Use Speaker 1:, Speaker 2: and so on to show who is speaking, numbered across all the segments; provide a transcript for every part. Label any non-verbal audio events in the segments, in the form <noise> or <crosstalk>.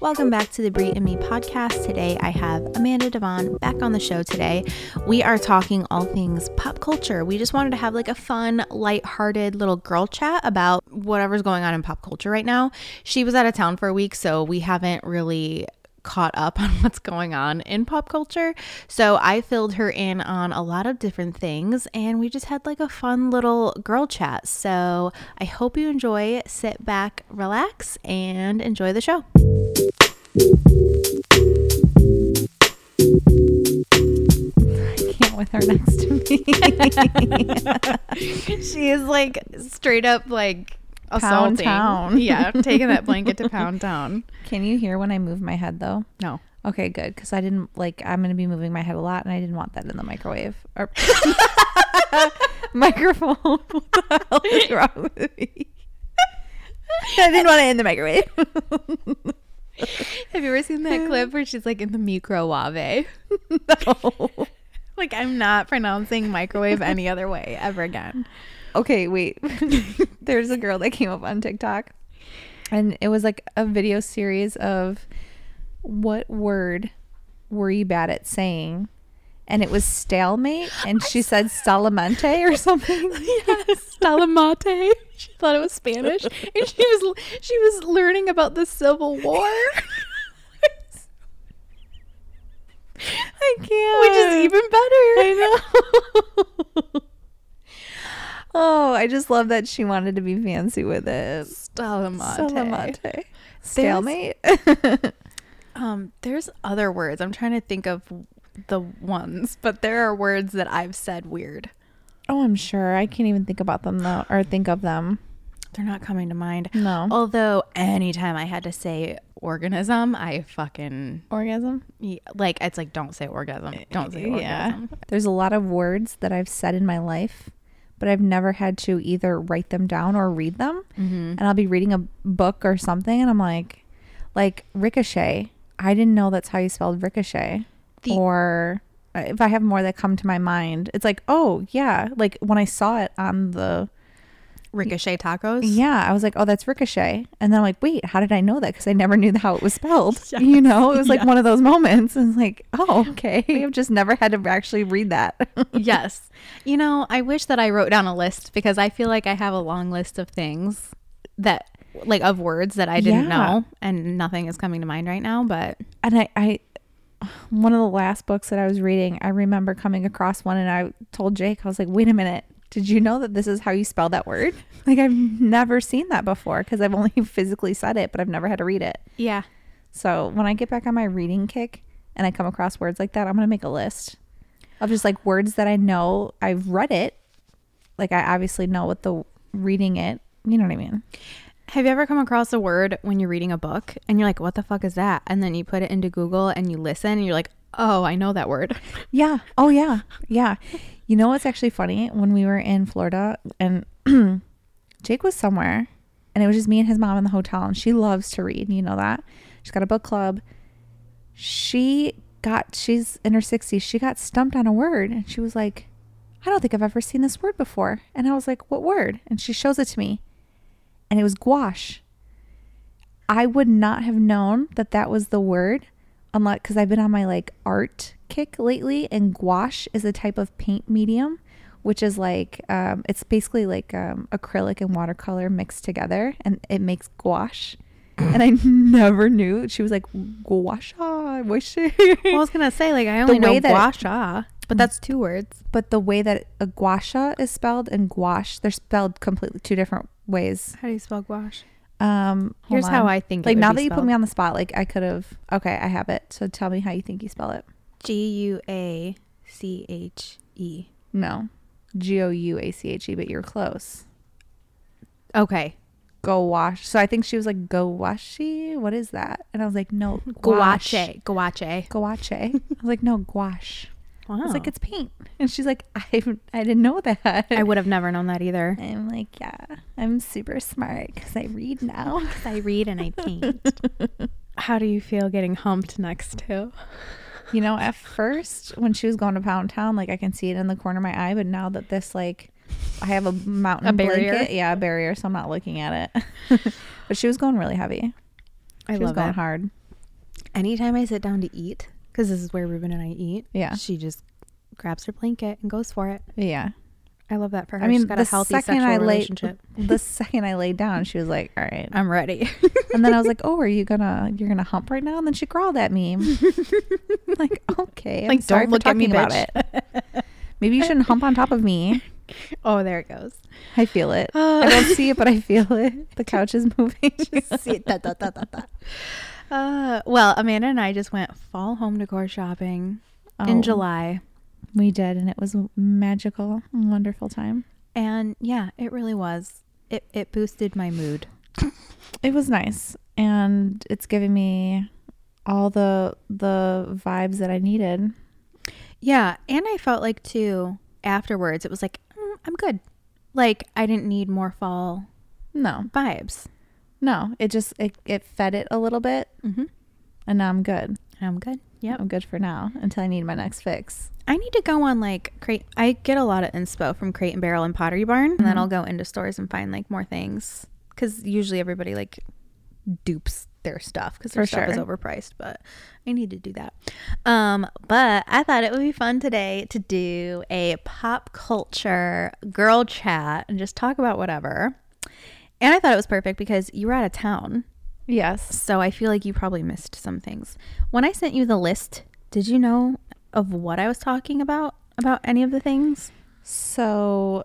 Speaker 1: Welcome back to the Brie and Me podcast. Today I have Amanda Devon back on the show today. We are talking all things pop culture. We just wanted to have like a fun, lighthearted little girl chat about whatever's going on in pop culture right now. She was out of town for a week, so we haven't really caught up <laughs> on what's going on in pop culture. So I filled her in on a lot of different things and we just had like a fun little girl chat. So I hope you enjoy. Sit back, relax, and enjoy the show. I can't with her next to me. <laughs> she is like straight up like
Speaker 2: Pound
Speaker 1: assaulting.
Speaker 2: town.
Speaker 1: <laughs> Yeah, taking that blanket <laughs> to pound town.
Speaker 2: Can you hear when I move my head though?
Speaker 1: No.
Speaker 2: Okay, good. Because I didn't like, I'm going to be moving my head a lot and I didn't want that in the microwave or <laughs> microphone. <laughs> what the hell is wrong with me? <laughs> I didn't want it in the microwave. <laughs>
Speaker 1: Have you ever seen that clip where she's like in the <laughs> microwave?
Speaker 2: no.
Speaker 1: Like I'm not pronouncing microwave any <laughs> other way ever again.
Speaker 2: Okay, wait. <laughs> There's a girl that came up on TikTok and it was like a video series of what word were you bad at saying? And it was stalemate and
Speaker 1: <laughs>
Speaker 2: she said salamente or something.
Speaker 1: Yes, Talamate. She <laughs> thought it was Spanish, and she was she was learning about the Civil War.
Speaker 2: I can't.
Speaker 1: Which is even better. I know.
Speaker 2: <laughs> Oh, I just love that she wanted to be fancy with it.
Speaker 1: Stalamate.
Speaker 2: Salamante. Stalemate.
Speaker 1: Um, there's other words. I'm trying to think of the ones, but there are words that I've said weird.
Speaker 2: oh, I'm sure. I can't even think about them though, or think of them.
Speaker 1: They're not coming to mind.
Speaker 2: No.
Speaker 1: Although anytime I had to say organism, I fucking
Speaker 2: Orgasm.
Speaker 1: Yeah, like it's like don't say orgasm. Don't say
Speaker 2: Eh, yeah.
Speaker 1: orgasm.
Speaker 2: There's a lot of words that I've said in my life, but I've never had to either write them down or read them.
Speaker 1: Mm-hmm.
Speaker 2: And I'll be reading a book or something, and I'm like, like ricochet. I didn't know that's how you spelled ricochet.
Speaker 1: The-
Speaker 2: or uh, if I have more that come to my mind, it's like, oh yeah, like when I saw it on the
Speaker 1: Ricochet tacos.
Speaker 2: <laughs> yeah, I was like, oh, that's ricochet, and then I'm like, wait, how did I know that? Because I never knew how it was spelled. You know, it was like one of those moments, and it's like, oh, okay, I've just never had to actually read that.
Speaker 1: yes. You know, I wish that I wrote down a list because I feel like I have a long list of things that like of words that I didn't
Speaker 2: Yeah.
Speaker 1: know and nothing is coming to mind right now, but
Speaker 2: <laughs> and I, I one of the last books that I was reading, I remember coming across one and I told Jake, I was like, wait a minute, did you know that this is how you spell that word? <laughs> Like I've never seen that before because I've only <laughs> physically said it, but I've never had to read it.
Speaker 1: yeah.
Speaker 2: So when I get back on my reading kick and I come across words like that, I'm gonna make a list of just like words that I know I've read it. Like I obviously know what the reading it, you know what I mean?
Speaker 1: Have you ever come across a word when you're reading a book and you're like, what the fuck is that? And then you put it into Google and you listen and you're like, oh, I know that word. <laughs>
Speaker 2: Yeah. Oh yeah. Yeah. You know what's actually funny? When we were in Florida and <clears throat> Jake was somewhere and it was just me and his mom in the hotel and she loves to read, you know that? She's got a book club. She got she's in her 60s. She got stumped on a word and she was like, "I don't think I've ever seen this word before." And I was like, "What word?" And she shows it to me. And it was gouache. I would not have known that that was the word unless because I've been on my like art kick lately, and gouache is a type of paint medium, which is like um, it's basically like um, acrylic and watercolor mixed together, and it makes gouache. and I <laughs> never knew. She was like gouache. I wish. it-"
Speaker 1: well, I was going to say, like, I only know
Speaker 2: way that it-
Speaker 1: gua sha, but that's two words.
Speaker 2: but the way that a guasha is spelled and gouache, they're spelled completely two different ways.
Speaker 1: How do you spell gouache?
Speaker 2: Um, hold
Speaker 1: Here's how
Speaker 2: on.
Speaker 1: I think.
Speaker 2: like now that you put me on the spot, like I could have. Okay, I have it. So tell me how you think you spell it.
Speaker 1: G U A C H E.
Speaker 2: No. G O U A C H E, but you're close.
Speaker 1: Okay,
Speaker 2: Go wash. So I think she was like, Go washy? What is that? And I was like,
Speaker 1: <laughs>
Speaker 2: No, gouache.
Speaker 1: guache, guache.
Speaker 2: Gouache. I was like, No, gouache.
Speaker 1: Wow.
Speaker 2: I was like, It's paint. And she's like, <laughs> I, I didn't know that.
Speaker 1: Oh. I would have never known that <laughs> either.
Speaker 2: I'm like, Yeah, I'm super smart because I
Speaker 1: <laughs>
Speaker 2: read now.
Speaker 1: I read and I paint. <laughs> How do you feel getting humped next to?
Speaker 2: You know, at first when she was going to Pound Town, like I can see it in the corner of my eye, but now that this like I have a mountain
Speaker 1: A barrier.
Speaker 2: blanket, yeah,
Speaker 1: <laughs>
Speaker 2: a barrier, so I'm not looking at it. but she was going really heavy.
Speaker 1: I
Speaker 2: She was
Speaker 1: love
Speaker 2: going
Speaker 1: it.
Speaker 2: hard.
Speaker 1: Anytime I sit down to eat, because this is where Ruben and I eat,
Speaker 2: Yeah.
Speaker 1: she just grabs her blanket and goes for it.
Speaker 2: Yeah.
Speaker 1: I love that for her.
Speaker 2: I mean,
Speaker 1: She's got a
Speaker 2: the
Speaker 1: healthy
Speaker 2: second
Speaker 1: sexual
Speaker 2: I laid,
Speaker 1: relationship.
Speaker 2: the second I laid down, she was like, "All right."
Speaker 1: <laughs> I'm ready.
Speaker 2: And then I was like, "Oh, are you gonna you're gonna hump right now?" And then she growled at me.
Speaker 1: <laughs>
Speaker 2: like, okay, I'm
Speaker 1: Like,
Speaker 2: sorry
Speaker 1: "Don't
Speaker 2: for
Speaker 1: look at me,
Speaker 2: talking about it. Maybe you shouldn't hump on top of me.
Speaker 1: <laughs> oh, there it goes.
Speaker 2: I feel it.
Speaker 1: Oh. <laughs>
Speaker 2: I don't see it, but I feel it. The couch is moving.
Speaker 1: See it, da, da, da, da, da. Uh, well, Amanda and I just went fall home decor shopping
Speaker 2: <laughs>
Speaker 1: um,
Speaker 2: Oh,
Speaker 1: in July.
Speaker 2: we did, and it was a magical, wonderful time.
Speaker 1: And yeah, it really was. It, it boosted my mood.
Speaker 2: It was nice, and it's giving me all the the vibes that I needed.
Speaker 1: Yeah, and I felt like too afterwards it was like mm, I'm good. Like I didn't need more fall
Speaker 2: No,
Speaker 1: vibes.
Speaker 2: no, it just it, it fed it a little bit,
Speaker 1: Mm-hmm.
Speaker 2: and now I'm good.
Speaker 1: I'm good. Yep.
Speaker 2: I'm good for now until I need my next fix.
Speaker 1: I need to go on like crate. I get a lot of inspo from Crate and Barrel and Pottery Barn, and then
Speaker 2: Mm-hmm.
Speaker 1: I'll go into stores and find like more things because usually everybody like dupes their stuff because their
Speaker 2: For
Speaker 1: stuff is
Speaker 2: sure.
Speaker 1: overpriced. But I need to do that. Um, but I thought it would be fun today to do a pop culture girl chat and just talk about whatever. And I thought it was perfect because you were out of town,
Speaker 2: Yes.
Speaker 1: so I feel like you probably missed some things. When I sent you the list, did you know of what I was talking about? About any of the things?
Speaker 2: So,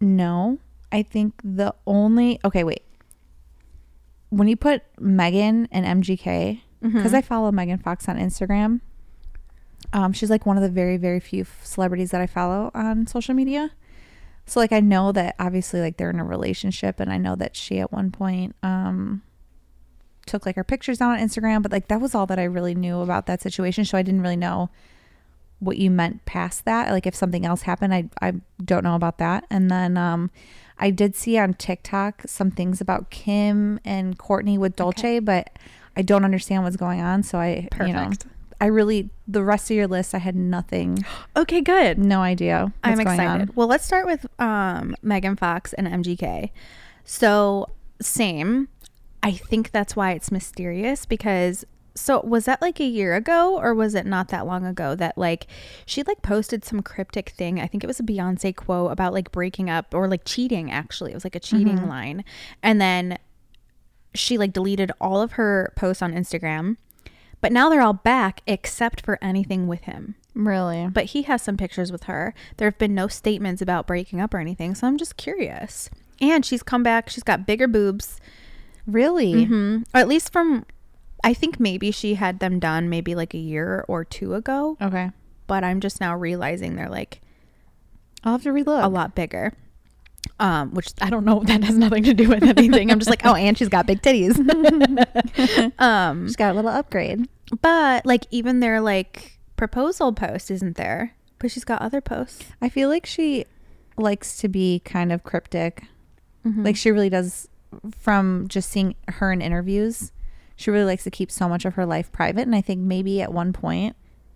Speaker 2: no, I think the only okay, wait. When you put Megan and MGK,
Speaker 1: Hmm.
Speaker 2: because I follow Megan Fox on Instagram, um, she's like one of the very, very few f- celebrities that I follow on social media. So, like, I know that obviously, like, they're in a relationship, and I know that she at one point, um, took like her pictures down on Instagram, but like that was all that I really knew about that situation. So I didn't really know what you meant past that. Like if something else happened, I I don't know about that. And then um I did see on TikTok some things about Kim and Courtney with Dolce, but I don't understand what's going on. So I you know
Speaker 1: Perfect.
Speaker 2: I really the rest of your list I had nothing
Speaker 1: Okay, good.
Speaker 2: no idea. What's
Speaker 1: I'm
Speaker 2: going
Speaker 1: excited.
Speaker 2: On.
Speaker 1: Well, let's start with um, Megan Fox and MGK. So, same. I think that's why it's mysterious because. So was that like a year ago or was it not that long ago that like she like posted some cryptic thing. I think it was a Beyonce quote about like breaking up or like cheating actually. It was like a cheating
Speaker 2: Mm-hmm.
Speaker 1: line. And then she like deleted all of her posts on Instagram. But now they're all back except for anything with him
Speaker 2: Really?
Speaker 1: but he has some pictures with her. There have been no statements about breaking up or anything, so I'm just curious. And she's come back. She's got bigger boobs,
Speaker 2: Really?
Speaker 1: mm, or at least from. I think maybe she had them done maybe like a year or two ago,
Speaker 2: Okay.
Speaker 1: but I'm just now realizing they're like
Speaker 2: I'll have to relook.
Speaker 1: a lot bigger. Um, which I don't know. <laughs> That has nothing to do with anything. I'm just like, oh, and she's got big
Speaker 2: <laughs>
Speaker 1: titties. <laughs> um,
Speaker 2: Just got a little upgrade.
Speaker 1: but like even their like proposal post isn't there, but she's got other posts.
Speaker 2: I feel like she likes to be kind of cryptic.
Speaker 1: Mhm.
Speaker 2: Like she really does from just seeing her in interviews. She really likes to keep so much of her life private and I think maybe at one point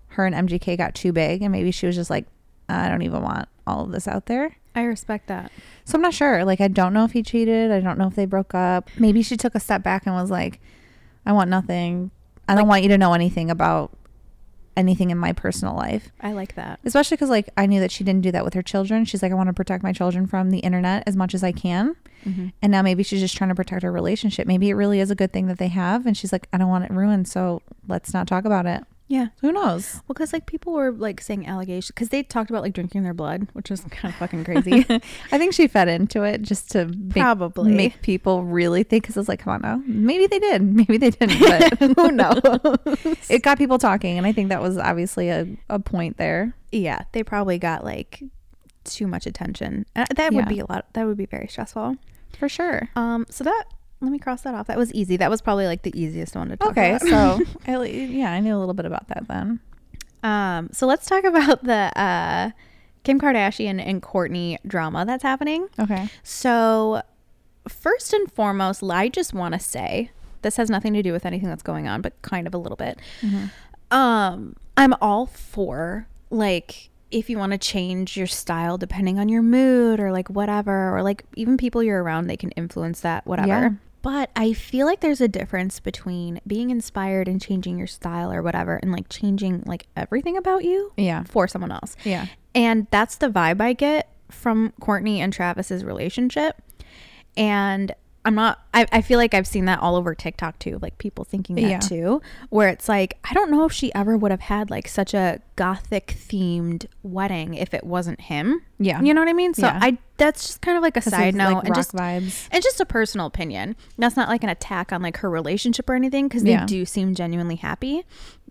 Speaker 2: her and MGK got too big and maybe she was just like I don't even want all of this out there.
Speaker 1: I respect that.
Speaker 2: So I'm not sure. Like I don't know if he cheated. I don't know if they broke up. Maybe she took a step back and was like I want nothing. I don't want you to know anything about anything in my personal life
Speaker 1: I like that.
Speaker 2: especially because like i knew that she didn't do that with her children she's like i want to protect my children from the internet as much as i can
Speaker 1: Mm-hmm.
Speaker 2: and now maybe she's just trying to protect her relationship maybe it really is a good thing that they have and she's like i don't want it ruined so let's not talk about it
Speaker 1: Yeah.
Speaker 2: who knows
Speaker 1: Well, because like people were like saying allegations because they talked about like drinking their blood, which is kind of fucking <laughs> crazy.
Speaker 2: <laughs> i think she fed into it just to make,
Speaker 1: Probably.
Speaker 2: make people really think because it's like come on now maybe they did <laughs> maybe they didn't but
Speaker 1: Who knows?
Speaker 2: it got people talking and i think that was obviously a, a point there
Speaker 1: yeah, they probably got like too much attention. And that would
Speaker 2: Yeah.
Speaker 1: be a lot. That would be very stressful.
Speaker 2: for sure
Speaker 1: Um, so that let me cross that off. That was easy. That was probably like the easiest one to talk
Speaker 2: okay
Speaker 1: about.
Speaker 2: so I, le- yeah i knew a little bit about that then
Speaker 1: <laughs> Um, so let's talk about the uh, Kim Kardashian and Courtney drama that's happening.
Speaker 2: okay
Speaker 1: So, first and foremost, I just want to say this has nothing to do with anything that's going on, but kind of a little bit. Um, I'm all for like if you want to change your style depending on your mood or like whatever, or like even people you're around, they can influence that, whatever. But I feel like there's a difference between being inspired and changing your style or whatever and like changing like everything about you
Speaker 2: Yeah.
Speaker 1: for someone else.
Speaker 2: Yeah.
Speaker 1: And that's the vibe I get from Courtney and Travis's relationship. And I'm not, I, I feel like I've seen that all over TikTok too, like people thinking that
Speaker 2: Yeah.
Speaker 1: too, where it's like, I don't know if she ever would have had like such a gothic themed wedding if it wasn't him.
Speaker 2: Yeah.
Speaker 1: You know what I mean? So
Speaker 2: Yeah.
Speaker 1: I, that's just kind of like a
Speaker 2: This
Speaker 1: side
Speaker 2: is,
Speaker 1: note
Speaker 2: like,
Speaker 1: and
Speaker 2: rock
Speaker 1: just
Speaker 2: vibes.
Speaker 1: and just a personal opinion. That's not like an attack on like her relationship or anything because they
Speaker 2: Yeah.
Speaker 1: do seem genuinely happy.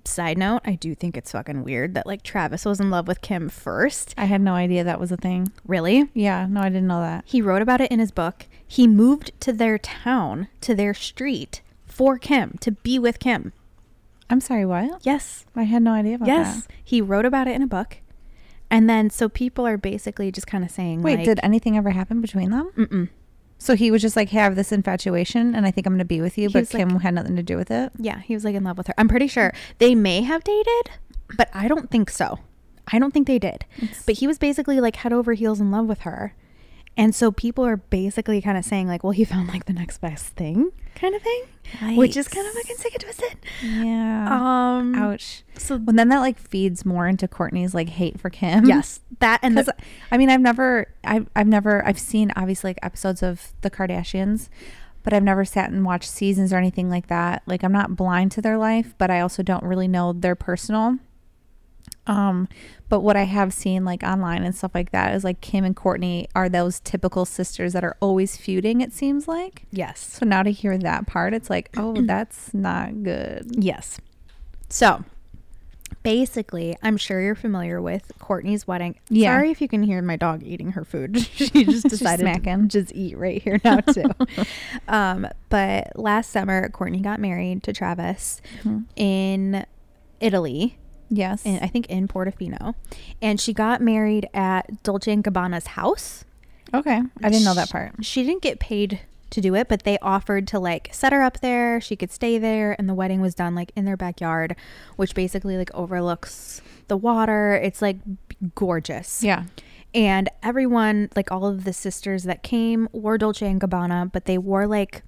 Speaker 1: Side note, I do think it's fucking weird that like Travis was in love with Kim first.
Speaker 2: I had no idea that was a thing.
Speaker 1: Really?
Speaker 2: Yeah, no, I didn't know that.
Speaker 1: He wrote about it in his book. He moved to their town, to their street for Kim, to be with Kim.
Speaker 2: I'm sorry, what?
Speaker 1: Yes.
Speaker 2: I had no idea about
Speaker 1: yes.
Speaker 2: that.
Speaker 1: He wrote about it in a book. And then so people are basically just kind of saying
Speaker 2: Wait,
Speaker 1: like, Mm.
Speaker 2: did anything ever happen between them?
Speaker 1: Mm-mm.
Speaker 2: So he was just like, hey, I have this infatuation and I think I'm going to be with you,
Speaker 1: He
Speaker 2: but
Speaker 1: was like-
Speaker 2: Kim had nothing to do with it.
Speaker 1: Yeah, he was like in love with her. I'm pretty sure they may have dated, but I don't think so. I don't think they did.
Speaker 2: It's-
Speaker 1: But he was basically like head over heels in love with her. And so people are basically kind of saying like, well, he found like the next best thing kind of thing, which is kind of
Speaker 2: Yikes.
Speaker 1: fucking sick and twisted.
Speaker 2: Yeah.
Speaker 1: Um,
Speaker 2: Ouch.
Speaker 1: So
Speaker 2: Well, then that like feeds more into Courtney's like hate for Kim.
Speaker 1: yes, that and the-
Speaker 2: because I mean, I've never, I've, I've never, I've seen obviously like episodes of the Kardashians, but I've never sat and watched seasons or anything like that. Like I'm not blind to their life, but I also don't really know their personal. Um, but what I have seen like online and stuff like that is like Kim and Courtney are those typical sisters that are always feuding. It seems like.
Speaker 1: yes,
Speaker 2: So now to hear that part, it's like, oh, that's not good.
Speaker 1: yes. So basically, I'm sure you're familiar with Courtney's wedding.
Speaker 2: Yeah.
Speaker 1: Sorry if you can hear my dog eating her food. <laughs>
Speaker 2: <laughs>
Speaker 1: she just
Speaker 2: She's
Speaker 1: decided to
Speaker 2: smacking.
Speaker 1: just eat right here now too.
Speaker 2: <laughs>
Speaker 1: um, but last summer, Courtney got married to Travis
Speaker 2: Mhm.
Speaker 1: in Italy,
Speaker 2: Yes.
Speaker 1: and I think in Portofino, and she got married at Dolce and Gabbana's house.
Speaker 2: okay. I didn't know that part.
Speaker 1: She didn't get paid to do it, but they offered to like set her up there. She could stay there, and the wedding was done like in their backyard, which basically like overlooks the water. It's like gorgeous.
Speaker 2: Yeah.
Speaker 1: And everyone, like all of the sisters that came, wore Dolce and Gabbana, but they wore like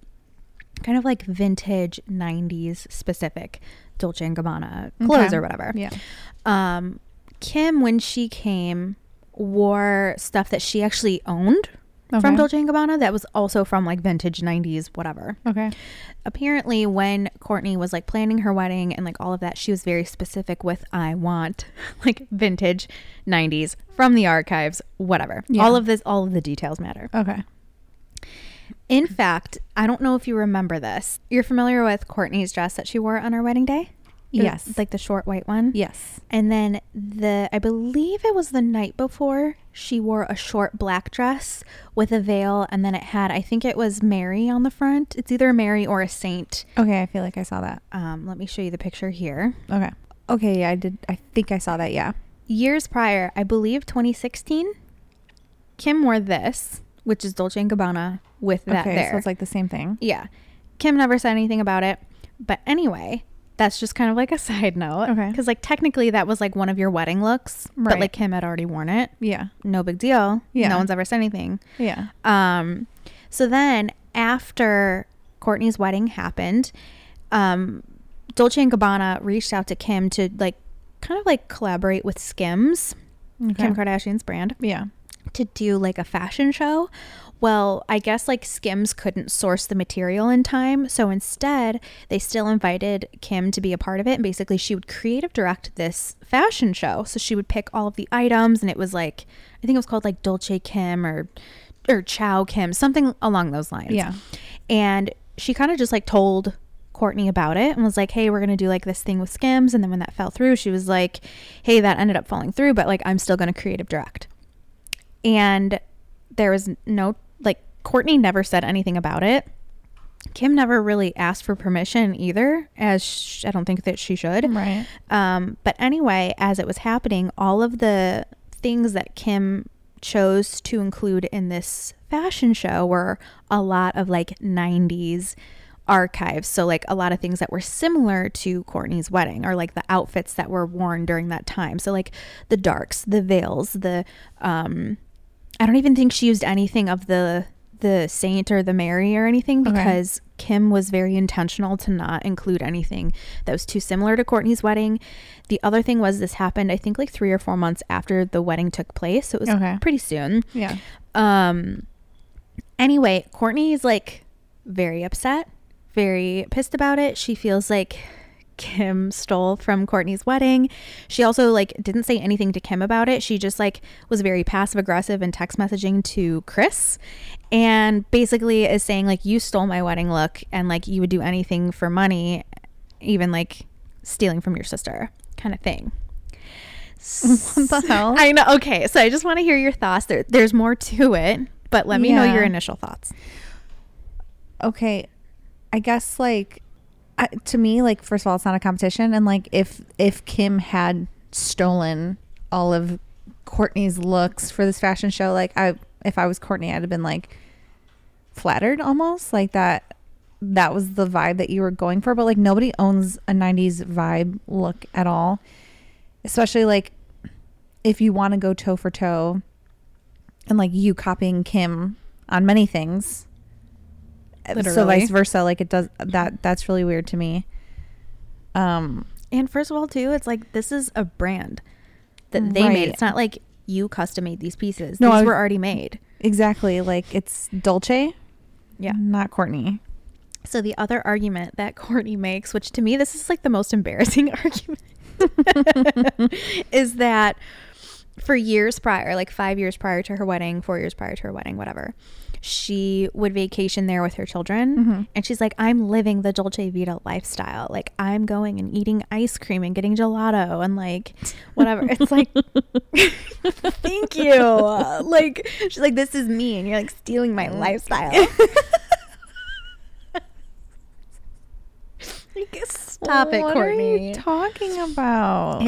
Speaker 1: kind of like vintage 90s specific Dolce and Gabbana clothes
Speaker 2: Okay.
Speaker 1: or whatever.
Speaker 2: Yeah.
Speaker 1: Um, Kim, when she came, wore stuff that she actually owned
Speaker 2: Okay.
Speaker 1: from Dolce and Gabbana that was also from like vintage 90s, whatever
Speaker 2: Okay.
Speaker 1: apparently when courtney was like planning her wedding and like all of that she was very specific with i want <laughs> like vintage 90s from the archives whatever
Speaker 2: Yeah.
Speaker 1: all of this all of the details matter
Speaker 2: Okay.
Speaker 1: in fact i don't know if you remember this you're familiar with courtney's dress that she wore on her wedding day It was,
Speaker 2: Yes.
Speaker 1: like the short white one
Speaker 2: Yes.
Speaker 1: and then the i believe it was the night before she wore a short black dress with a veil and then it had i think it was mary on the front it's either mary or a saint
Speaker 2: Okay, I feel like I saw that.
Speaker 1: Um, let me show you the picture here.
Speaker 2: Okay. Okay, yeah, I did. I think I saw that. Yeah.
Speaker 1: Years prior, I believe 2016, Kim wore this, which is Dolce & Gabbana with that
Speaker 2: okay,
Speaker 1: there.
Speaker 2: so it's like the same thing.
Speaker 1: yeah. Kim never said anything about it. But anyway, that's just kind of like a <laughs> side note.
Speaker 2: Okay.
Speaker 1: Because, like, technically that was like one of your wedding looks. But,
Speaker 2: Right.
Speaker 1: like, Kim had already worn it.
Speaker 2: Yeah.
Speaker 1: No big deal.
Speaker 2: Yeah.
Speaker 1: No one's ever said anything.
Speaker 2: Yeah.
Speaker 1: Um, so then after Courtney's wedding happened, um, Dolce and Gabbana reached out to Kim to like kind of like collaborate with Skims,
Speaker 2: Okay.
Speaker 1: Kim Kardashian's brand,
Speaker 2: yeah.
Speaker 1: to do like a fashion show. Well, I guess like Skims couldn't source the material in time. So instead, they still invited Kim to be a part of it. And basically, she would creative direct this fashion show. So she would pick all of the items. And it was like, I think it was called like Dolce Kim or, or Chow Kim, something along those lines.
Speaker 2: Yeah.
Speaker 1: And she kind of just like told Courtney about it and was like, hey, we're going to do like this thing with Skims. And then when that fell through, she was like, hey, that ended up falling through, but like I'm still going to creative direct. And there was no, like, Courtney never said anything about it. Kim never really asked for permission either, as sh- I don't think that she should.
Speaker 2: Right.
Speaker 1: Um, but anyway, as it was happening, all of the things that Kim chose to include in this fashion show were a lot of like 90s archives. So, like a lot of things that were similar to Courtney's wedding or like the outfits that were worn during that time. So, like the darks, the veils, the, um, I don't even think she used anything of the the saint or the Mary or anything
Speaker 2: Okay.
Speaker 1: because Kim was very intentional to not include anything that was too similar to Courtney's wedding. The other thing was this happened, I think, like three or four months after the wedding took place. So it was
Speaker 2: Okay.
Speaker 1: pretty soon.
Speaker 2: Yeah.
Speaker 1: Um anyway, Courtney is like very upset, very pissed about it. She feels like Kim stole from Courtney's wedding. She also like didn't say anything to Kim about it. She just like was very passive aggressive in text messaging to Chris and basically is saying like you stole my wedding look and like you would do anything for money, even like stealing from your sister kind of
Speaker 2: <laughs>
Speaker 1: thing.
Speaker 2: What the hell?
Speaker 1: I know. Okay, so I just want to hear your thoughts. There, there's more to it, but let me know
Speaker 2: Yeah.
Speaker 1: your initial thoughts.
Speaker 2: okay i guess like I, to me like first of all it's not a competition and like if if kim had stolen all of courtney's looks for this fashion show like i if i was courtney i'd have been like flattered almost like that that was the vibe that you were going for but like nobody owns a 90s vibe look at all especially like if you want to go toe for toe and like you copying kim on many things so
Speaker 1: Literally.
Speaker 2: vice versa like it does that that's really weird to me um
Speaker 1: And first of all, too, it's like this is a brand that they made.
Speaker 2: Right.
Speaker 1: It's not like you custom made these pieces.
Speaker 2: No,
Speaker 1: these
Speaker 2: I-
Speaker 1: were already made.
Speaker 2: exactly like it's dolce
Speaker 1: Yeah.
Speaker 2: not courtney
Speaker 1: So the other argument that <laughs> Courtney makes, which to me this is like the most embarrassing <laughs> argument, is that for years prior, like 5 years prior to her wedding, 4 years prior to her wedding, whatever, she would vacation there with her children
Speaker 2: Mhm.
Speaker 1: and she's like I'm living the Dolce Vita lifestyle. Like I'm going and eating ice cream and getting gelato and like whatever. It's
Speaker 2: <laughs>
Speaker 1: like thank you. Like she's like this is me and you're like stealing
Speaker 2: Mm.
Speaker 1: my
Speaker 2: <laughs>
Speaker 1: lifestyle. Like, Stop it,
Speaker 2: What are you
Speaker 1: Courtney.
Speaker 2: talking about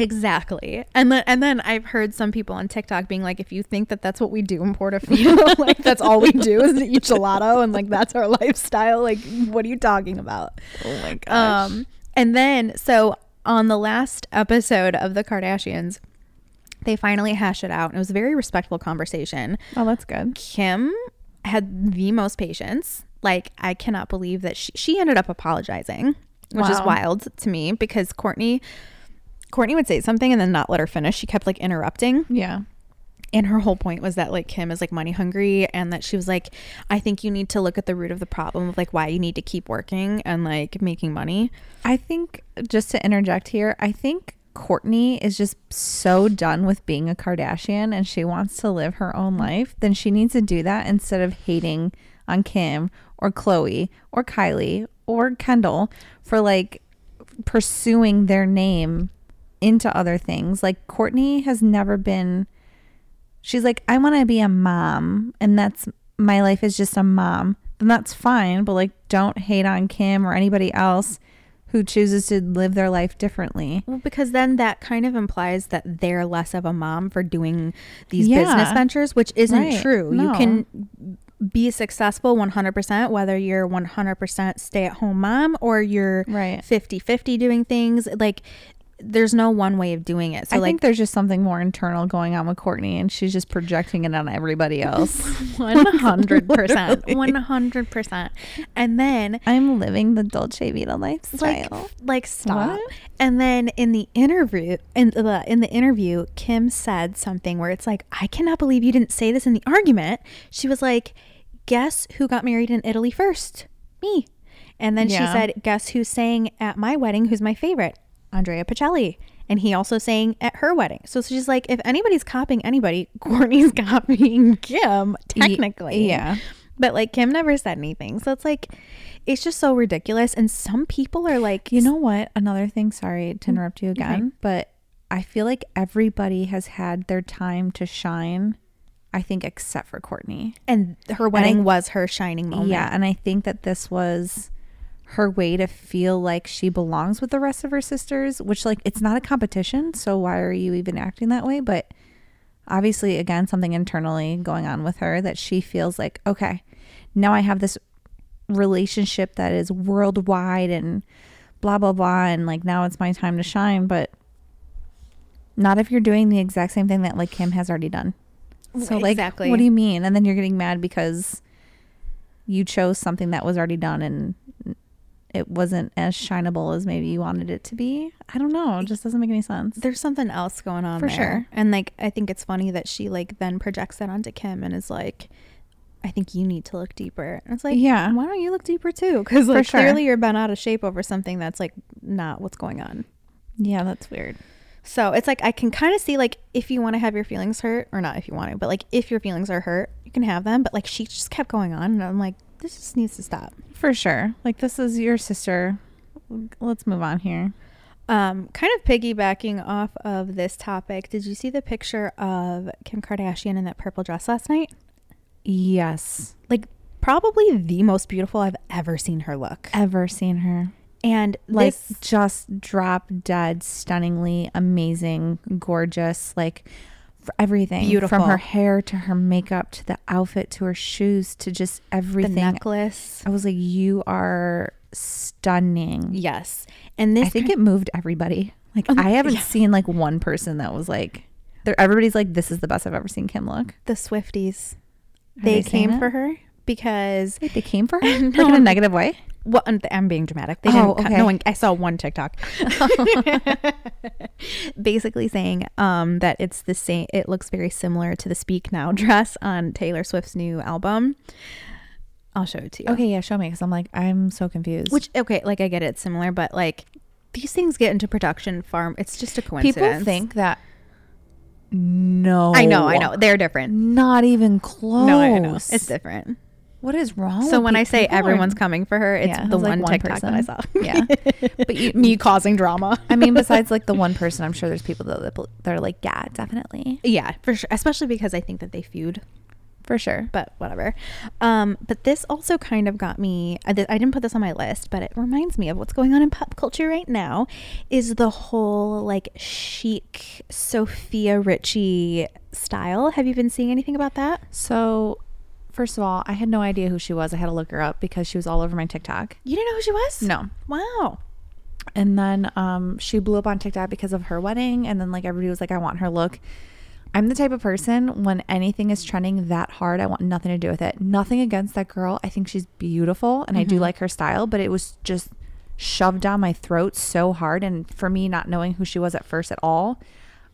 Speaker 1: <laughs> exactly. And then and then I've heard some people on TikTok being like, if you think that that's what we do in <laughs> Portofino, like that's all we do is eat gelato and like that's our lifestyle. Like, what are you talking about?
Speaker 2: oh my
Speaker 1: Um, and then so on the last episode of the Kardashians, they finally hashed it out, and it was a very respectful conversation.
Speaker 2: oh that's good
Speaker 1: Kim had the most patience. Like, I cannot believe that she, she ended up apologizing, which is
Speaker 2: Wow.
Speaker 1: wild to me because Courtney Courtney would say something and then not let her finish. She kept like interrupting.
Speaker 2: yeah
Speaker 1: And her whole point was that like Kim is like money hungry and that she was like, I think you need to look at the root of the problem of like why you need to keep working and like making money.
Speaker 2: I think just to interject here, I think Courtney is just so done with being a Kardashian and she wants to live her own life, then she needs to do that instead of hating on Kim or Chloe or Kylie or Kendall for like pursuing their name into other things. Like Courtney has never been she's like, I want to be a mom, and that's my life is just a mom, then that's fine. But like, don't hate on Kim or anybody else who chooses to live their life differently.
Speaker 1: Well, because then that kind of implies that they're less of a mom for doing these
Speaker 2: Yeah.
Speaker 1: business ventures, which isn't
Speaker 2: Right.
Speaker 1: true. You
Speaker 2: No.
Speaker 1: can be successful 100% whether you're 100% stay-at-home mom or you're
Speaker 2: Right.
Speaker 1: 50-50 doing things. Like there's no one way of doing it. So
Speaker 2: I
Speaker 1: like
Speaker 2: think there's just something more internal going on with Courtney, and she's just projecting it on <laughs> everybody else.
Speaker 1: 100%, <laughs> 100%. And then
Speaker 2: I'm living the Dolce Vita lifestyle.
Speaker 1: like, like stop.
Speaker 2: What?
Speaker 1: And then in the interview, in the in the interview, Kim said something where it's like, I cannot believe you didn't say this in the argument. She was like, guess who got married in Italy first? Me. And then she
Speaker 2: Yeah.
Speaker 1: said, guess who sang at my wedding? Who's my favorite? Andrea Pacelli. And he also sang at her wedding. So she's like, if anybody's copying anybody, <laughs> Courtney's copying Kim, technically.
Speaker 2: yeah.
Speaker 1: But like Kim never said anything. So it's like it's just so ridiculous. And some people are like,
Speaker 2: You know what? Another thing, sorry to interrupt you again, but I feel like everybody has had their time to shine, I think, except for Courtney.
Speaker 1: and her wedding was her shining moment.
Speaker 2: Yeah, and I think that this was her way to feel like she belongs with the rest of her sisters, which like it's not a competition, so why are you even acting that way? But obviously again something internally going on with her that she feels like, okay, now I have this relationship that is worldwide and blah blah blah and like now it's my time to shine, but not if you're doing the exact same thing that like Kim has already done. So like
Speaker 1: Exactly.
Speaker 2: what do you mean? And then you're getting mad because you chose something that was already done and it wasn't as shinable as maybe you wanted it to be. I don't know. It just doesn't make any sense.
Speaker 1: There's something else going on
Speaker 2: For
Speaker 1: there.
Speaker 2: sure.
Speaker 1: And like I think it's funny that she like then projects that onto Kim and is like, I think you need to look deeper. And it's like,
Speaker 2: Yeah.
Speaker 1: why don't you look deeper too? Because like
Speaker 2: sure.
Speaker 1: clearly you're bent out of shape over something that's like not what's going on.
Speaker 2: Yeah, that's weird.
Speaker 1: So it's like I can kind of see like if you want to have your feelings hurt or not if you want to, but like if your feelings are hurt, you can have them. But like she just kept going on, and I'm like, this just needs to stop.
Speaker 2: For sure. Like this is your sister. Let's move on here.
Speaker 1: Um, kind of piggybacking off of this topic, did you see the picture of Kim Kardashian in that purple dress last night?
Speaker 2: Yes.
Speaker 1: Like probably the most beautiful I've ever seen her look.
Speaker 2: Ever seen her?
Speaker 1: And
Speaker 2: Like
Speaker 1: like this,
Speaker 2: just drop dead, stunningly amazing, gorgeous, like for everything.
Speaker 1: Beautiful.
Speaker 2: From her hair to her makeup to the outfit to her shoes to just
Speaker 1: the
Speaker 2: everything. Um,
Speaker 1: necklace.
Speaker 2: I was like, you are stunning.
Speaker 1: Yes. And this
Speaker 2: I think it moved everybody. Like
Speaker 1: Um,
Speaker 2: I haven't seen like one person that was like, they're- everybody's like, this is the best I've ever seen Kim look.
Speaker 1: the Swifties.
Speaker 2: Have
Speaker 1: They
Speaker 2: they seen
Speaker 1: came
Speaker 2: it?
Speaker 1: for her because
Speaker 2: Like they came
Speaker 1: <laughs>
Speaker 2: for her, like in a negative way.
Speaker 1: well, I'm, I'm being dramatic. They didn't
Speaker 2: Oh,
Speaker 1: cut-
Speaker 2: okay.
Speaker 1: no one, I saw one
Speaker 2: <laughs>
Speaker 1: TikTok basically saying um, that it's the same. It looks very similar to the Speak Now <laughs> dress on Taylor Swift's new album. I'll show it to you.
Speaker 2: Okay, yeah, show me because I'm like, I'm so confused.
Speaker 1: Which okay, like I get it's similar, but like these things get into production farm. It's just a coincidence.
Speaker 2: people think that? No,
Speaker 1: I know, I know, they're different.
Speaker 2: Not even close.
Speaker 1: No, I know, it's different.
Speaker 2: what is wrong?
Speaker 1: So
Speaker 2: with
Speaker 1: when
Speaker 2: pe-
Speaker 1: I say
Speaker 2: people are-
Speaker 1: everyone's coming for her, it's
Speaker 2: Yeah,
Speaker 1: the
Speaker 2: it's like
Speaker 1: one,
Speaker 2: one
Speaker 1: TikTok that I
Speaker 2: person.
Speaker 1: saw.
Speaker 2: <laughs> Yeah.
Speaker 1: <laughs> but
Speaker 2: <laughs>
Speaker 1: you, me causing drama. <laughs>
Speaker 2: I mean, besides like the one person, I'm sure there's people though that bel- they're like, yeah, definitely,
Speaker 1: Yeah, for sure. Especially because I think that they feud,
Speaker 2: for sure.
Speaker 1: but whatever. Um, but this also kind of got me. I, th- I didn't put this on my list, but it reminds me of what's going on in pop culture right now. Is the whole like chic Sophia Richie style? Have you been seeing anything about that?
Speaker 2: So, first of all, I had no idea who she was. I had to look her up because she was all over my TikTok.
Speaker 1: You didn't know who she was?
Speaker 2: No.
Speaker 1: Wow.
Speaker 2: And then um, she blew up on TikTok because of her wedding. And then, like, everybody was like, I want her look. I'm the type of person when anything is trending that hard, I want nothing to do with it. Nothing against that girl. I think she's beautiful and I do
Speaker 1: Mm-hmm.
Speaker 2: like her style, but it was just shoved down my throat so hard. And for me, not knowing who she was at first at all,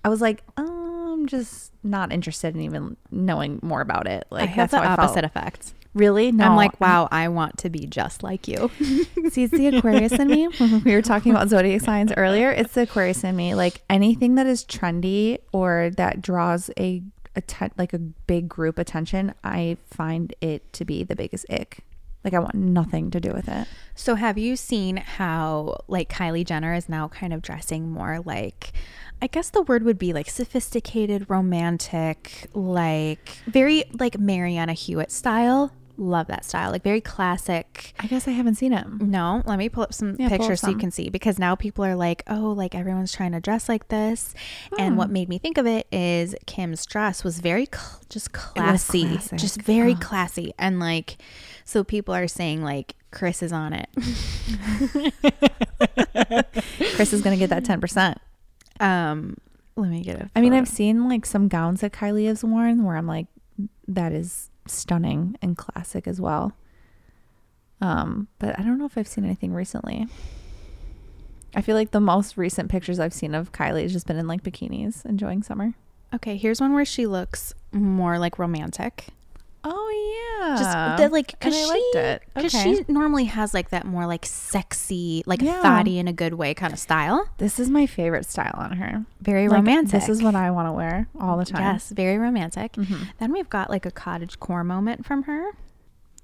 Speaker 2: I was like, I'm just not interested in even knowing more about it. Like,
Speaker 1: I have the
Speaker 2: how I felt.
Speaker 1: opposite effect.
Speaker 2: Really? No.
Speaker 1: I'm like, wow, I want to be just like <laughs> you.
Speaker 2: See, it's the Aquarius in <laughs> me. we were talking about zodiac signs earlier. It's the Aquarius in me. Like anything that is trendy or that draws a, a like a big group attention, I find it to be the biggest ick. Like I want nothing to do with it.
Speaker 1: So have you seen how like Kylie Jenner is now kind of dressing more like I guess the word would be like sophisticated, romantic, like very like Mariana Hewitt style. Love that style. Like very classic.
Speaker 2: I guess I haven't seen it.
Speaker 1: No, let me pull up some
Speaker 2: Yeah, pull up
Speaker 1: pictures so you
Speaker 2: some.
Speaker 1: can see because now people are like, oh, like everyone's trying to dress like this.
Speaker 2: Oh.
Speaker 1: And what made me think of it is Kim's dress was very cl- just classy,
Speaker 2: classic.
Speaker 1: just very classy. And like, so people are saying like Chris is on it.
Speaker 2: Chris is gonna get that ten percent.
Speaker 1: Um, let me get it.
Speaker 2: I mean, I've seen like some gowns that Kylie has worn where I'm like, that is stunning and classic as well. Um, but I don't know if I've seen anything recently. I feel like the most recent pictures I've seen of Kylie has just been in like bikinis enjoying summer.
Speaker 1: okay. Here's one where she looks more like romantic.
Speaker 2: Oh yeah,
Speaker 1: Just the, like,
Speaker 2: and
Speaker 1: cause
Speaker 2: I
Speaker 1: she,
Speaker 2: liked it.
Speaker 1: Cause
Speaker 2: Okay.
Speaker 1: she normally has like that more like sexy, like
Speaker 2: Yeah.
Speaker 1: thoughty in a good way kind of style.
Speaker 2: this is my favorite style on her.
Speaker 1: Very
Speaker 2: Like,
Speaker 1: romantic.
Speaker 2: This is what I want to wear all the time. Mm-hmm.
Speaker 1: Yes, very romantic. Then we've got like a cottage core moment from her.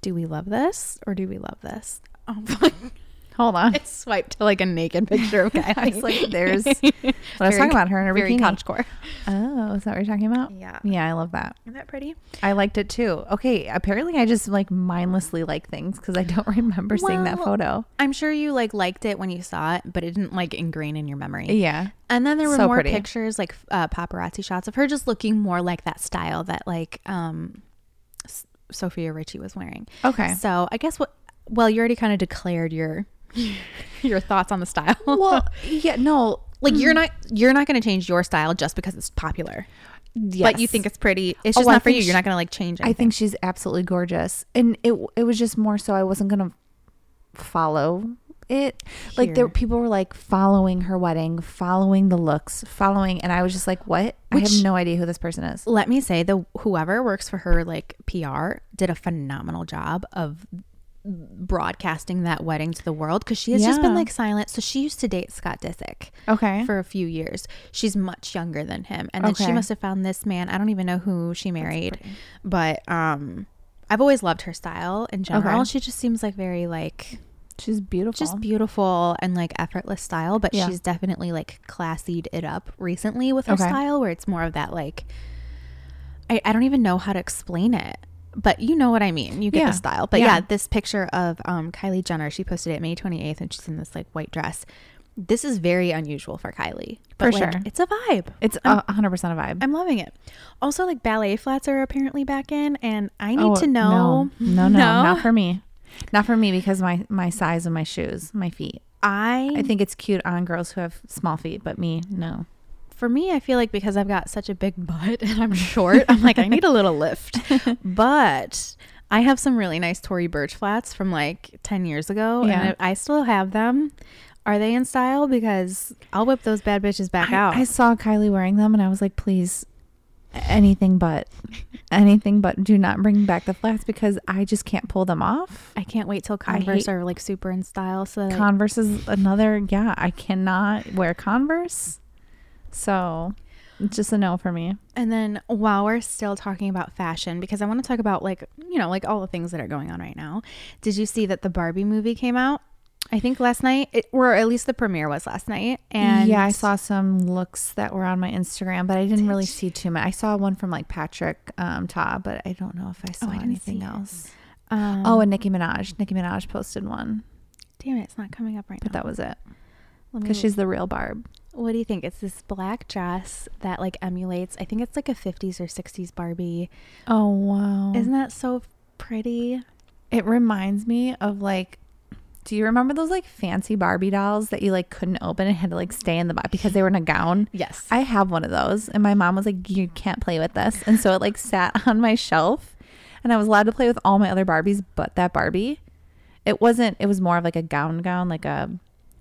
Speaker 1: Do we love this or do we love
Speaker 2: <laughs>
Speaker 1: this? Oh, fuck.
Speaker 2: Hold on.
Speaker 1: I swiped to like a naked picture of Kylie.
Speaker 2: I was like, there's what I was
Speaker 1: <laughs> Very
Speaker 2: talking about her in her
Speaker 1: very
Speaker 2: bikini.
Speaker 1: cottage core.
Speaker 2: Oh, is that what you're talking about?
Speaker 1: Yeah.
Speaker 2: Yeah, I love that.
Speaker 1: Isn't that pretty?
Speaker 2: I liked it too. Okay, apparently I just like mindlessly like things because I don't <laughs> remember seeing that
Speaker 1: Well,
Speaker 2: photo.
Speaker 1: I'm sure you like liked it when you saw it, but it didn't like ingrain in your memory.
Speaker 2: Yeah.
Speaker 1: And then there were
Speaker 2: So
Speaker 1: more
Speaker 2: pretty.
Speaker 1: pictures, like uh, paparazzi shots of her just looking more like that style that like um, S- Sophia Richie was wearing.
Speaker 2: Okay.
Speaker 1: So I guess what? Well, you already kind of declared your <laughs> your thoughts on the style.
Speaker 2: <laughs>
Speaker 1: <laughs>
Speaker 2: Well, mm. yeah, no.
Speaker 1: like you're not you're not going to change your style just because it's popular. but you think it's pretty. It's just
Speaker 2: Oh, I
Speaker 1: not for
Speaker 2: think
Speaker 1: you. You're
Speaker 2: she-
Speaker 1: not going to like change
Speaker 2: I
Speaker 1: anything.
Speaker 2: think she's absolutely gorgeous, and it it was just more so I wasn't gonna follow it. Like there,
Speaker 1: Here.
Speaker 2: people were like following her wedding, following the looks, following, and I was just like, what? I
Speaker 1: Which-
Speaker 2: have no idea who this person is.
Speaker 1: Let me say the whoever works for her like PR did a phenomenal job of broadcasting that wedding to the world because she has just been
Speaker 2: Yeah.
Speaker 1: like silent. So she used to date Scott Disick.
Speaker 2: Okay,
Speaker 1: for a few years. She's much younger than him. And then she
Speaker 2: Okay.
Speaker 1: must have found this man. I don't even know who she married. But um I've always loved her style in general.
Speaker 2: Okay.
Speaker 1: She just seems like very like
Speaker 2: she's beautiful.
Speaker 1: just beautiful and like effortless style, but
Speaker 2: Yeah.
Speaker 1: she's definitely like classied it up recently with her
Speaker 2: Okay.
Speaker 1: style where it's more of that like I, I don't even know how to explain it. But you know what I mean. You get
Speaker 2: Yeah.
Speaker 1: the style. But yeah.
Speaker 2: Yeah.
Speaker 1: this picture of um, Kylie Jenner, she posted it May 28th and she's in this like white dress. This is very unusual for Kylie. But
Speaker 2: For
Speaker 1: like,
Speaker 2: sure.
Speaker 1: it's a vibe.
Speaker 2: it's a hundred percent a vibe.
Speaker 1: I'm loving it. Also, like ballet flats are apparently back in, and I need
Speaker 2: Oh,
Speaker 1: to know.
Speaker 2: No, no,
Speaker 1: <laughs>
Speaker 2: no, not for me. Not for me because my my size and my shoes, my feet.
Speaker 1: I
Speaker 2: I think it's cute on girls who have small feet, but me, no.
Speaker 1: for me, I feel like because I've got such a big <laughs> butt and I'm short, I'm like, I need a little
Speaker 2: <laughs>
Speaker 1: lift. But I have some really nice Tory Birch flats from like 10 years ago,
Speaker 2: Yeah.
Speaker 1: and I I still have them. Are they in style? Because I'll whip those bad bitches back
Speaker 2: I,
Speaker 1: out.
Speaker 2: I saw Kylie wearing them and I was like, please, anything but, anything but, do not bring back the flats because I just can't pull them off.
Speaker 1: I can't wait till
Speaker 2: I hate-
Speaker 1: Converse are like super in style. So that I-
Speaker 2: Converse is another, yeah, I cannot wear Converse. So it's just a no for me.
Speaker 1: And then while we're still talking about fashion, because I want to talk about like, you know, like all the things that are going on right now. Did you see that the Barbie movie came out? I think last night, it, or at least the premiere was last night. And
Speaker 2: yeah, I saw some looks that were on my Instagram, but I didn't really see too much. I saw one from like Patrick um, Ta, but I don't know if I saw
Speaker 1: Oh, I didn't
Speaker 2: anything
Speaker 1: see it.
Speaker 2: else.
Speaker 1: Um,
Speaker 2: Oh, and Nicki Minaj. Nicki Minaj posted one,
Speaker 1: damn it, it's not coming up right
Speaker 2: but
Speaker 1: now.
Speaker 2: that was it
Speaker 1: Let me-
Speaker 2: because she's the real Barb.
Speaker 1: what do you think? It's this black dress that like emulates. I think it's like a 50s or 60s Barbie.
Speaker 2: Oh wow!
Speaker 1: Isn't that so pretty?
Speaker 2: It reminds me of like, do you remember those like fancy Barbie dolls that you like couldn't open and had to like stay in the box because they were in a gown?
Speaker 1: Yes.
Speaker 2: I have one of those, and my mom was like, "You can't play with this," and so it like sat <laughs> on my shelf, and I was allowed to play with all my other Barbies, but that Barbie. It wasn't. It was more of like a gown, gown, like a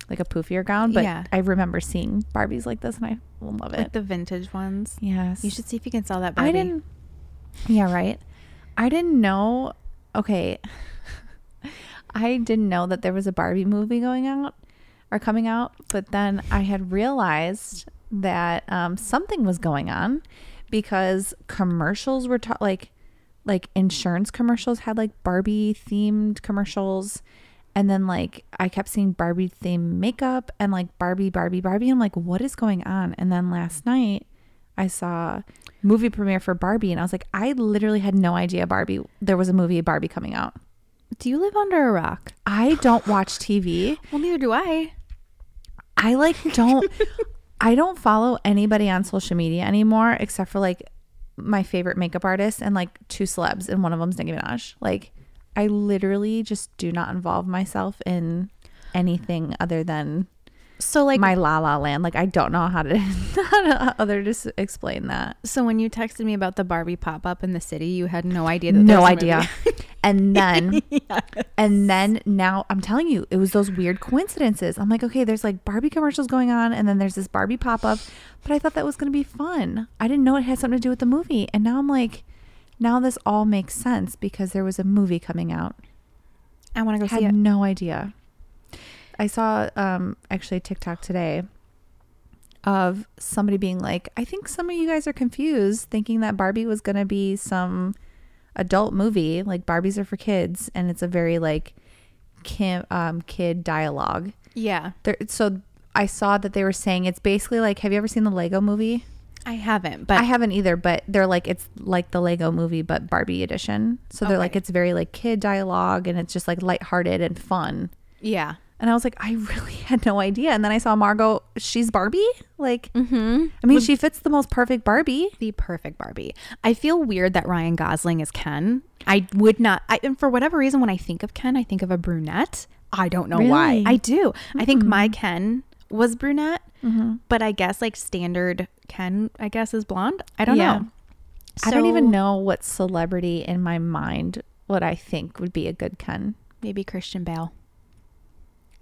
Speaker 2: like a poofier gown. But
Speaker 1: Yeah.
Speaker 2: I remember seeing Barbies like this, and I love it.
Speaker 1: like the vintage ones.
Speaker 2: yes,
Speaker 1: You should see if you can sell that Barbie.
Speaker 2: I didn't. Yeah, right. I didn't know. Okay, <laughs> I didn't know that there was a Barbie movie going out or coming out, but then I had realized that um, something was going on because commercials were ta- like like insurance commercials had like Barbie themed commercials. And then like I kept seeing Barbie themed makeup and like Barbie, Barbie, Barbie. I'm like, what is going on? And then last night I saw movie premiere for Barbie and I was like, I literally had no idea Barbie there was a movie Barbie coming out.
Speaker 1: Do you live under a rock?
Speaker 2: I don't watch TV.
Speaker 1: Well, neither do I.
Speaker 2: I like don't I don't follow anybody on social media anymore except for like my favorite makeup artists and like two celebs and one of them's Nicki Minaj. Like I literally just do not involve myself in anything other than
Speaker 1: So like
Speaker 2: my la la land. Like I don't know how to, <laughs> how to other to s- explain that.
Speaker 1: So when you texted me about the Barbie pop up in the city, you had no idea. That there
Speaker 2: No
Speaker 1: was a
Speaker 2: idea.
Speaker 1: movie.
Speaker 2: <laughs> and then and then now I'm telling you, it was those weird coincidences. I'm like, okay, there's like Barbie commercials going on, and then there's this Barbie pop up. But I thought that was going to be fun. I didn't know it had something to do with the movie. And now I'm like, now this all makes sense because there was a movie coming out.
Speaker 1: <laughs> I want to go
Speaker 2: I
Speaker 1: see
Speaker 2: had
Speaker 1: it.
Speaker 2: no idea. I saw um, actually a TikTok today of somebody being like, I think some of you guys are confused thinking that Barbie was going to be some adult movie. Like, Barbies are for kids, and it's a very like kim, um, kid dialogue.
Speaker 1: Yeah,
Speaker 2: There, so I saw that they were saying it's basically like, have you ever seen the Lego movie?
Speaker 1: I haven't, but
Speaker 2: I haven't either, but they're like it's like the Lego movie but Barbie edition. So they're like
Speaker 1: Okay.
Speaker 2: it's very like kid dialogue and it's just like lighthearted and fun.
Speaker 1: yeah.
Speaker 2: And I was like, I really <laughs> had no idea. And then I saw Margot, she's Barbie. Like,
Speaker 1: Mm-hmm.
Speaker 2: I mean, she fits the most perfect Barbie.
Speaker 1: The perfect Barbie. I feel weird that Ryan Gosling is Ken. I would not. I, and for whatever reason, when I think of Ken, I think of a brunette. I don't know why.
Speaker 2: Really?
Speaker 1: Mm-hmm.
Speaker 2: Mm-hmm.
Speaker 1: I do. I think my Ken was brunette, but I guess like standard Ken, I guess, is blonde. I don't
Speaker 2: Yeah.
Speaker 1: know.
Speaker 2: I don't even
Speaker 1: So,
Speaker 2: know what celebrity in my mind what I think would be a good Ken.
Speaker 1: Maybe Christian Bale.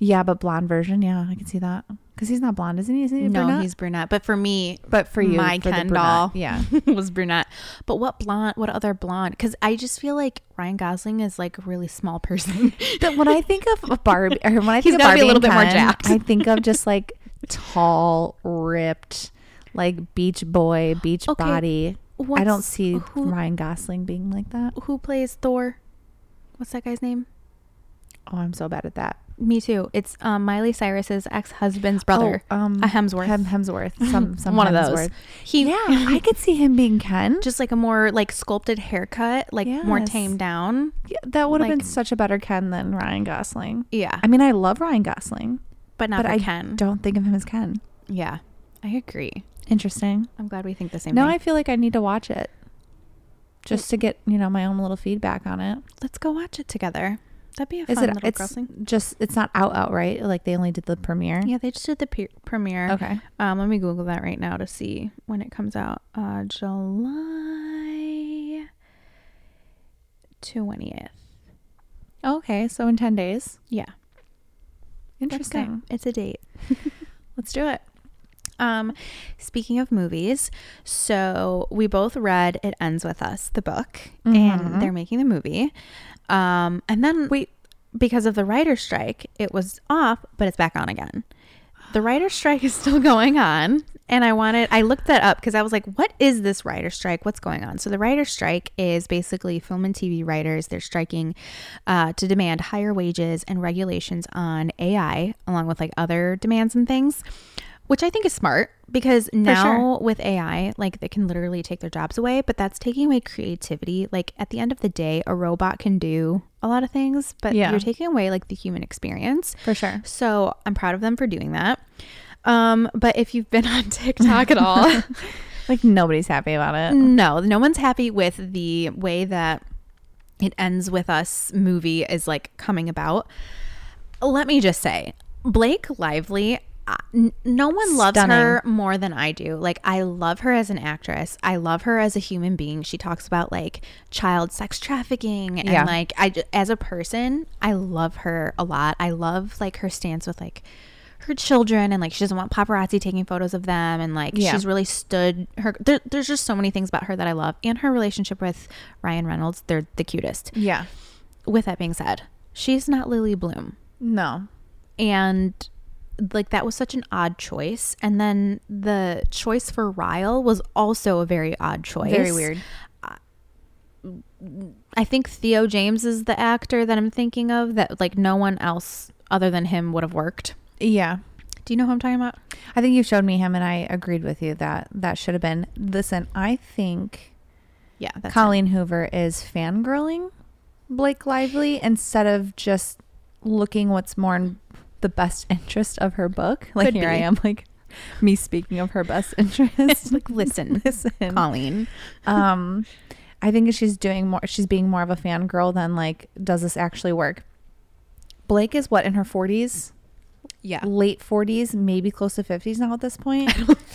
Speaker 2: Yeah, but blonde version. Yeah, I can see that because he's not blonde, isn't he? Isn't he
Speaker 1: no,
Speaker 2: brunette?
Speaker 1: he's brunette. But for me,
Speaker 2: but for you,
Speaker 1: my
Speaker 2: for the
Speaker 1: Ken
Speaker 2: brunette,
Speaker 1: doll.
Speaker 2: Yeah,
Speaker 1: <laughs>
Speaker 2: <laughs>
Speaker 1: was brunette. But what blonde? What other blonde? Because I just feel like Ryan Gosling is like a really small person.
Speaker 2: <laughs> But when I think of a Barbie, or when I
Speaker 1: He's
Speaker 2: think of
Speaker 1: gotta
Speaker 2: Barbie
Speaker 1: be a little
Speaker 2: and
Speaker 1: bit more
Speaker 2: Ken,
Speaker 1: jacked.
Speaker 2: I think of
Speaker 1: <laughs>
Speaker 2: just like tall, ripped, like beach boy, beach
Speaker 1: Okay,
Speaker 2: body. I don't
Speaker 1: what's-
Speaker 2: see
Speaker 1: who-
Speaker 2: Ryan Gosling being like that.
Speaker 1: Who plays Thor? What's that guy's name?
Speaker 2: Oh, I'm so bad at that.
Speaker 1: Me too. It's um, Miley Cyrus's ex-husband's brother,
Speaker 2: Oh, um,
Speaker 1: a Hemsworth.
Speaker 2: Hem- Hemsworth.
Speaker 1: <laughs>
Speaker 2: Some, some
Speaker 1: One of
Speaker 2: Hemsworth.
Speaker 1: those. He <laughs>
Speaker 2: Yeah, I could see him being Ken.
Speaker 1: just like a more like sculpted haircut, like more
Speaker 2: Yes.
Speaker 1: tamed down.
Speaker 2: Yeah, that would have
Speaker 1: like-
Speaker 2: been such a better Ken than Ryan Gosling.
Speaker 1: Yeah,
Speaker 2: I mean, I love Ryan Gosling,
Speaker 1: but not
Speaker 2: but
Speaker 1: for
Speaker 2: I
Speaker 1: Ken.
Speaker 2: don't think of him as Ken.
Speaker 1: Yeah, I agree.
Speaker 2: Interesting.
Speaker 1: I'm glad we think the same.
Speaker 2: Now
Speaker 1: thing.
Speaker 2: I feel like I need to watch it just to get, you know, my own little feedback on it.
Speaker 1: let's go watch it together. That'd be a
Speaker 2: Is
Speaker 1: fun
Speaker 2: it
Speaker 1: little
Speaker 2: it's
Speaker 1: girl thing.
Speaker 2: just it's not out out, right? Like they only did the premiere.
Speaker 1: Yeah, they just did the pe- premiere.
Speaker 2: Okay.
Speaker 1: Um, let me Google that right now to see when it comes out. Uh, July twentieth.
Speaker 2: Okay, so in 10 days.
Speaker 1: Yeah, let's go.
Speaker 2: Interesting.
Speaker 1: It's a <laughs> date.
Speaker 2: Let's do it.
Speaker 1: Um, speaking of movies, so we both read "It Ends with Us," the book,
Speaker 2: Mhm.
Speaker 1: and they're making the movie. Um, and then we, because of the writer's strike, it was off, but it's back on again. The writer's strike is still going on, and I wanted I looked that up because I was like, "What is this writer's strike? What's going on?" So the writer's strike is basically film and TV writers they're striking uh, to demand higher wages and regulations on AI, along with like other demands and things which I think is smart because now with AI, like they can literally take their jobs away, but that's taking away creativity. Like at the end of the day, a robot can do a lot of things, but
Speaker 2: Yeah.
Speaker 1: you're taking away like the human experience.
Speaker 2: For sure.
Speaker 1: So I'm proud of them for doing that. Um, but if you've been <laughs> on TikTok at all,
Speaker 2: <laughs> Like nobody's happy about it.
Speaker 1: no, no one's happy with the way that it ends with us movie is like coming about. Let me just say, Blake Lively, uh, n- no one loves
Speaker 2: Stunning.
Speaker 1: her more than I do. Like I love her as an actress. I love her as a human being. She talks about like child sex trafficking and
Speaker 2: Yeah.
Speaker 1: like I ju- as a person, I love her a lot. I love like her stance with like her children and like she doesn't want paparazzi taking photos of them and like
Speaker 2: Yeah.
Speaker 1: she's really stood her there, there's just so many things about her that I love and her relationship with Ryan Reynolds, they're the cutest.
Speaker 2: Yeah.
Speaker 1: With that being said, she's not Lily Bloom
Speaker 2: No.
Speaker 1: and like that was such an odd choice and then the choice for Ryle was also a very odd choice
Speaker 2: Very weird.
Speaker 1: i think theo james is the actor that i'm thinking of that like no one else other than him would have worked
Speaker 2: Yeah.
Speaker 1: do you know who i'm talking about
Speaker 2: I think you showed me him and I agreed with you that that should have been. Listen, I think
Speaker 1: yeah that's him.
Speaker 2: Colleen Hoover is fangirling Blake Lively instead of just looking what's more in the best interest of her book. Like
Speaker 1: Could
Speaker 2: here I
Speaker 1: be.
Speaker 2: am, like me speaking of her best interest.
Speaker 1: <laughs> like listen
Speaker 2: <laughs> Listen,
Speaker 1: colleen
Speaker 2: um, I think she's doing more. She's being more of a fangirl than like, does this actually work? Blake is what in her forties,
Speaker 1: yeah
Speaker 2: <laughs> late forties, maybe close to fifties now at
Speaker 1: <laughs>
Speaker 2: this point.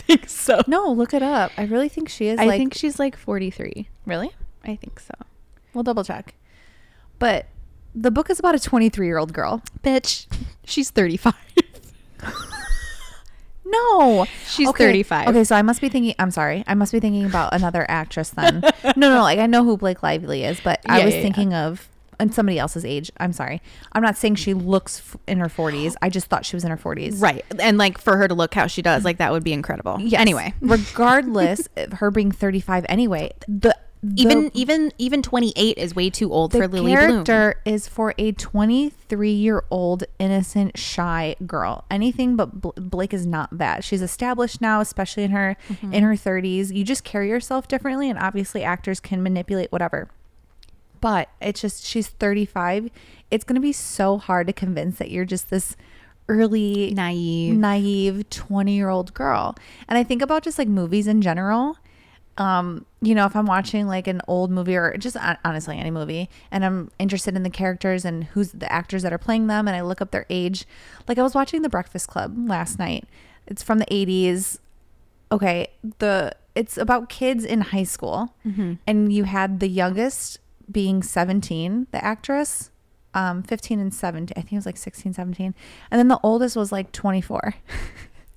Speaker 1: think so
Speaker 2: no, look it up. I really think she is.
Speaker 1: i
Speaker 2: like,
Speaker 1: think she's like 43
Speaker 2: really.
Speaker 1: i think so
Speaker 2: We'll double check. But the book is about a 23 year old girl.
Speaker 1: bitch she's 35
Speaker 2: No,
Speaker 1: She's
Speaker 2: Okay,
Speaker 1: 35.
Speaker 2: Okay, so I must be thinking. I'm sorry, I must be thinking about another actress then. no, no, like I know who Blake Lively is, but I
Speaker 1: Yeah,
Speaker 2: was
Speaker 1: yeah, yeah.
Speaker 2: thinking of and somebody else's age. I'm sorry. I'm not saying she looks f- in
Speaker 1: <gasps>
Speaker 2: her 40s. I just thought she was in her 40s.
Speaker 1: <laughs> right and like for her to look how she does like that would be incredible yeah <laughs> anyway
Speaker 2: regardless of her being 35 anyway, the, the
Speaker 1: even even even 28 is way too old for
Speaker 2: the
Speaker 1: Lily Bloom.
Speaker 2: character is for a 23 year old innocent shy girl anything but Bl- blake is not that she's established now especially in her
Speaker 1: Mm-hmm.
Speaker 2: in her 30s you just carry yourself differently and obviously actors can manipulate whatever but it's just she's 35 it's going to be so hard to convince that you're just this early
Speaker 1: Naive.
Speaker 2: naive 20 year old girl and i think about just like movies in general um you know if i'm watching like an old movie or just hon- honestly any movie and i'm interested in the characters and who's the actors that are playing them and i look up their age like i was watching the breakfast club last night it's from the 80s okay, the it's about kids in high school, and you had the youngest being 17, the actress, um, 15 and 17. I think it was like 16, 17, and then the oldest was like 24. <laughs>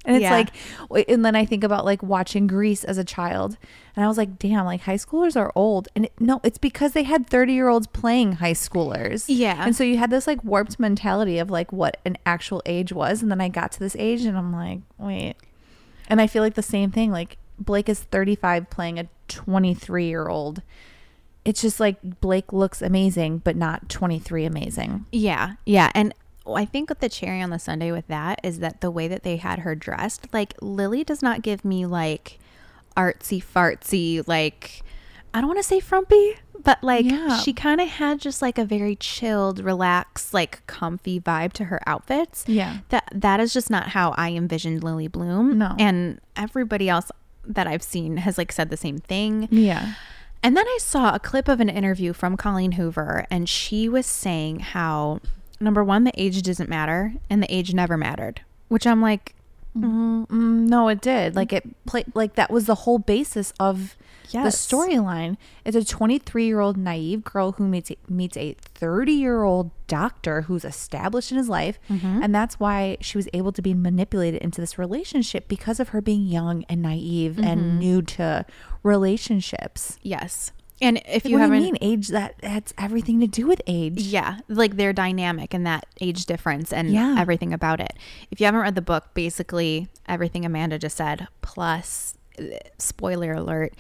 Speaker 2: And it's
Speaker 1: Yeah.
Speaker 2: like, w- and then I think about like watching Grease as a child, and I was like, damn, like high schoolers are old. And it, no, it's because they had 30 year olds playing high schoolers.
Speaker 1: Yeah.
Speaker 2: And so you had this like warped mentality of like what an actual age was. And then I got to this age and I'm like, wait. And I feel like the same thing. Like Blake is 35 playing a 23 year old. It's just like Blake looks amazing, but not 23 amazing.
Speaker 1: Yeah, yeah, and I think with the cherry on the Sunday with that is that the way that they had her dressed, like Lily does not give me like artsy fartsy, like I don't want to say frumpy, but like
Speaker 2: Yeah.
Speaker 1: she kind of had just like a very chilled, relaxed, like comfy vibe to her outfits.
Speaker 2: Yeah.
Speaker 1: that that is just not how I envisioned Lily Bloom.
Speaker 2: No.
Speaker 1: and everybody else that I've seen has like said the same thing.
Speaker 2: Yeah.
Speaker 1: And then I saw a clip of an interview from Colleen Hoover, and she was saying how number one, the age doesn't matter, and the age never mattered, which I'm like,
Speaker 2: Mm, mm, no, it did. Like it played. Like that was the whole basis of
Speaker 1: Yes.
Speaker 2: the storyline. It's a 23 year old naive girl who meets meets a 30 year old doctor who's established in his life,
Speaker 1: Mm-hmm.
Speaker 2: and that's why she was able to be manipulated into this relationship because of her being young and naive
Speaker 1: Mm-hmm.
Speaker 2: and new to relationships.
Speaker 1: yes. And if you
Speaker 2: what do
Speaker 1: haven't,
Speaker 2: you mean age? That that's everything to do with age.
Speaker 1: yeah, like their dynamic and that age difference and
Speaker 2: Yeah.
Speaker 1: everything about it. If you haven't read the book, basically everything Amanda just said, plus eh, spoiler alert,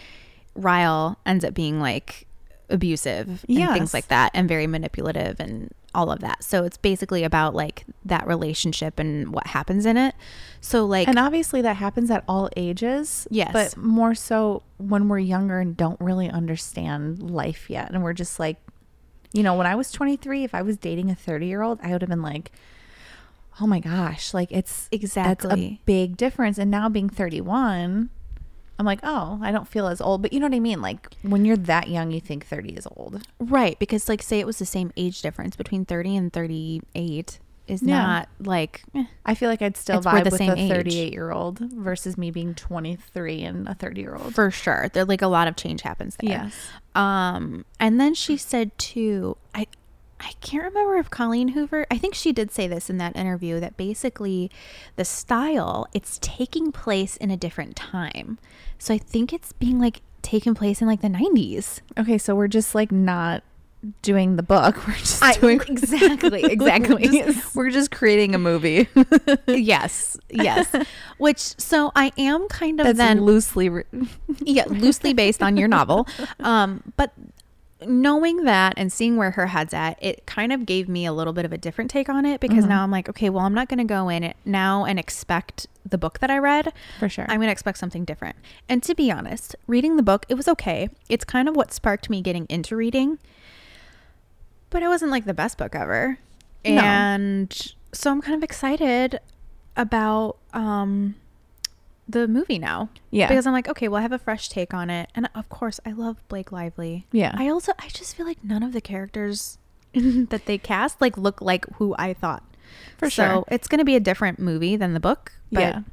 Speaker 1: Ryle ends up being like abusive and things
Speaker 2: Yes.
Speaker 1: like that and very manipulative and all of that. So it's basically about like that relationship and what happens in it. So like
Speaker 2: And obviously that happens at all ages.
Speaker 1: Yes.
Speaker 2: But more so when we're younger and don't really understand life yet. And we're just like, you know, when I was 23, if I was dating a 30 year old, I would have been like, oh my gosh, like it's That's
Speaker 1: Exactly.
Speaker 2: a big difference. And now being 31, I'm like, oh, I don't feel as old. But you know what I mean? Like when you're that young, you think 30 is old.
Speaker 1: Right, because like say it was the same age difference between 30 and 38 is
Speaker 2: Yeah.
Speaker 1: not like eh,
Speaker 2: I feel like I'd still
Speaker 1: It's- we're
Speaker 2: vibe
Speaker 1: the
Speaker 2: with
Speaker 1: same
Speaker 2: a
Speaker 1: age.
Speaker 2: 38 year old versus me being 23 and a 30 year old.
Speaker 1: for sure. There like a lot of change happens there.
Speaker 2: Yes.
Speaker 1: Um, and then she said too, I I can't remember if Colleen Hoover, I think she did say this in that interview that basically the style, it's taking place in a different time. So I think it's being like taking place in like the 90s.
Speaker 2: Okay, so we're just like not doing the book. <laughs> We're just
Speaker 1: I-
Speaker 2: doing
Speaker 1: exactly, exactly.
Speaker 2: <laughs> we're, just, we're just creating a movie <laughs>
Speaker 1: yes. Yes. Which so I am kind of
Speaker 2: that's
Speaker 1: then
Speaker 2: loosely. <laughs> Re-
Speaker 1: <laughs> yeah, loosely based on your novel. Um, but knowing that and seeing where her head's at, it kind of gave me a little bit of a different take on it because now I'm like, okay, well, I'm not going to go in it now and expect the book that I read.
Speaker 2: <laughs> For sure.
Speaker 1: I'm going to expect something different. And to be honest, reading the book, it was okay. It's kind of what sparked me getting into reading. But it wasn't like the best book ever.
Speaker 2: No.
Speaker 1: And so I'm kind of excited about um the movie now.
Speaker 2: Yeah.
Speaker 1: Because I'm like, okay, well, I have a fresh take on it. And of course, I love Blake Lively.
Speaker 2: Yeah.
Speaker 1: I also, I just feel like none of the
Speaker 2: <laughs>
Speaker 1: characters that they cast, like, look like who I thought.
Speaker 2: For
Speaker 1: So
Speaker 2: sure.
Speaker 1: it's going to be a different movie than the book. But
Speaker 2: Yeah. and,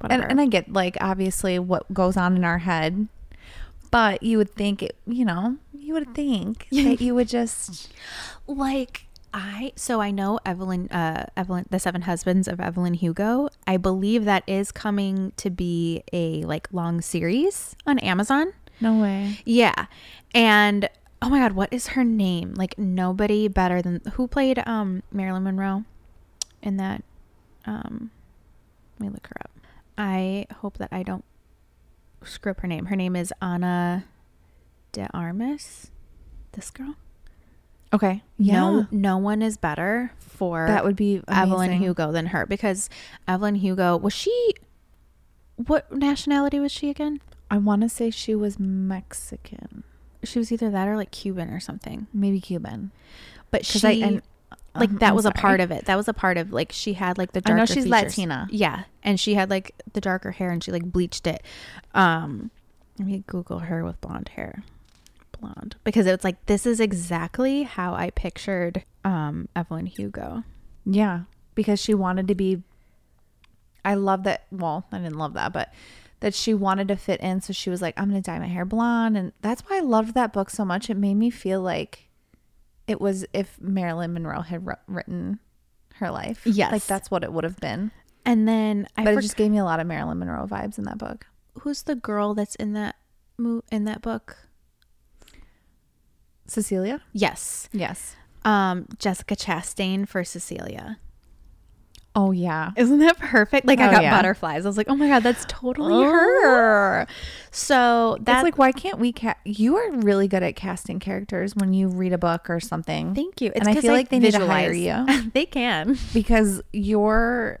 Speaker 1: Whatever.
Speaker 2: and I get like obviously what goes on in our head, but you would think it. You know, you would <laughs> think that you would just.
Speaker 1: like I so I know Evelyn uh Evelyn the Seven Husbands of Evelyn Hugo. I believe that is coming to be a like long series on Amazon.
Speaker 2: No way.
Speaker 1: Yeah. And oh my god, what is her name? Like nobody better than who played um Marilyn Monroe in that um let me look her up. I hope that I don't screw up her name. Her name is Anna De Armas. This girl?
Speaker 2: Okay.
Speaker 1: No no one is better for
Speaker 2: that would be
Speaker 1: Evelyn
Speaker 2: amazing.
Speaker 1: Hugo than her because Evelyn Hugo was she what nationality was she again?
Speaker 2: I want to say she was Mexican,
Speaker 1: She was either that or like Cuban or something.
Speaker 2: maybe Cuban.
Speaker 1: But she
Speaker 2: Because I and
Speaker 1: like
Speaker 2: um,
Speaker 1: that
Speaker 2: I'm
Speaker 1: was a
Speaker 2: sorry.
Speaker 1: part of it. That was a part of like she had like the
Speaker 2: I
Speaker 1: darker.
Speaker 2: know she's
Speaker 1: features.
Speaker 2: Latina.
Speaker 1: Yeah, and she had like the darker hair, and she like bleached it. Um, let me Google her with blonde hair, blonde because it's like this is exactly how I pictured um Evelyn Hugo.
Speaker 2: Yeah, because she wanted to be. I love that. Well, I didn't love that, but that she wanted to fit in. So she was like, I'm going to dye my hair blonde. And that's why I loved that book so much. It made me feel like it was if Marilyn Monroe had wr- written her life.
Speaker 1: Yes.
Speaker 2: Like that's what it would have been.
Speaker 1: And then I
Speaker 2: But it
Speaker 1: forg-
Speaker 2: just gave me a lot of Marilyn Monroe vibes in that book.
Speaker 1: who's the girl that's in that mo- in that book?
Speaker 2: Cecilia?
Speaker 1: Yes.
Speaker 2: Yes.
Speaker 1: Um Jessica Chastain for Cecilia.
Speaker 2: Oh, yeah.
Speaker 1: Isn't that perfect? Like I
Speaker 2: Oh,
Speaker 1: got
Speaker 2: yeah.
Speaker 1: butterflies. I was like, "Oh my god, that's totally
Speaker 2: Oh.
Speaker 1: her." So
Speaker 2: That's
Speaker 1: that's
Speaker 2: like, why can't we cast? You are really good at casting characters when you read a book or something.
Speaker 1: Thank you.
Speaker 2: And I
Speaker 1: 'cause
Speaker 2: feel like they need to hire
Speaker 1: visualize. <laughs> they can.
Speaker 2: because your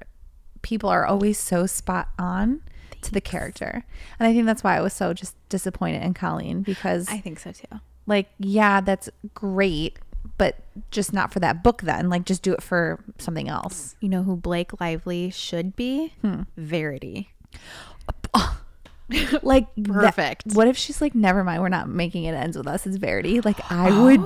Speaker 2: people are always so spot on to the character. And I think that's why I was so just disappointed in Colleen because
Speaker 1: I think so too.
Speaker 2: like yeah, that's great, but just not for that book then. Like just do it for something else.
Speaker 1: You know who Blake Lively should be? Verity.
Speaker 2: <laughs> Like that-
Speaker 1: Perfect.
Speaker 2: what if she's like never mind, we're not making it ends with us. It's Verity. Like <gasps> I would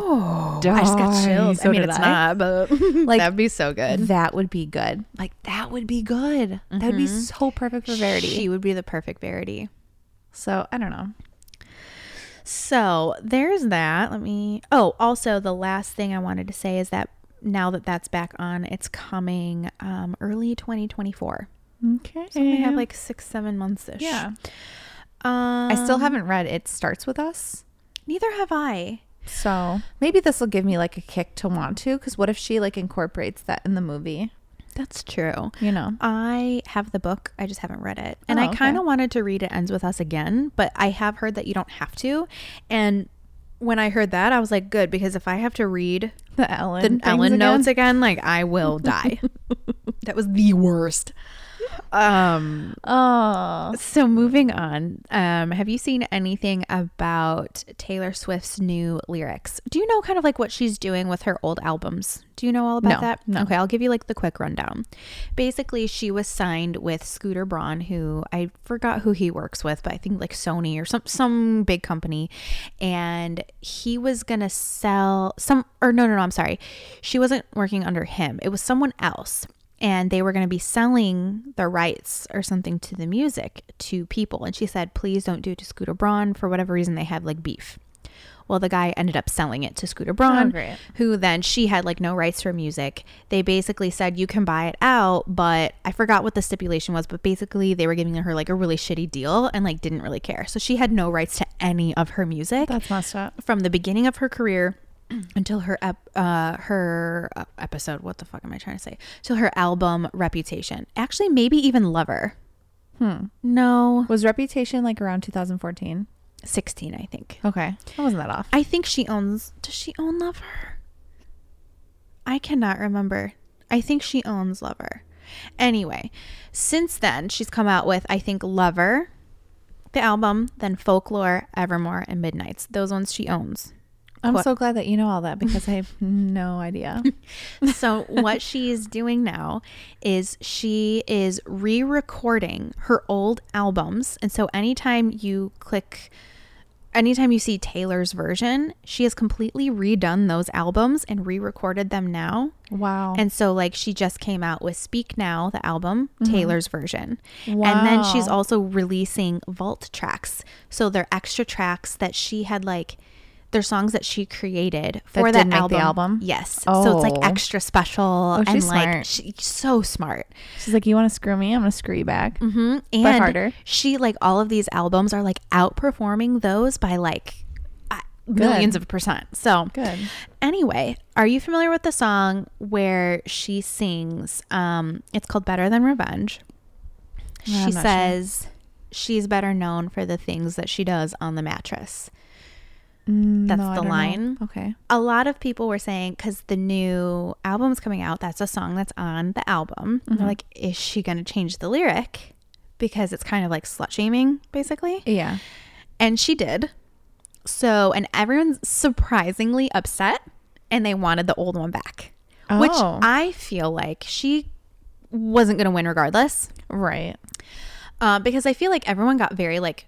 Speaker 2: die.
Speaker 1: I just got chills.
Speaker 2: So
Speaker 1: I mean,
Speaker 2: did
Speaker 1: it's
Speaker 2: I.
Speaker 1: not, <laughs> but like, that'd be so good.
Speaker 2: That would be good. Mm-hmm. Like that would be good. That would be so perfect for Verity.
Speaker 1: She would be the perfect Verity.
Speaker 2: so I don't know.
Speaker 1: So there's that. Let me. Oh, also, the last thing I wanted to say is that now that that's back on, it's coming um, early 2024.
Speaker 2: Okay.
Speaker 1: So we have like six, seven months ish.
Speaker 2: yeah.
Speaker 1: Um,
Speaker 2: I still haven't read It Starts With Us.
Speaker 1: Neither have I.
Speaker 2: So maybe this will give me like a kick to want to. Because what if she like incorporates that in the movie?
Speaker 1: That's true.
Speaker 2: You know?
Speaker 1: I have the book. I just haven't read it. And
Speaker 2: Mm. Oh,
Speaker 1: I kind of
Speaker 2: okay.
Speaker 1: wanted to read It Ends With Us again, but I have heard that you don't have to. And when I heard that, I was like, good, because if I have to read
Speaker 2: The Ellen.
Speaker 1: the
Speaker 2: things
Speaker 1: Ellen
Speaker 2: again.
Speaker 1: notes again, like I
Speaker 2: <laughs>
Speaker 1: will die. that was the worst. Um
Speaker 2: Oh.
Speaker 1: so moving on, um, have you seen anything about Taylor Swift's new lyrics? Do you know kind of like what she's doing with her old albums? Do you know all about
Speaker 2: No,
Speaker 1: that?
Speaker 2: no.
Speaker 1: Okay, I'll give you like the quick rundown. Basically, she was signed with Scooter Braun, who I forgot who he works with, but I think like Sony or some some big company, and he was gonna sell some or no no no I'm sorry, she wasn't working under him. It was someone else and they were going to be selling the rights or something to the music to people. And she said, please don't do it to Scooter Braun. For whatever reason, they had like beef. Well, the guy ended up selling it to Scooter Braun,
Speaker 2: great.
Speaker 1: who then she had like no rights to her music. They basically said, you can buy it out, but I forgot what the stipulation was, but basically they were giving her like a really shitty deal and like didn't really care. So she had no rights to any of her music
Speaker 2: That's messed up.
Speaker 1: from the beginning of her career until her ep- uh her uh, episode what the fuck am i trying to say till her album reputation actually maybe even lover
Speaker 2: Hmm.
Speaker 1: no
Speaker 2: Was Reputation like around 2014?
Speaker 1: 16 i think
Speaker 2: Okay. That wasn't that off.
Speaker 1: i think she owns does she own lover i cannot remember i think she owns lover anyway since then she's come out with i think lover the album then folklore evermore and midnights those ones she owns
Speaker 2: I'm
Speaker 1: What-
Speaker 2: so glad that you know all that because I <laughs> have no idea.
Speaker 1: so what she is doing now is she is re-recording her old albums and so anytime you click anytime you see taylor's version she has completely redone those albums and re-recorded them now
Speaker 2: <laughs> Wow.
Speaker 1: and so like she just came out with Speak Now, the album, Taylor's version. And then she's
Speaker 2: Mm-hmm. Wow.
Speaker 1: also releasing vault tracks. So they're extra tracks that she had like they're songs that she created for that,
Speaker 2: didn't make the
Speaker 1: album.
Speaker 2: album?
Speaker 1: Yes. So it's like
Speaker 2: Oh.
Speaker 1: extra special and
Speaker 2: she's
Speaker 1: like
Speaker 2: smart.
Speaker 1: she's so smart.
Speaker 2: she's like, you want to screw me? I'm going to screw you back.
Speaker 1: Mm-hmm. And
Speaker 2: harder.
Speaker 1: she like all of these albums are like outperforming those by like uh, millions of percent. So
Speaker 2: Good.
Speaker 1: Anyway, are you familiar with the song where she sings? Um, it's called "Better Than Revenge."
Speaker 2: Yeah, I'm
Speaker 1: she
Speaker 2: not sure.
Speaker 1: says she's better known for the things that she does on the mattress.
Speaker 2: Mm,
Speaker 1: That's
Speaker 2: no, I
Speaker 1: the
Speaker 2: don't know.
Speaker 1: line.
Speaker 2: Okay.
Speaker 1: A lot of people were saying because the new album's coming out, that's a song that's on the album. And
Speaker 2: Mm-hmm.
Speaker 1: They're like, is she going to change the lyric? Because it's kind of like slut shaming, basically.
Speaker 2: Yeah.
Speaker 1: And she did. So, and everyone's surprisingly upset and they wanted the old one back, which
Speaker 2: Oh.
Speaker 1: I feel like she wasn't going to win regardless.
Speaker 2: Right.
Speaker 1: Uh, because I feel like everyone got very like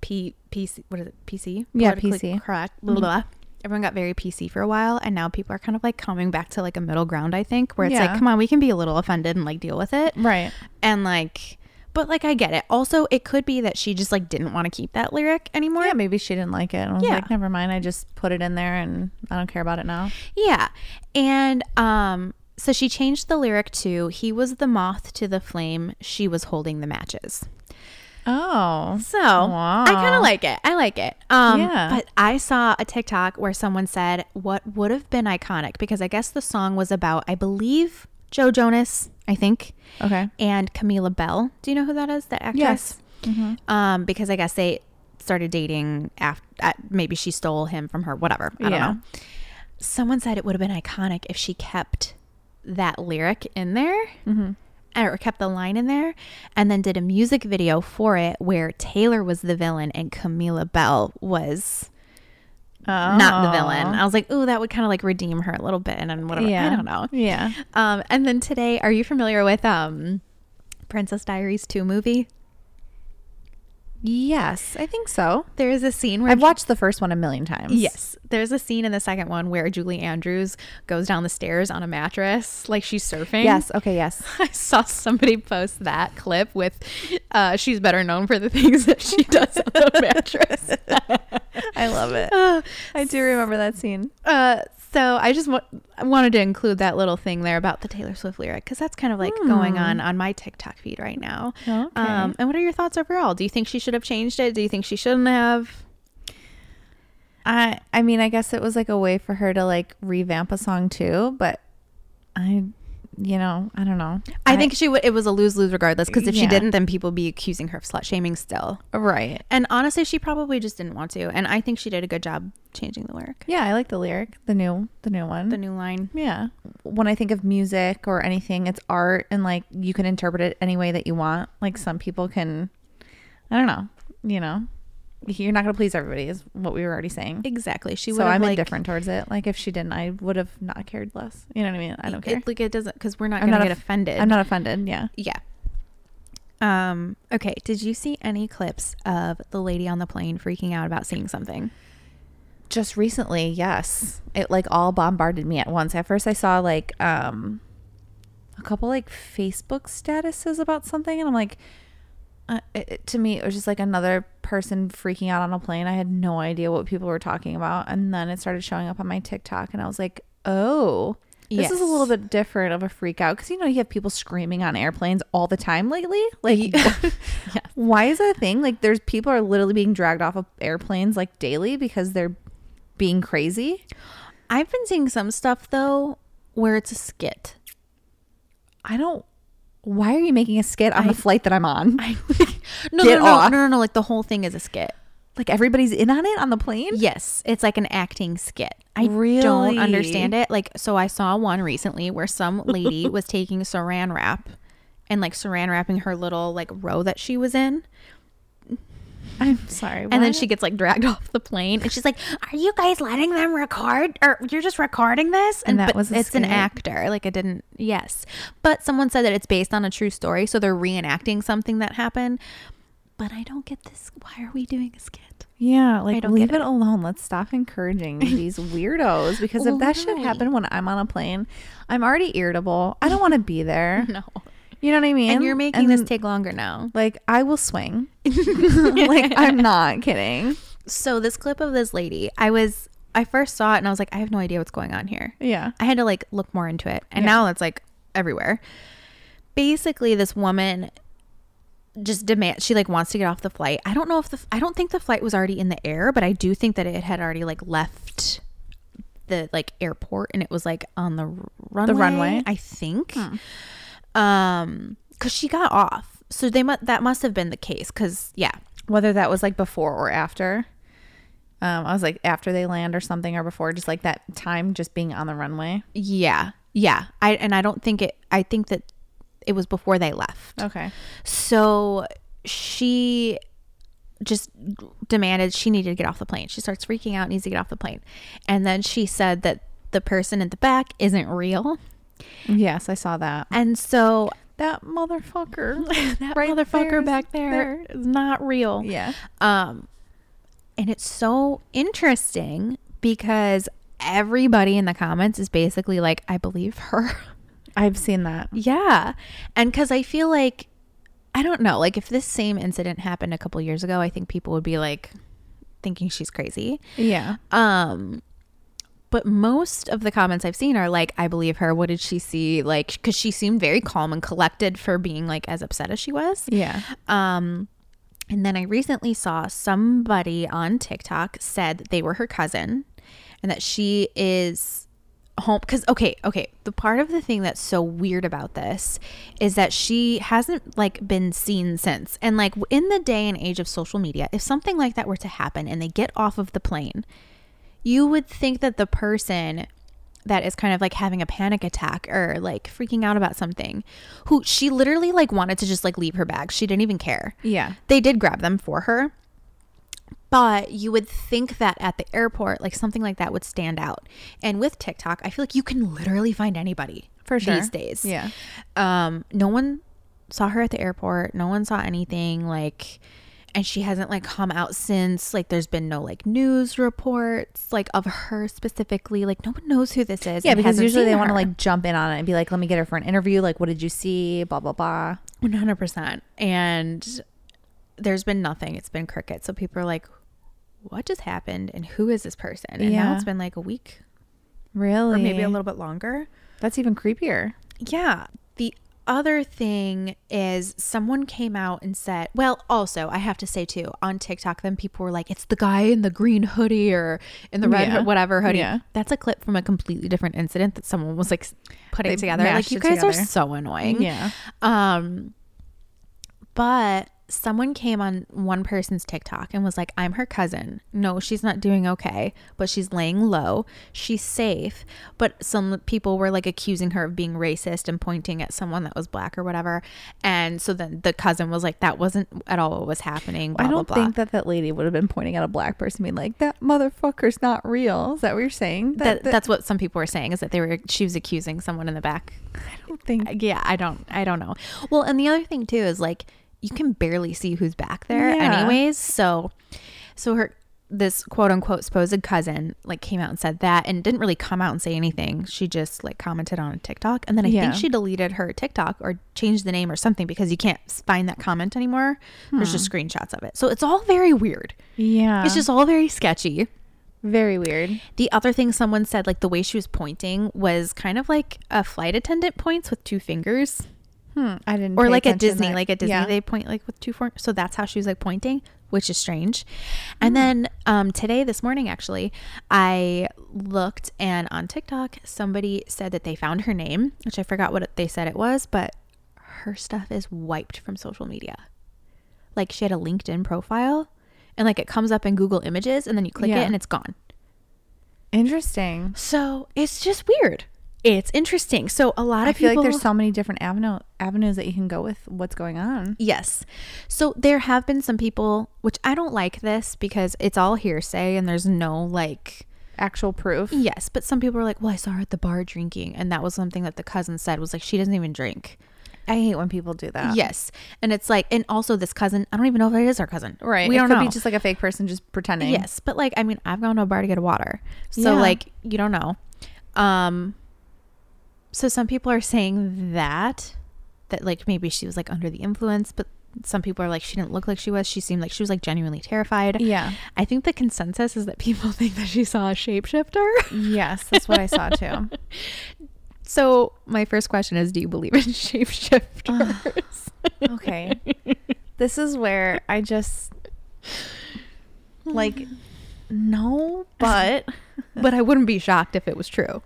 Speaker 1: P PC what is it PC
Speaker 2: Yeah, Mm-hmm.
Speaker 1: Politically
Speaker 2: PC.
Speaker 1: correct blah, blah, blah. everyone got very PC for a while and now people are kind of like coming back to like a middle ground I think where it's
Speaker 2: Yeah.
Speaker 1: like come on we can be a little offended and like deal with it
Speaker 2: Right.
Speaker 1: and like But like I get it. Also, it could be that she just like didn't want to keep that lyric anymore.
Speaker 2: Yeah, maybe she didn't like it. And was
Speaker 1: Yeah.
Speaker 2: like, never mind. I just put it in there and I don't care about it now.
Speaker 1: Yeah. And um so she changed the lyric to he was the moth to the flame, she was holding the matches.
Speaker 2: Oh.
Speaker 1: So I kind
Speaker 2: Wow.
Speaker 1: of like it. I like it. Um,
Speaker 2: Yeah.
Speaker 1: But I saw a TikTok where someone said what would have been iconic because I guess the song was about, I believe, Joe Jonas, I think,
Speaker 2: Okay.
Speaker 1: and Camila Bell. Do you know who that is? That actress?
Speaker 2: Yes. Mm-hmm.
Speaker 1: Um, because I guess they started dating after, maybe she stole him from her, whatever. I don't
Speaker 2: Yeah.
Speaker 1: know. Someone said it would have been iconic if she kept that lyric in there
Speaker 2: Mm-hmm.
Speaker 1: or kept the line in there and then did a music video for it where Taylor was the villain and Camila Bell was not the villain. I was like, ooh, that would kind of like redeem her a little bit and then whatever.
Speaker 2: Oh. Yeah.
Speaker 1: I don't know.
Speaker 2: Yeah.
Speaker 1: Um, and then today, are you familiar with um, Princess Diaries 2 movie?
Speaker 2: Yes, I think so.
Speaker 1: There is a scene where
Speaker 2: I've watched the first one a million times.
Speaker 1: Yes. There's a scene in the second one where Julie Andrews goes down the stairs on a mattress like she's surfing.
Speaker 2: Yes. Okay. Yes.
Speaker 1: <laughs> I saw somebody post that clip with uh, she's better known for the things that she does on
Speaker 2: <laughs>
Speaker 1: the mattress.
Speaker 2: I
Speaker 1: <laughs>
Speaker 2: love it.
Speaker 1: Uh,
Speaker 2: I do remember that scene.
Speaker 1: uh, so I just wa- I wanted to include that little thing there about the Taylor Swift lyric because that's kind of like going on on my TikTok feed right now.
Speaker 2: Hmm. Okay.
Speaker 1: Um, and what are your thoughts overall? Do you think she should have changed it? Do you think she shouldn't have?
Speaker 2: I I mean, I guess it was like a way for her to like revamp a song too, but I you know, I don't know.
Speaker 1: I, think she would. It was a lose lose regardless because if she
Speaker 2: Yeah.
Speaker 1: didn't, then people would be accusing her of slut shaming still.
Speaker 2: right.
Speaker 1: And honestly, she probably just didn't want to. And I think she did a good job changing the lyric,
Speaker 2: Yeah, I like the lyric, the new the new one.
Speaker 1: the new line.
Speaker 2: yeah. When I think of music or anything, it's art and like you can interpret it any way that you want. Like some people can I don't know, you know. You're not going to please everybody is what we were already saying.
Speaker 1: Exactly. She would.
Speaker 2: So
Speaker 1: have,
Speaker 2: I'm
Speaker 1: like,
Speaker 2: indifferent towards it. Like if she didn't, I would have not cared less. You know what I mean? I don't care.
Speaker 1: It, like it doesn't because we're not
Speaker 2: I'm
Speaker 1: gonna
Speaker 2: not
Speaker 1: get
Speaker 2: off-
Speaker 1: offended.
Speaker 2: I'm not offended. Yeah.
Speaker 1: Yeah. Um. Okay. Did you see any clips of the lady on the plane freaking out about seeing something?
Speaker 2: just recently yes it like all bombarded me at once at first i saw like um a couple like facebook statuses about something and i'm like uh, it, it- to me it was just like another person freaking out on a plane i had no idea what people were talking about and then it started showing up on my tiktok and i was like oh this is a
Speaker 1: Yes.
Speaker 2: little bit different of a freak out because you know you have people screaming on airplanes all the time lately like <laughs> why is that a thing? Like, there's people are literally being dragged off of airplanes like daily because they're being crazy.
Speaker 1: I've been seeing some stuff though where it's a skit.
Speaker 2: I don't. Why are you making a skit on the flight that I'm on?
Speaker 1: <laughs> No,
Speaker 2: Get
Speaker 1: no, no,
Speaker 2: off.
Speaker 1: no, no, no. Like the whole thing is a skit.
Speaker 2: <laughs> like everybody's in on it on the plane.
Speaker 1: Yes, it's like an acting skit. I don't
Speaker 2: Really?
Speaker 1: understand it. Like, so I saw one recently where some <laughs> lady was taking saran wrap and like saran wrapping her little like row that she was in.
Speaker 2: I'm sorry.
Speaker 1: And then she gets like dragged <laughs> off the plane and she's like, Are you guys letting them record? Or you're just recording this? And,
Speaker 2: that
Speaker 1: but
Speaker 2: was a
Speaker 1: it's an
Speaker 2: skit.
Speaker 1: actor. Like, it didn't, yes. But someone said that it's based on a true story. So they're reenacting something that happened. But I don't get this. Why are we doing a skit?
Speaker 2: yeah, like
Speaker 1: don't
Speaker 2: leave
Speaker 1: get
Speaker 2: it alone. Let's stop <laughs> encouraging these weirdos because if that should
Speaker 1: Literally.
Speaker 2: happen when I'm on a plane, I'm already irritable. I don't want to be <laughs> there.
Speaker 1: No.
Speaker 2: You know what I mean?
Speaker 1: And you're making
Speaker 2: And,
Speaker 1: this take longer now. <laughs>
Speaker 2: like I will swing. <laughs> like I'm not kidding.
Speaker 1: So this clip of this lady, I was I first saw it and I was like, I have no idea what's going on here.
Speaker 2: Yeah.
Speaker 1: I had to like look more into it. And now it's like everywhere. Basically, this woman just demands she like wants to get off the flight. I don't know if the I don't think the flight was already in the air, but I do think that it had already like left the like airport and it was like on the r- runway.
Speaker 2: runway?
Speaker 1: I think. Um, because she got off, so they must that must have been the case. Because yeah,
Speaker 2: whether that was like before or after. Um, I was like after they land or something or before, just like that time just being on the runway.
Speaker 1: Yeah. Yeah. I and I don't think it I think that it was before they left.
Speaker 2: Okay.
Speaker 1: So she just demanded she needed to get off the plane. She starts freaking out, needs to get off the plane. And then she said that the person at the back isn't real.
Speaker 2: Yes, I saw that.
Speaker 1: And so
Speaker 2: That motherfucker.
Speaker 1: <laughs>
Speaker 2: <laughs>
Speaker 1: that
Speaker 2: Right
Speaker 1: motherfucker
Speaker 2: there is-
Speaker 1: back there is not real.
Speaker 2: yeah.
Speaker 1: Um, and it's so interesting because everybody in the comments is basically like, I believe her. <laughs>
Speaker 2: I've seen that.
Speaker 1: Yeah. And because I feel like I don't know. Like if this same incident happened a couple years ago, I think people would be like thinking she's crazy.
Speaker 2: Yeah.
Speaker 1: Um but most of the comments I've seen are like, I believe her. What did she see? Like, because she seemed very calm and collected for being like as upset as she was.
Speaker 2: Yeah.
Speaker 1: Um, and then I recently saw somebody on TikTok said that they were her cousin and that she is home because okay okay the part of the thing that's so weird about this is that she hasn't like been seen since and like in the day and age of social media if something like that were to happen and they get off of the plane you would think that the person that is kind of like having a panic attack or like freaking out about something who she literally like wanted to just like leave her bag she didn't even care
Speaker 2: Yeah.
Speaker 1: they did grab them for her but you would think that at the airport like something like that would stand out and with tiktok i feel like you can literally find anybody
Speaker 2: For sure.
Speaker 1: these days
Speaker 2: Yeah.
Speaker 1: um no one saw her at the airport no one saw anything like and she hasn't like come out since like there's been no like news reports like of her specifically like no one knows who this is
Speaker 2: Yeah,
Speaker 1: and
Speaker 2: because
Speaker 1: hasn't
Speaker 2: usually
Speaker 1: seen
Speaker 2: they want to
Speaker 1: her.
Speaker 2: like jump in on it and be like, let me get her for an interview. Like, what did you see? Blah, blah, blah.
Speaker 1: 100% and there's been nothing it's been cricket so people are like what just happened and who is this person and now
Speaker 2: Yeah.
Speaker 1: it's been like a week
Speaker 2: Really?
Speaker 1: or maybe a little bit longer
Speaker 2: That's even creepier.
Speaker 1: yeah the other thing is someone came out and said well also i have to say too on tiktok then people were like it's the guy in the green hoodie or in the red
Speaker 2: Yeah.
Speaker 1: hood, whatever hoodie
Speaker 2: Yeah.
Speaker 1: that's a clip from a completely different incident that someone was like s- putting
Speaker 2: They
Speaker 1: together like
Speaker 2: mashed
Speaker 1: you
Speaker 2: it
Speaker 1: guys are
Speaker 2: together.
Speaker 1: so annoying Um, but someone came on one person's TikTok and was like, I'm her cousin. No, she's not doing okay, but she's laying low. She's safe. But some people were like accusing her of being racist and pointing at someone that was black or whatever. And so then the cousin was like, that wasn't at all what was happening. Blah,
Speaker 2: I don't
Speaker 1: blah, blah.
Speaker 2: think that that lady would have been pointing at a black person, being like, that motherfucker's not real. Is that what you're saying?
Speaker 1: that, that's what some people were saying is that they were she was accusing someone in the back
Speaker 2: I don't think.
Speaker 1: yeah i don't i don't know well and the other thing too is like you can barely see who's back there
Speaker 2: Yeah.
Speaker 1: anyways so so her this quote unquote supposed cousin like came out and said that and didn't really come out and say anything she just like commented on a tiktok and then i
Speaker 2: Yeah.
Speaker 1: think she deleted her tiktok or changed the name or something because you can't find that comment anymore there's just screenshots of it so it's all very weird
Speaker 2: Hmm. yeah.
Speaker 1: it's just all very sketchy
Speaker 2: very weird.
Speaker 1: the other thing someone said, like the way she was pointing, was kind of like a flight attendant points with two fingers,
Speaker 2: Hmm. I didn't.
Speaker 1: or
Speaker 2: pay
Speaker 1: like at
Speaker 2: attention
Speaker 1: Disney,
Speaker 2: that-
Speaker 1: like at Disney,
Speaker 2: Yeah.
Speaker 1: they point like with two fingers. So that's how she was like pointing, which is strange. And
Speaker 2: Mm-hmm.
Speaker 1: then um, today, this morning, actually, I looked and on TikTok, somebody said that they found her name, which I forgot what they said it was, but her stuff is wiped from social media. Like she had a LinkedIn profile, and like it comes up in Google Images, and then you click
Speaker 2: Yeah.
Speaker 1: it, and it's gone.
Speaker 2: Interesting.
Speaker 1: So it's just weird. It's interesting. So a lot
Speaker 2: I
Speaker 1: of
Speaker 2: feel
Speaker 1: people.
Speaker 2: like there's so many different avenue avenues that you can go with what's going on.
Speaker 1: yes. So there have been some people, which I don't like this because it's all hearsay and there's no like.
Speaker 2: Actual proof.
Speaker 1: Yes, but some people are like, well, I saw her at the bar drinking. And that was something that the cousin said was like, she doesn't even drink.
Speaker 2: I hate when people do that.
Speaker 1: Yes. And it's like, and also this cousin, I don't even know if it is our cousin.
Speaker 2: Right.
Speaker 1: We
Speaker 2: it
Speaker 1: don't
Speaker 2: could
Speaker 1: know.
Speaker 2: be just like a fake person just pretending.
Speaker 1: Yes, but like I mean, I've gone to a bar to get water, so
Speaker 2: Yeah.
Speaker 1: like you don't know. Um, so some people are saying that that like maybe she was like under the influence, but some people are like she didn't look like she was. She seemed like she was like genuinely terrified.
Speaker 2: Yeah.
Speaker 1: I think the consensus is that people <laughs> think that she saw a shapeshifter.
Speaker 2: Yes, that's what I saw too.
Speaker 1: <laughs> So my first question is, do you believe in <laughs> shapeshifters?
Speaker 2: <laughs> Ah, Okay. This is where I just like no, <laughs> but
Speaker 1: <laughs> but I wouldn't be shocked if it was true.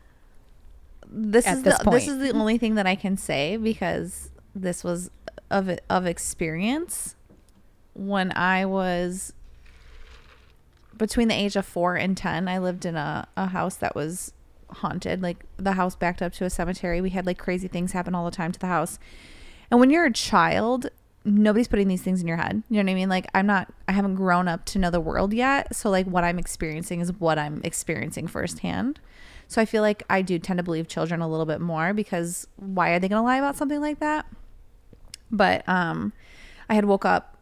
Speaker 2: this
Speaker 1: At
Speaker 2: is
Speaker 1: this
Speaker 2: the,
Speaker 1: point.
Speaker 2: this is the only thing that I can say because this was of of experience when I was between the age of four and ten. I lived in a, a house that was haunted. Like the house backed up to a cemetery. We had like crazy things happen all the time to the house. And when you're a child, nobody's putting these things in your head. You know what I mean? Like I'm not I haven't grown up to know the world yet. So like what I'm experiencing is what I'm experiencing firsthand. So I feel like I do tend to believe children a little bit more because why are they going to lie about something like that? But um I had woke up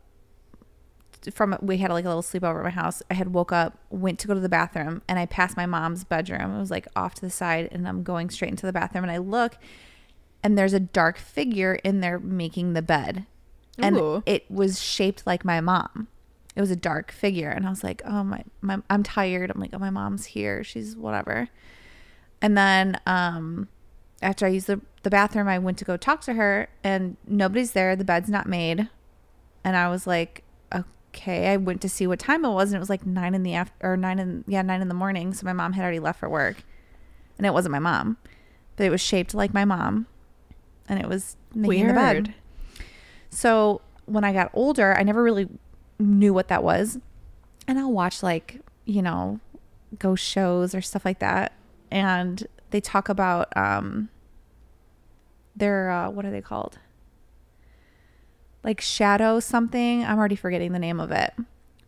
Speaker 2: from we had like a little sleepover at my house. I had woke up, went to go to the bathroom, and I passed my mom's bedroom. It was like off to the side, and I'm going straight into the bathroom, and I look, and there's a dark figure in there making the bed. and
Speaker 1: Ooh.
Speaker 2: it was shaped like my mom. It was a dark figure, and I was like, "Oh my, my I'm tired." I'm like, "Oh, my mom's here. She's whatever." And then um, after I used the the bathroom, I went to go talk to her, and nobody's there. The bed's not made, and I was like, "Okay." I went to see what time it was, and it was like nine in the after or nine in yeah nine in the morning. So my mom had already left for work, and it wasn't my mom, but it was shaped like my mom, and it was making the bed.
Speaker 1: Weird.
Speaker 2: So when I got older, I never really knew what that was. And I'll watch like, you know, ghost shows or stuff like that. And they talk about um their uh what are they called? Like shadow something. I'm already forgetting the name of it.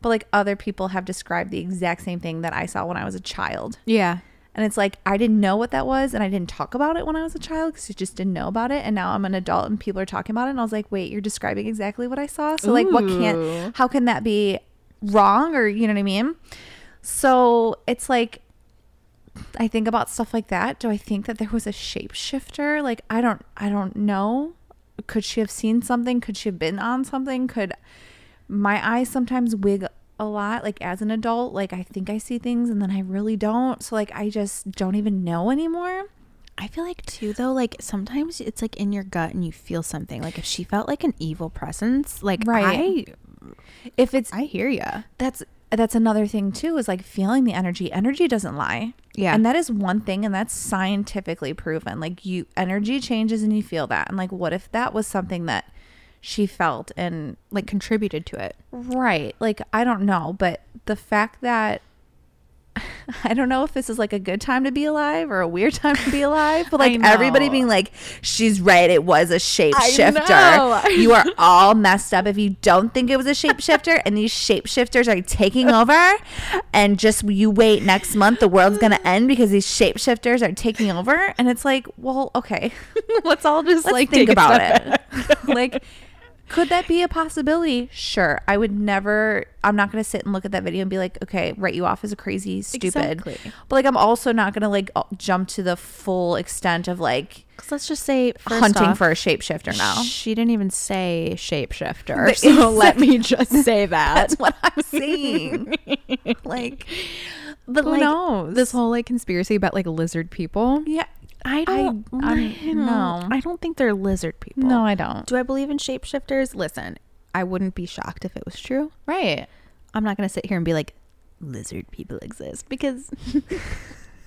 Speaker 2: But like other people have described the exact same thing that I saw when I was a child.
Speaker 1: Yeah.
Speaker 2: And it's like I didn't know what that was, and I didn't talk about it when I was a child because I just didn't know about it. And now I'm an adult, and people are talking about it, and I was like, wait, you're describing exactly what I saw. So like, what
Speaker 1: Ooh.
Speaker 2: can't? How can that be wrong? Or you know what I mean? So it's like I think about stuff like that. Do I think that there was a shapeshifter? Like I don't, I don't know. Could she have seen something? Could she have been on something? Could my eyes sometimes wig a lot like as an adult like i think i see things and then i really don't so like i just don't even know anymore
Speaker 1: I feel like too though, like sometimes it's like in your gut and you feel something. Like if she felt like an evil presence, like
Speaker 2: Right. if it's
Speaker 1: I I hear ya.
Speaker 2: that's that's another thing too is like feeling the energy energy doesn't lie
Speaker 1: Yeah.
Speaker 2: and that is one thing and that's scientifically proven like you energy changes and you feel that and like what if that was something that she felt and
Speaker 1: Like contributed to it.
Speaker 2: Right. Like, I don't know, but the fact that <laughs> I don't know if this is like a good time to be alive or a weird time to be alive,
Speaker 1: <laughs>
Speaker 2: but
Speaker 1: I
Speaker 2: like everybody
Speaker 1: know.
Speaker 2: being like, she's right, it was a
Speaker 1: know. <laughs>
Speaker 2: shapeshifter. You are all messed up if you don't think it was a shapeshifter, and these shapeshifters are taking over. And just you wait next month, the world's gonna end because these shapeshifters are taking over. And it's like, well, okay,
Speaker 1: <laughs> Let's all just
Speaker 2: <laughs> let's
Speaker 1: like
Speaker 2: think
Speaker 1: take a
Speaker 2: about
Speaker 1: step back. <laughs>
Speaker 2: it. <laughs> like, could that be a possibility? Sure. I would never. I'm not gonna sit and look at that video and be like, okay, write you off as a crazy, stupid.
Speaker 1: Exactly.
Speaker 2: But like, I'm also not gonna like uh, jump to the full extent of like
Speaker 1: 'Cause let's just say first
Speaker 2: hunting
Speaker 1: off,
Speaker 2: for a shapeshifter now.
Speaker 1: She didn't even say shapeshifter,
Speaker 2: The- <laughs>
Speaker 1: so let me just say that.
Speaker 2: That's what
Speaker 1: <laughs>
Speaker 2: I'm saying. like,
Speaker 1: but
Speaker 2: who
Speaker 1: like
Speaker 2: knows?
Speaker 1: this whole like conspiracy about like lizard people.
Speaker 2: yeah.
Speaker 1: I don't
Speaker 2: I'm- no.
Speaker 1: I don't think they're lizard people.
Speaker 2: No, I don't.
Speaker 1: Do I believe in shapeshifters? Listen, I wouldn't be shocked if it was true.
Speaker 2: Right.
Speaker 1: I'm not going to sit here and be like, lizard people exist because <laughs>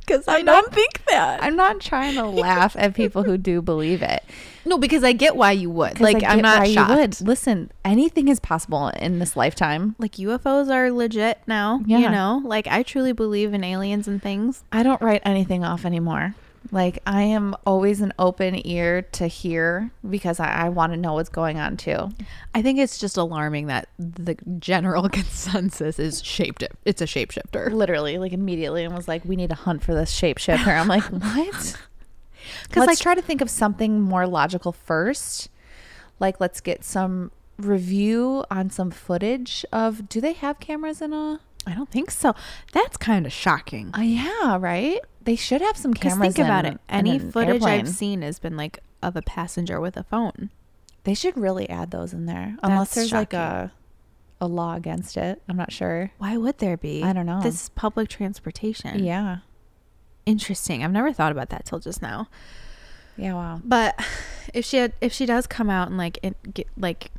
Speaker 1: because I don't think that.
Speaker 2: I'm not trying to laugh at people who do believe it.
Speaker 1: no, because I get why you would.
Speaker 2: 'Cause I
Speaker 1: Like, I'm
Speaker 2: get why
Speaker 1: not
Speaker 2: you
Speaker 1: shocked.
Speaker 2: would. Listen, anything is possible in this lifetime.
Speaker 1: Like UFOs are legit now. You
Speaker 2: Yeah.
Speaker 1: know, like I truly believe in aliens and things.
Speaker 2: I don't write anything off anymore. Like I am always an open ear to hear because I, I want to know what's going on too.
Speaker 1: I think it's just alarming that the general <laughs> consensus is shaped. It's a shapeshifter.
Speaker 2: Literally, like immediately, and was like, "We need to hunt for this shapeshifter." I'm <laughs> like, "What?" Because
Speaker 1: Let's
Speaker 2: like try to think of something more logical first. Like, let's get some review on some footage of. Do they have cameras in a?
Speaker 1: I don't think so. That's kind of shocking.
Speaker 2: Uh, yeah, right. They should have some
Speaker 1: Because
Speaker 2: cameras.
Speaker 1: think about
Speaker 2: in-
Speaker 1: it.
Speaker 2: in
Speaker 1: Any
Speaker 2: an
Speaker 1: footage
Speaker 2: airplane.
Speaker 1: I've seen has been like of a passenger with a phone.
Speaker 2: They should really add those in there. Unless there's
Speaker 1: That's
Speaker 2: like
Speaker 1: shocking.
Speaker 2: a a law against it. I'm not sure.
Speaker 1: Why would there be?
Speaker 2: I don't know.
Speaker 1: This is public transportation.
Speaker 2: Yeah.
Speaker 1: Interesting. I've never thought about that till just now.
Speaker 2: Yeah, wow.
Speaker 1: But if she had, if she does come out and like in, get like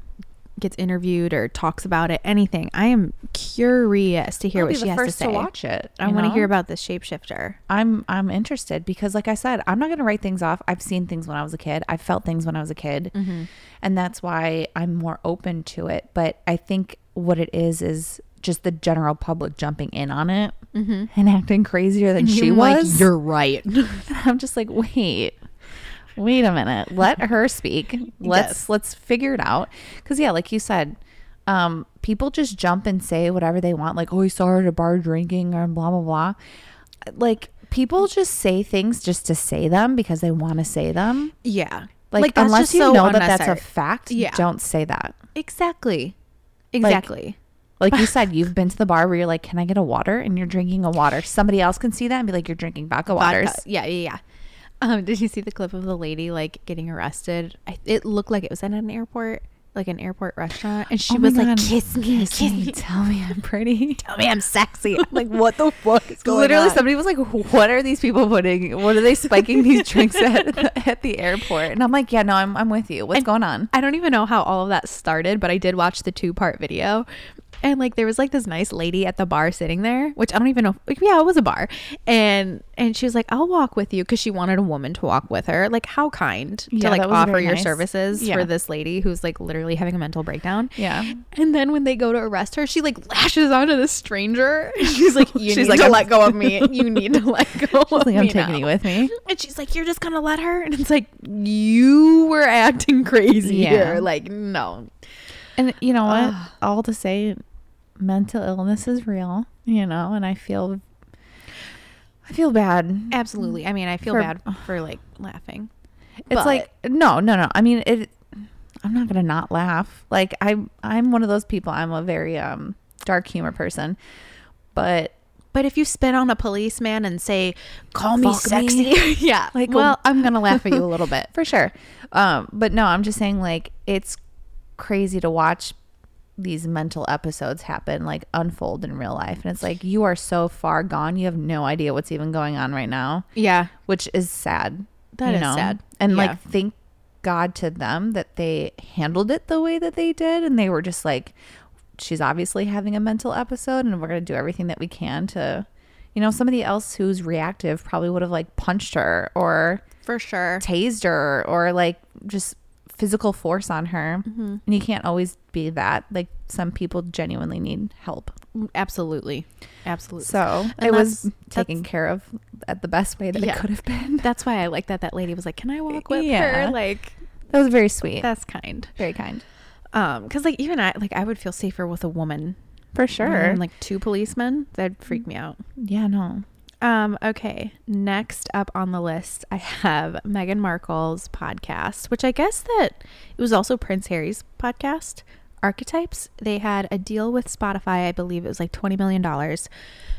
Speaker 1: gets interviewed or talks about it, anything, I am curious to hear
Speaker 2: I'll
Speaker 1: what
Speaker 2: be
Speaker 1: she
Speaker 2: the
Speaker 1: has
Speaker 2: first
Speaker 1: to say.
Speaker 2: to watch it.
Speaker 1: I
Speaker 2: you
Speaker 1: want to
Speaker 2: know?
Speaker 1: hear about this shapeshifter.
Speaker 2: I'm I'm interested because like I said, I'm not going to write things off. I've seen things when I was a kid. I felt things when I was a kid.
Speaker 1: Mm-hmm.
Speaker 2: And that's why I'm more open to it, but I think what it is is just the general public jumping in on it and acting crazier than she
Speaker 1: You're
Speaker 2: was.
Speaker 1: Mm-hmm. Like, You're right.
Speaker 2: I'm just like, wait, wait a minute. Let
Speaker 1: <laughs>
Speaker 2: her speak. Let's
Speaker 1: Yes.
Speaker 2: let's figure it out. Because yeah, like you said, um, people just jump and say whatever they want. Like, oh, I saw her at a bar drinking, or blah blah blah. Like people just say things just to say them because they want to say them.
Speaker 1: <laughs> yeah.
Speaker 2: Like,
Speaker 1: that's
Speaker 2: unless
Speaker 1: just
Speaker 2: you
Speaker 1: so
Speaker 2: know that that's a
Speaker 1: unnecessary.
Speaker 2: fact,
Speaker 1: Yeah.
Speaker 2: don't say that.
Speaker 1: exactly. Exactly.
Speaker 2: Like you said, you've been to the bar where you're like, "Can I get a water?" and you're drinking a water. Somebody else can see that and be like, "You're drinking vodka waters." <laughs>
Speaker 1: Vodka. Yeah, yeah, yeah. Um, did you see the clip of the lady like getting arrested? I, it looked like it was at an airport, like an airport restaurant, and she
Speaker 2: Oh my
Speaker 1: was like,
Speaker 2: God.
Speaker 1: "Kiss me, kiss, me,
Speaker 2: Tell me I'm
Speaker 1: <laughs>
Speaker 2: pretty.
Speaker 1: tell me I'm sexy." I'm
Speaker 2: <laughs>
Speaker 1: like,
Speaker 2: what the fuck is
Speaker 1: Literally
Speaker 2: Literally, somebody was like, "What are these people putting? What are they spiking these drinks at the, at <laughs> the airport?" And I'm like, "Yeah, no, I'm I'm with you. What's going on?"
Speaker 1: I don't even know how all of that started, but I did watch the two part video. And like there was like this nice lady at the bar sitting there, which I don't even know. Like, yeah, it was a bar, and and she was like, "I'll walk with you" because she wanted a woman to walk with her. Like, how kind
Speaker 2: Yeah,
Speaker 1: to like
Speaker 2: that was
Speaker 1: offer
Speaker 2: very
Speaker 1: your
Speaker 2: nice.
Speaker 1: services
Speaker 2: Yeah.
Speaker 1: for this lady who's like literally having a mental breakdown.
Speaker 2: Yeah.
Speaker 1: And then when they go to arrest her, she like lashes onto this stranger. <laughs> She's
Speaker 2: <laughs>
Speaker 1: like, "You
Speaker 2: She's
Speaker 1: need
Speaker 2: like,
Speaker 1: to
Speaker 2: "I'm-
Speaker 1: let go of me. You need to let
Speaker 2: <laughs>
Speaker 1: go of <laughs>
Speaker 2: Like
Speaker 1: me
Speaker 2: I'm taking
Speaker 1: now."
Speaker 2: you with me.
Speaker 1: And she's like, You're just gonna let her? <laughs> And it's like, You were acting crazy
Speaker 2: Yeah.
Speaker 1: here. Like, no.
Speaker 2: And you know what? All to say, mental illness is real. You know, and I feel, I feel bad.
Speaker 1: Absolutely. I mean, I feel
Speaker 2: For-
Speaker 1: bad for like laughing.
Speaker 2: It's like no, no, no. I mean, it. I'm not gonna not laugh. Like I'm, I'm one of those people. I'm a very um dark humor person, but
Speaker 1: But if you spit on a policeman and say, Call me um,
Speaker 2: Fuck me.
Speaker 1: sexy <laughs> Yeah.
Speaker 2: like
Speaker 1: well
Speaker 2: well i'm gonna laugh at you a <laughs> little bit for sure um but no i'm just saying like it's crazy to watch these mental episodes happen like unfold in real life and it's like you are so far gone you have no idea what's even going on right now
Speaker 1: Yeah.
Speaker 2: which is sad
Speaker 1: That
Speaker 2: That is
Speaker 1: is sad.
Speaker 2: and
Speaker 1: Yeah.
Speaker 2: like thank god to them that they handled it the way that they did and they were just like she's obviously having a mental episode and we're going to do everything that we can to you know somebody else who's reactive probably would have like punched her or
Speaker 1: For sure.
Speaker 2: tased her or like just physical force on her.
Speaker 1: Mm-hmm.
Speaker 2: And you can't always be that. Like some people genuinely need help.
Speaker 1: Mm-hmm. Absolutely. Absolutely.
Speaker 2: So
Speaker 1: And
Speaker 2: it was
Speaker 1: that's-
Speaker 2: taken care of at the best way that
Speaker 1: Yeah.
Speaker 2: it could have been.
Speaker 1: that's why I like that that lady was like, Can I walk with
Speaker 2: Yeah.
Speaker 1: her? Like
Speaker 2: That was very sweet.
Speaker 1: that's kind.
Speaker 2: very kind.
Speaker 1: Um, because like even I like I would feel safer with a woman
Speaker 2: For
Speaker 1: than, like two policemen. That'd freak me out.
Speaker 2: yeah, no.
Speaker 1: Um, okay. Next up on the list, I have Meghan Markle's podcast, which I guess that it was also Prince Harry's podcast, Archetypes. They had a deal with Spotify, I believe it was like $20 million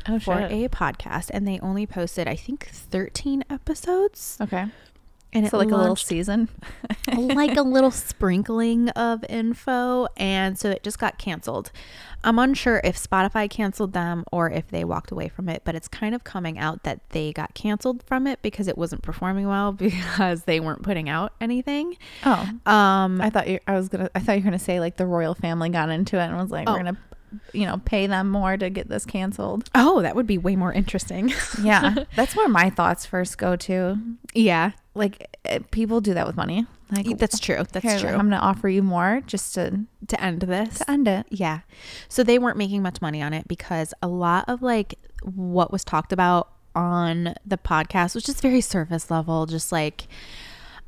Speaker 2: Oh,
Speaker 1: for a podcast, and they only posted, I think, 13 episodes.
Speaker 2: Okay.
Speaker 1: And
Speaker 2: so like a little
Speaker 1: launched-
Speaker 2: <laughs> season.
Speaker 1: like a little sprinkling of info and so it just got canceled i'm unsure if spotify canceled them or if they walked away from it but it's kind of coming out that they got canceled from it because it wasn't performing well <laughs> because they weren't putting out anything
Speaker 2: Oh.
Speaker 1: um
Speaker 2: I thought you I was gonna I thought you were gonna say like the royal family got into it and was like,
Speaker 1: Oh.
Speaker 2: we're gonna you know, pay them more to get this canceled.
Speaker 1: oh that would be way more interesting
Speaker 2: <laughs> Yeah. That's where my thoughts first go to.
Speaker 1: <laughs> yeah
Speaker 2: like eh, people do that with money. Like
Speaker 1: that's true that's
Speaker 2: "Here,
Speaker 1: true
Speaker 2: I'm gonna offer you more just to
Speaker 1: um, to end this
Speaker 2: to end it.
Speaker 1: Yeah. So they weren't making much money on it because a lot of like what was talked about on the podcast was just very surface level, just like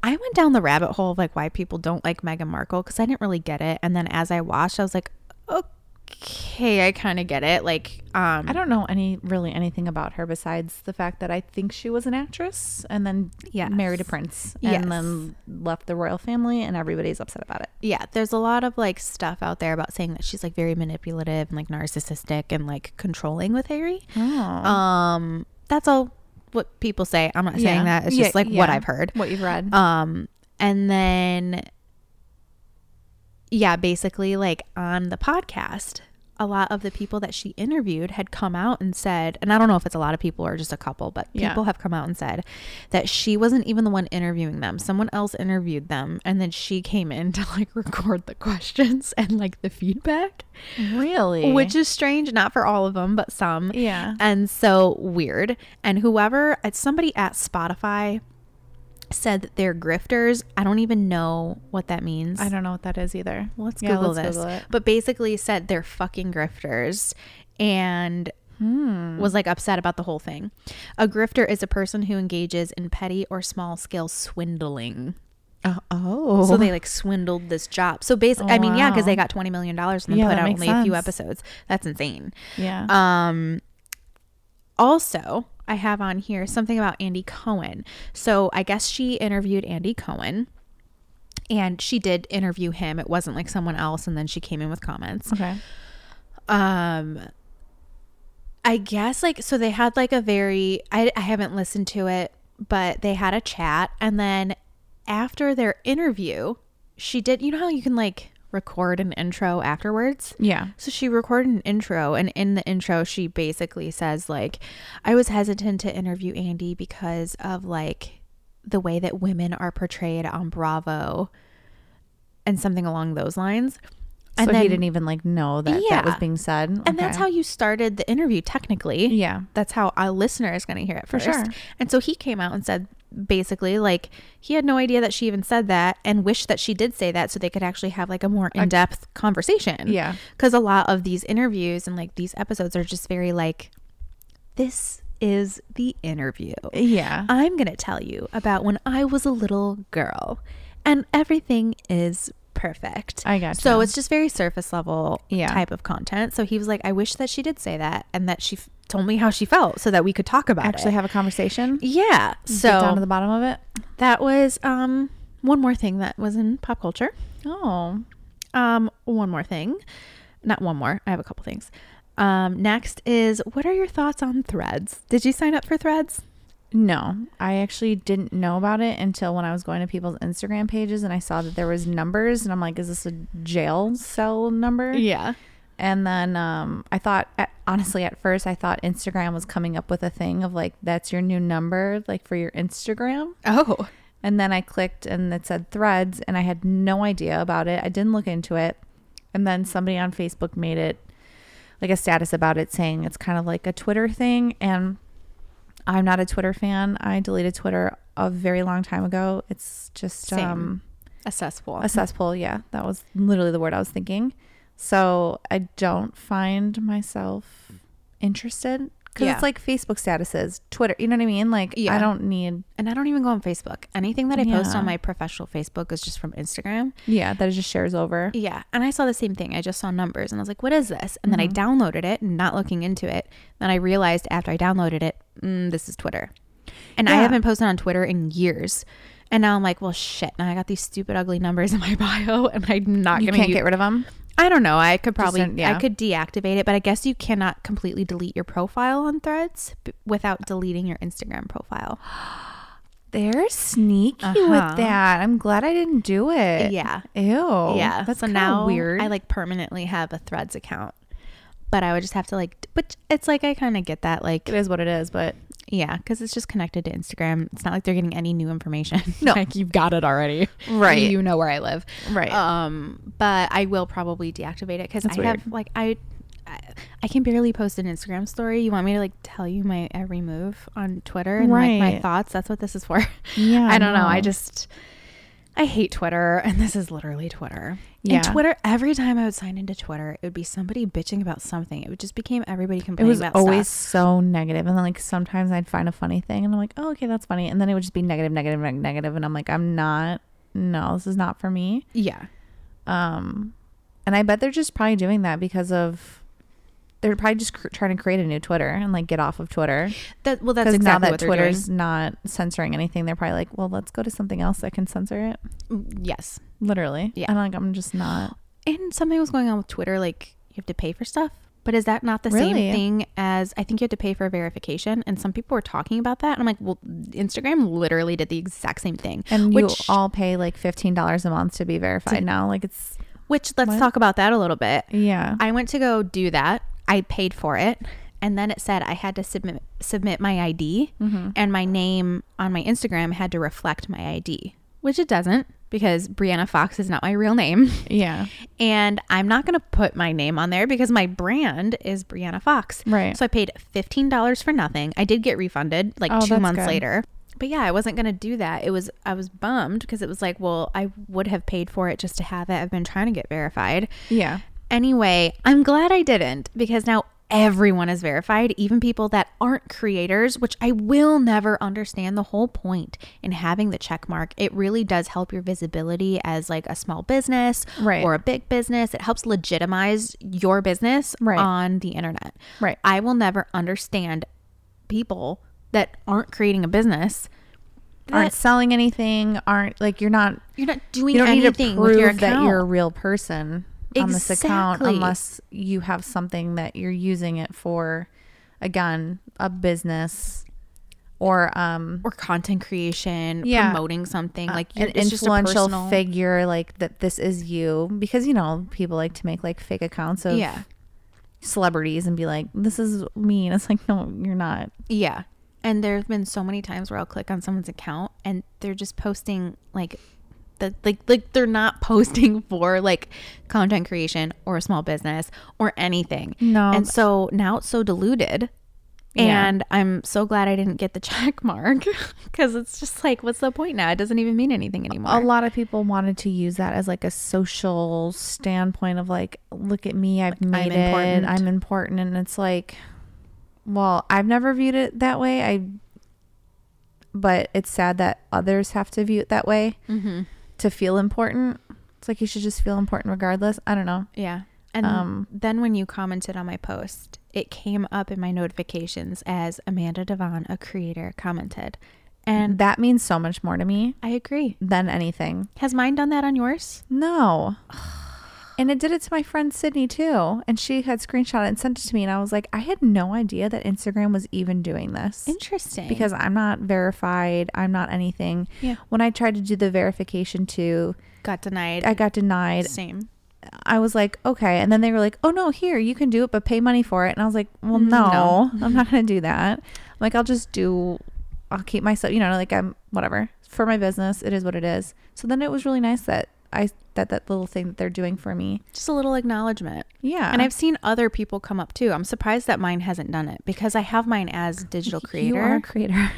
Speaker 1: I went down the rabbit hole of like why people don't like Meghan Markle because I didn't really get it. And then as I watched, I was like, okay, I kind of get it. Like, um,
Speaker 2: I don't know any really anything about her besides the fact that I think she was an actress and then
Speaker 1: Yes.
Speaker 2: married a prince and
Speaker 1: Yes.
Speaker 2: then left the royal family and everybody's upset about it.
Speaker 1: yeah, there's a lot of like stuff out there about saying that she's like very manipulative and like narcissistic and like controlling with Harry.
Speaker 2: Oh,
Speaker 1: Um, that's all what people say. I'm not saying that. It's just like what I've heard.
Speaker 2: what you've read.
Speaker 1: Um, and then, yeah, basically, like on the podcast, a lot of the people that she interviewed had come out and said, and I don't know if it's a lot of people or just a couple, but
Speaker 2: Yeah.
Speaker 1: people have come out and said that she wasn't even the one interviewing them. Someone else interviewed them, and then she came in <laughs> to like record the questions and like the feedback,
Speaker 2: really,
Speaker 1: which is strange, not for all of them, but some
Speaker 2: yeah,
Speaker 1: and so weird. And whoever, it's somebody at Spotify said that they're grifters. I don't even know what that means.
Speaker 2: I don't know what that is either.
Speaker 1: Let's
Speaker 2: Yeah,
Speaker 1: Google
Speaker 2: let's
Speaker 1: this.
Speaker 2: Google it.
Speaker 1: but basically said they're fucking grifters and
Speaker 2: Hmm. Mm.
Speaker 1: was like upset about the whole thing. A grifter is a person who engages in petty or small scale swindling. Uh,
Speaker 2: Oh, oh.
Speaker 1: So they like swindled this job. So basically, I mean, yeah, because they got $20 million and then
Speaker 2: Yeah,
Speaker 1: put
Speaker 2: that
Speaker 1: out
Speaker 2: makes
Speaker 1: only a few
Speaker 2: sense.
Speaker 1: episodes. That's insane.
Speaker 2: yeah,
Speaker 1: Um, also, I have on here something about Andy Cohen. So I guess she interviewed Andy Cohen and she did interview him. It wasn't like someone else. And then she came in with comments.
Speaker 2: okay,
Speaker 1: Um, I guess like, so they had like a very, I, I haven't listened to it. but they had a chat. And then after their interview, she did, you know how you can like record an intro afterwards?
Speaker 2: Yeah.
Speaker 1: So she recorded an intro, and in the intro, she basically says, like, I was hesitant to interview Andy because of like the way that women are portrayed on Bravo and something along those lines.
Speaker 2: so
Speaker 1: then-
Speaker 2: he didn't even like know that
Speaker 1: Yeah.
Speaker 2: that was being said.
Speaker 1: And that's how you started the interview, technically.
Speaker 2: Yeah.
Speaker 1: That's how a listener is going to hear it first.
Speaker 2: sure.
Speaker 1: And so he came out and said basically like he had no idea that she even said that and wished that she did say that so they could actually have like a more in-depth conversation.
Speaker 2: Yeah.
Speaker 1: Cuz a lot of these interviews and like these episodes are just very like this is the interview.
Speaker 2: Yeah.
Speaker 1: I'm going to tell you about when I was a little girl and everything is perfect.
Speaker 2: I gotcha.
Speaker 1: So it's just very surface level
Speaker 2: Yeah.
Speaker 1: type of content. So he was like, I wish that she did say that and that she f- told me how she felt so that we could talk about
Speaker 2: Actually
Speaker 1: it.
Speaker 2: have a conversation.
Speaker 1: <laughs> yeah. So
Speaker 2: Get down to the bottom of it.
Speaker 1: that was um, one more thing that was in pop culture.
Speaker 2: Oh.
Speaker 1: Um, one more thing. Not one more. I have a couple things. Um, next is what are your thoughts on threads? Did you sign up for threads?
Speaker 2: No, I actually didn't know about it until when I was going to people's Instagram pages and I saw that there was numbers and I'm like, is this a jail cell number?
Speaker 1: Yeah.
Speaker 2: And then um, I thought, at, honestly, at first I thought Instagram was coming up with a thing of like, that's your new number, like for your Instagram.
Speaker 1: Oh.
Speaker 2: And then I clicked and it said threads and I had no idea about it. I didn't look into it. And then somebody on Facebook made it like a status about it saying it's kind of like a Twitter thing. And I'm not a Twitter fan. I deleted Twitter a very long time ago. It's just
Speaker 1: Same.
Speaker 2: um
Speaker 1: A cesspool.
Speaker 2: a cesspool, yeah. That was literally the word I was thinking. So I don't find myself interested. Because
Speaker 1: Yeah.
Speaker 2: it's like Facebook statuses, Twitter, you know what I mean? Like,
Speaker 1: Yeah.
Speaker 2: I don't need,
Speaker 1: and I don't even go on Facebook. Anything that I post
Speaker 2: Yeah.
Speaker 1: on my professional Facebook is just from Instagram.
Speaker 2: yeah, that it just shares over.
Speaker 1: Yeah. And I saw the same thing. I just saw numbers and I was like, what is this? And then I
Speaker 2: Mm-hmm.
Speaker 1: downloaded it and not looking into it. Then I realized after I downloaded it, mm, this is Twitter. And I
Speaker 2: Yeah.
Speaker 1: haven't posted on Twitter in years. And now I'm like, well, shit. Now I got these stupid, ugly numbers in my <laughs> bio and I'm not
Speaker 2: You
Speaker 1: going to
Speaker 2: can't get rid of them?
Speaker 1: I don't know. I could probably,
Speaker 2: don't- yeah.
Speaker 1: I could deactivate it, but I guess you cannot completely delete your profile on threads b- without deleting your Instagram profile.
Speaker 2: They're sneaky
Speaker 1: Uh-huh.
Speaker 2: with that. I'm glad I didn't do it.
Speaker 1: Yeah.
Speaker 2: Ew.
Speaker 1: yeah.
Speaker 2: Oh, That's
Speaker 1: so
Speaker 2: kinda
Speaker 1: now
Speaker 2: weird.
Speaker 1: I like permanently have a Threads account, but I would just have to like. d- But it's like I kind of get that, like
Speaker 2: it is what it is, but
Speaker 1: yeah, because it's just connected to Instagram. It's not like they're getting any new information. <laughs>
Speaker 2: No.
Speaker 1: like you've got it already.
Speaker 2: Right.
Speaker 1: You know where I live.
Speaker 2: Right.
Speaker 1: Um, but I will probably deactivate it because I
Speaker 2: That's
Speaker 1: have like I. I- I can barely post an Instagram story. You want me to like tell you my every move on Twitter and like my
Speaker 2: Right.
Speaker 1: thoughts? That's what this is for.
Speaker 2: Yeah,
Speaker 1: <laughs> I don't know. I
Speaker 2: no.
Speaker 1: just I hate Twitter, and this is literally Twitter. Yeah.
Speaker 2: Yeah.
Speaker 1: And Twitter, every time I would sign into Twitter, it would be somebody bitching about something. It would just became everybody
Speaker 2: it
Speaker 1: complaining
Speaker 2: was
Speaker 1: about
Speaker 2: always
Speaker 1: stuff.
Speaker 2: so negative. And then like sometimes I'd find a funny thing and I'm like, oh, okay, that's funny. And then it would just be negative, negative, neg- negative, And I'm like, I'm not, no, this is not for me.
Speaker 1: Yeah.
Speaker 2: Um, and I bet they're just probably doing that because of, they're probably just cr- trying to create a new Twitter and like get off of Twitter.
Speaker 1: That well that's
Speaker 2: Because
Speaker 1: exactly
Speaker 2: now that
Speaker 1: what they're
Speaker 2: Twitter's not censoring anything, they're probably like, well, let's go to something else that can censor it.
Speaker 1: doing. Mm, Yes.
Speaker 2: Literally.
Speaker 1: Yeah.
Speaker 2: And like I'm just not
Speaker 1: And something was going on with Twitter, like you have to pay for stuff. But is that not the
Speaker 2: Really?
Speaker 1: same thing as I think you have to pay for verification? And some people were talking about that. And I'm like, well, Instagram literally did the exact same thing.
Speaker 2: and
Speaker 1: which,
Speaker 2: you all pay like fifteen dollars a month to be verified now. Like it's
Speaker 1: which let's
Speaker 2: What?
Speaker 1: talk about that a little bit.
Speaker 2: yeah.
Speaker 1: I went to go do that. I paid for it, and then it said I had to submit submit my ID
Speaker 2: Mm-hmm.
Speaker 1: and my name on my Instagram had to reflect my ID, which it doesn't because Brianna Fox is not my real name, <laughs>
Speaker 2: yeah.
Speaker 1: and I'm not going to put my name on there because my brand is Brianna Fox.
Speaker 2: Right.
Speaker 1: So I paid fifteen dollars for nothing. I did get refunded like
Speaker 2: Oh,
Speaker 1: two
Speaker 2: that's
Speaker 1: months
Speaker 2: good.
Speaker 1: later. But yeah, I wasn't gonna do that. It was I was bummed because it was like, well, I would have paid for it just to have it. I've been trying to get verified.
Speaker 2: Yeah.
Speaker 1: Anyway, I'm glad I didn't because now everyone is verified, even people that aren't creators, which I will never understand the whole point in having the check mark. It really does help your visibility as like a small business
Speaker 2: Right.
Speaker 1: or a big business. It helps legitimize your business
Speaker 2: Right.
Speaker 1: on the internet.
Speaker 2: Right.
Speaker 1: I will never understand people that aren't creating a business.
Speaker 2: Aren't
Speaker 1: that
Speaker 2: selling anything, aren't like you're not
Speaker 1: you're not doing
Speaker 2: you don't need
Speaker 1: anything
Speaker 2: to prove
Speaker 1: with your
Speaker 2: that
Speaker 1: account.
Speaker 2: you're a real person on this account
Speaker 1: Exactly.
Speaker 2: unless you have something that you're using it for again, a business or um
Speaker 1: or content creation,
Speaker 2: Yeah. Uh,
Speaker 1: promoting something like
Speaker 2: an
Speaker 1: it's just a
Speaker 2: influential
Speaker 1: personal-
Speaker 2: figure like that this is you because you know people like to make like fake accounts of
Speaker 1: Yeah,
Speaker 2: celebrities and be like this is me and it's like no you're not
Speaker 1: yeah. And there have been so many times where I'll click on someone's account and they're just posting like the like like they're not <laughs> posting for like content creation or a small business or anything.
Speaker 2: No.
Speaker 1: And so now it's so diluted.
Speaker 2: Yeah.
Speaker 1: And I'm so glad I didn't get the <laughs> check mark because it's just like, what's the point now? It doesn't even mean anything anymore.
Speaker 2: a lot of people wanted to use that as like a social standpoint of like look at me i've made it
Speaker 1: important.
Speaker 2: i'm important and it's like well i've never viewed it that way i but it's sad that others have to view it that way to feel important it's like you should just feel important regardless i don't know
Speaker 1: Yeah. And
Speaker 2: Um,
Speaker 1: then when you commented on my post, it came up in my notifications as Amanda Devon, a creator, commented. And
Speaker 2: that means so much more to me
Speaker 1: I agree.
Speaker 2: than anything
Speaker 1: Has mine done that on yours?
Speaker 2: No. And it did it to my friend Sydney too. And she had screenshot it and sent it to me. And I was like, I had no idea that Instagram was even doing this.
Speaker 1: Interesting.
Speaker 2: Because I'm not verified. I'm not anything.
Speaker 1: Yeah.
Speaker 2: When I tried to do the verification too,
Speaker 1: got denied.
Speaker 2: I got denied.
Speaker 1: Same.
Speaker 2: I was like, okay. And then they were like, oh no, here, you can do it, but pay money for it. And I was like, well, no, <laughs> I'm not going to do that. I'm like, I'll just do, I'll keep myself, you know, like I'm whatever for my business. It is what it is. So then it was really nice that I, that, that little thing that they're doing for me.
Speaker 1: Just a little acknowledgement.
Speaker 2: Yeah.
Speaker 1: And I've seen other people come up too. I'm surprised that mine hasn't done it because I have mine as digital
Speaker 2: You are a
Speaker 1: creator.
Speaker 2: creator.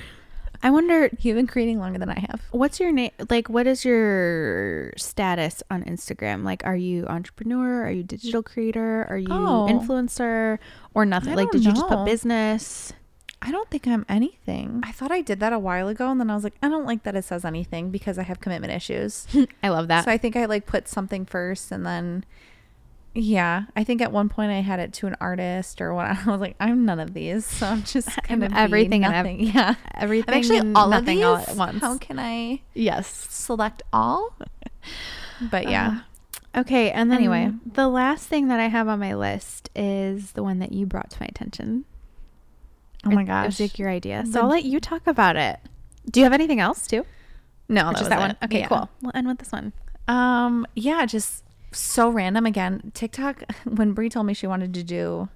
Speaker 1: I wonder
Speaker 2: <laughs> You've been creating longer than I have.
Speaker 1: what's your name like what is your status on instagram like are you entrepreneur are you digital creator are you
Speaker 2: Oh.
Speaker 1: influencer or nothing
Speaker 2: I
Speaker 1: like
Speaker 2: don't
Speaker 1: did you just put
Speaker 2: know.
Speaker 1: business
Speaker 2: I don't think I'm anything. I thought I did that a while ago. And then I was like, I don't like that it says anything because I have commitment issues.
Speaker 1: <laughs> i love that
Speaker 2: So I think I like put something first and then yeah, I think at one point I had it to an artist or what. <laughs> I was like, I'm none of these, so I'm just
Speaker 1: <laughs> I'm
Speaker 2: kind of
Speaker 1: everything and ev-
Speaker 2: nothing. <laughs> yeah,
Speaker 1: <laughs> everything
Speaker 2: I'm actually
Speaker 1: and
Speaker 2: all
Speaker 1: nothing all
Speaker 2: of these.
Speaker 1: at once.
Speaker 2: How can I
Speaker 1: yes
Speaker 2: select all?
Speaker 1: <laughs>
Speaker 2: But
Speaker 1: Uh,
Speaker 2: yeah,
Speaker 1: Uh-huh. okay and then anyway
Speaker 2: Um,
Speaker 1: the last thing that i have on my list is the one that you brought to my attention
Speaker 2: oh my
Speaker 1: It- it was
Speaker 2: gosh,
Speaker 1: like your idea so
Speaker 2: The-
Speaker 1: i'll let you talk about it do you have anything else too
Speaker 2: no,
Speaker 1: Or
Speaker 2: that
Speaker 1: just
Speaker 2: was
Speaker 1: that
Speaker 2: it.
Speaker 1: one okay
Speaker 2: Yeah.
Speaker 1: cool we'll end with this one
Speaker 2: Um, yeah, just so random again. TikTok. <laughs> When Brie told me she wanted to do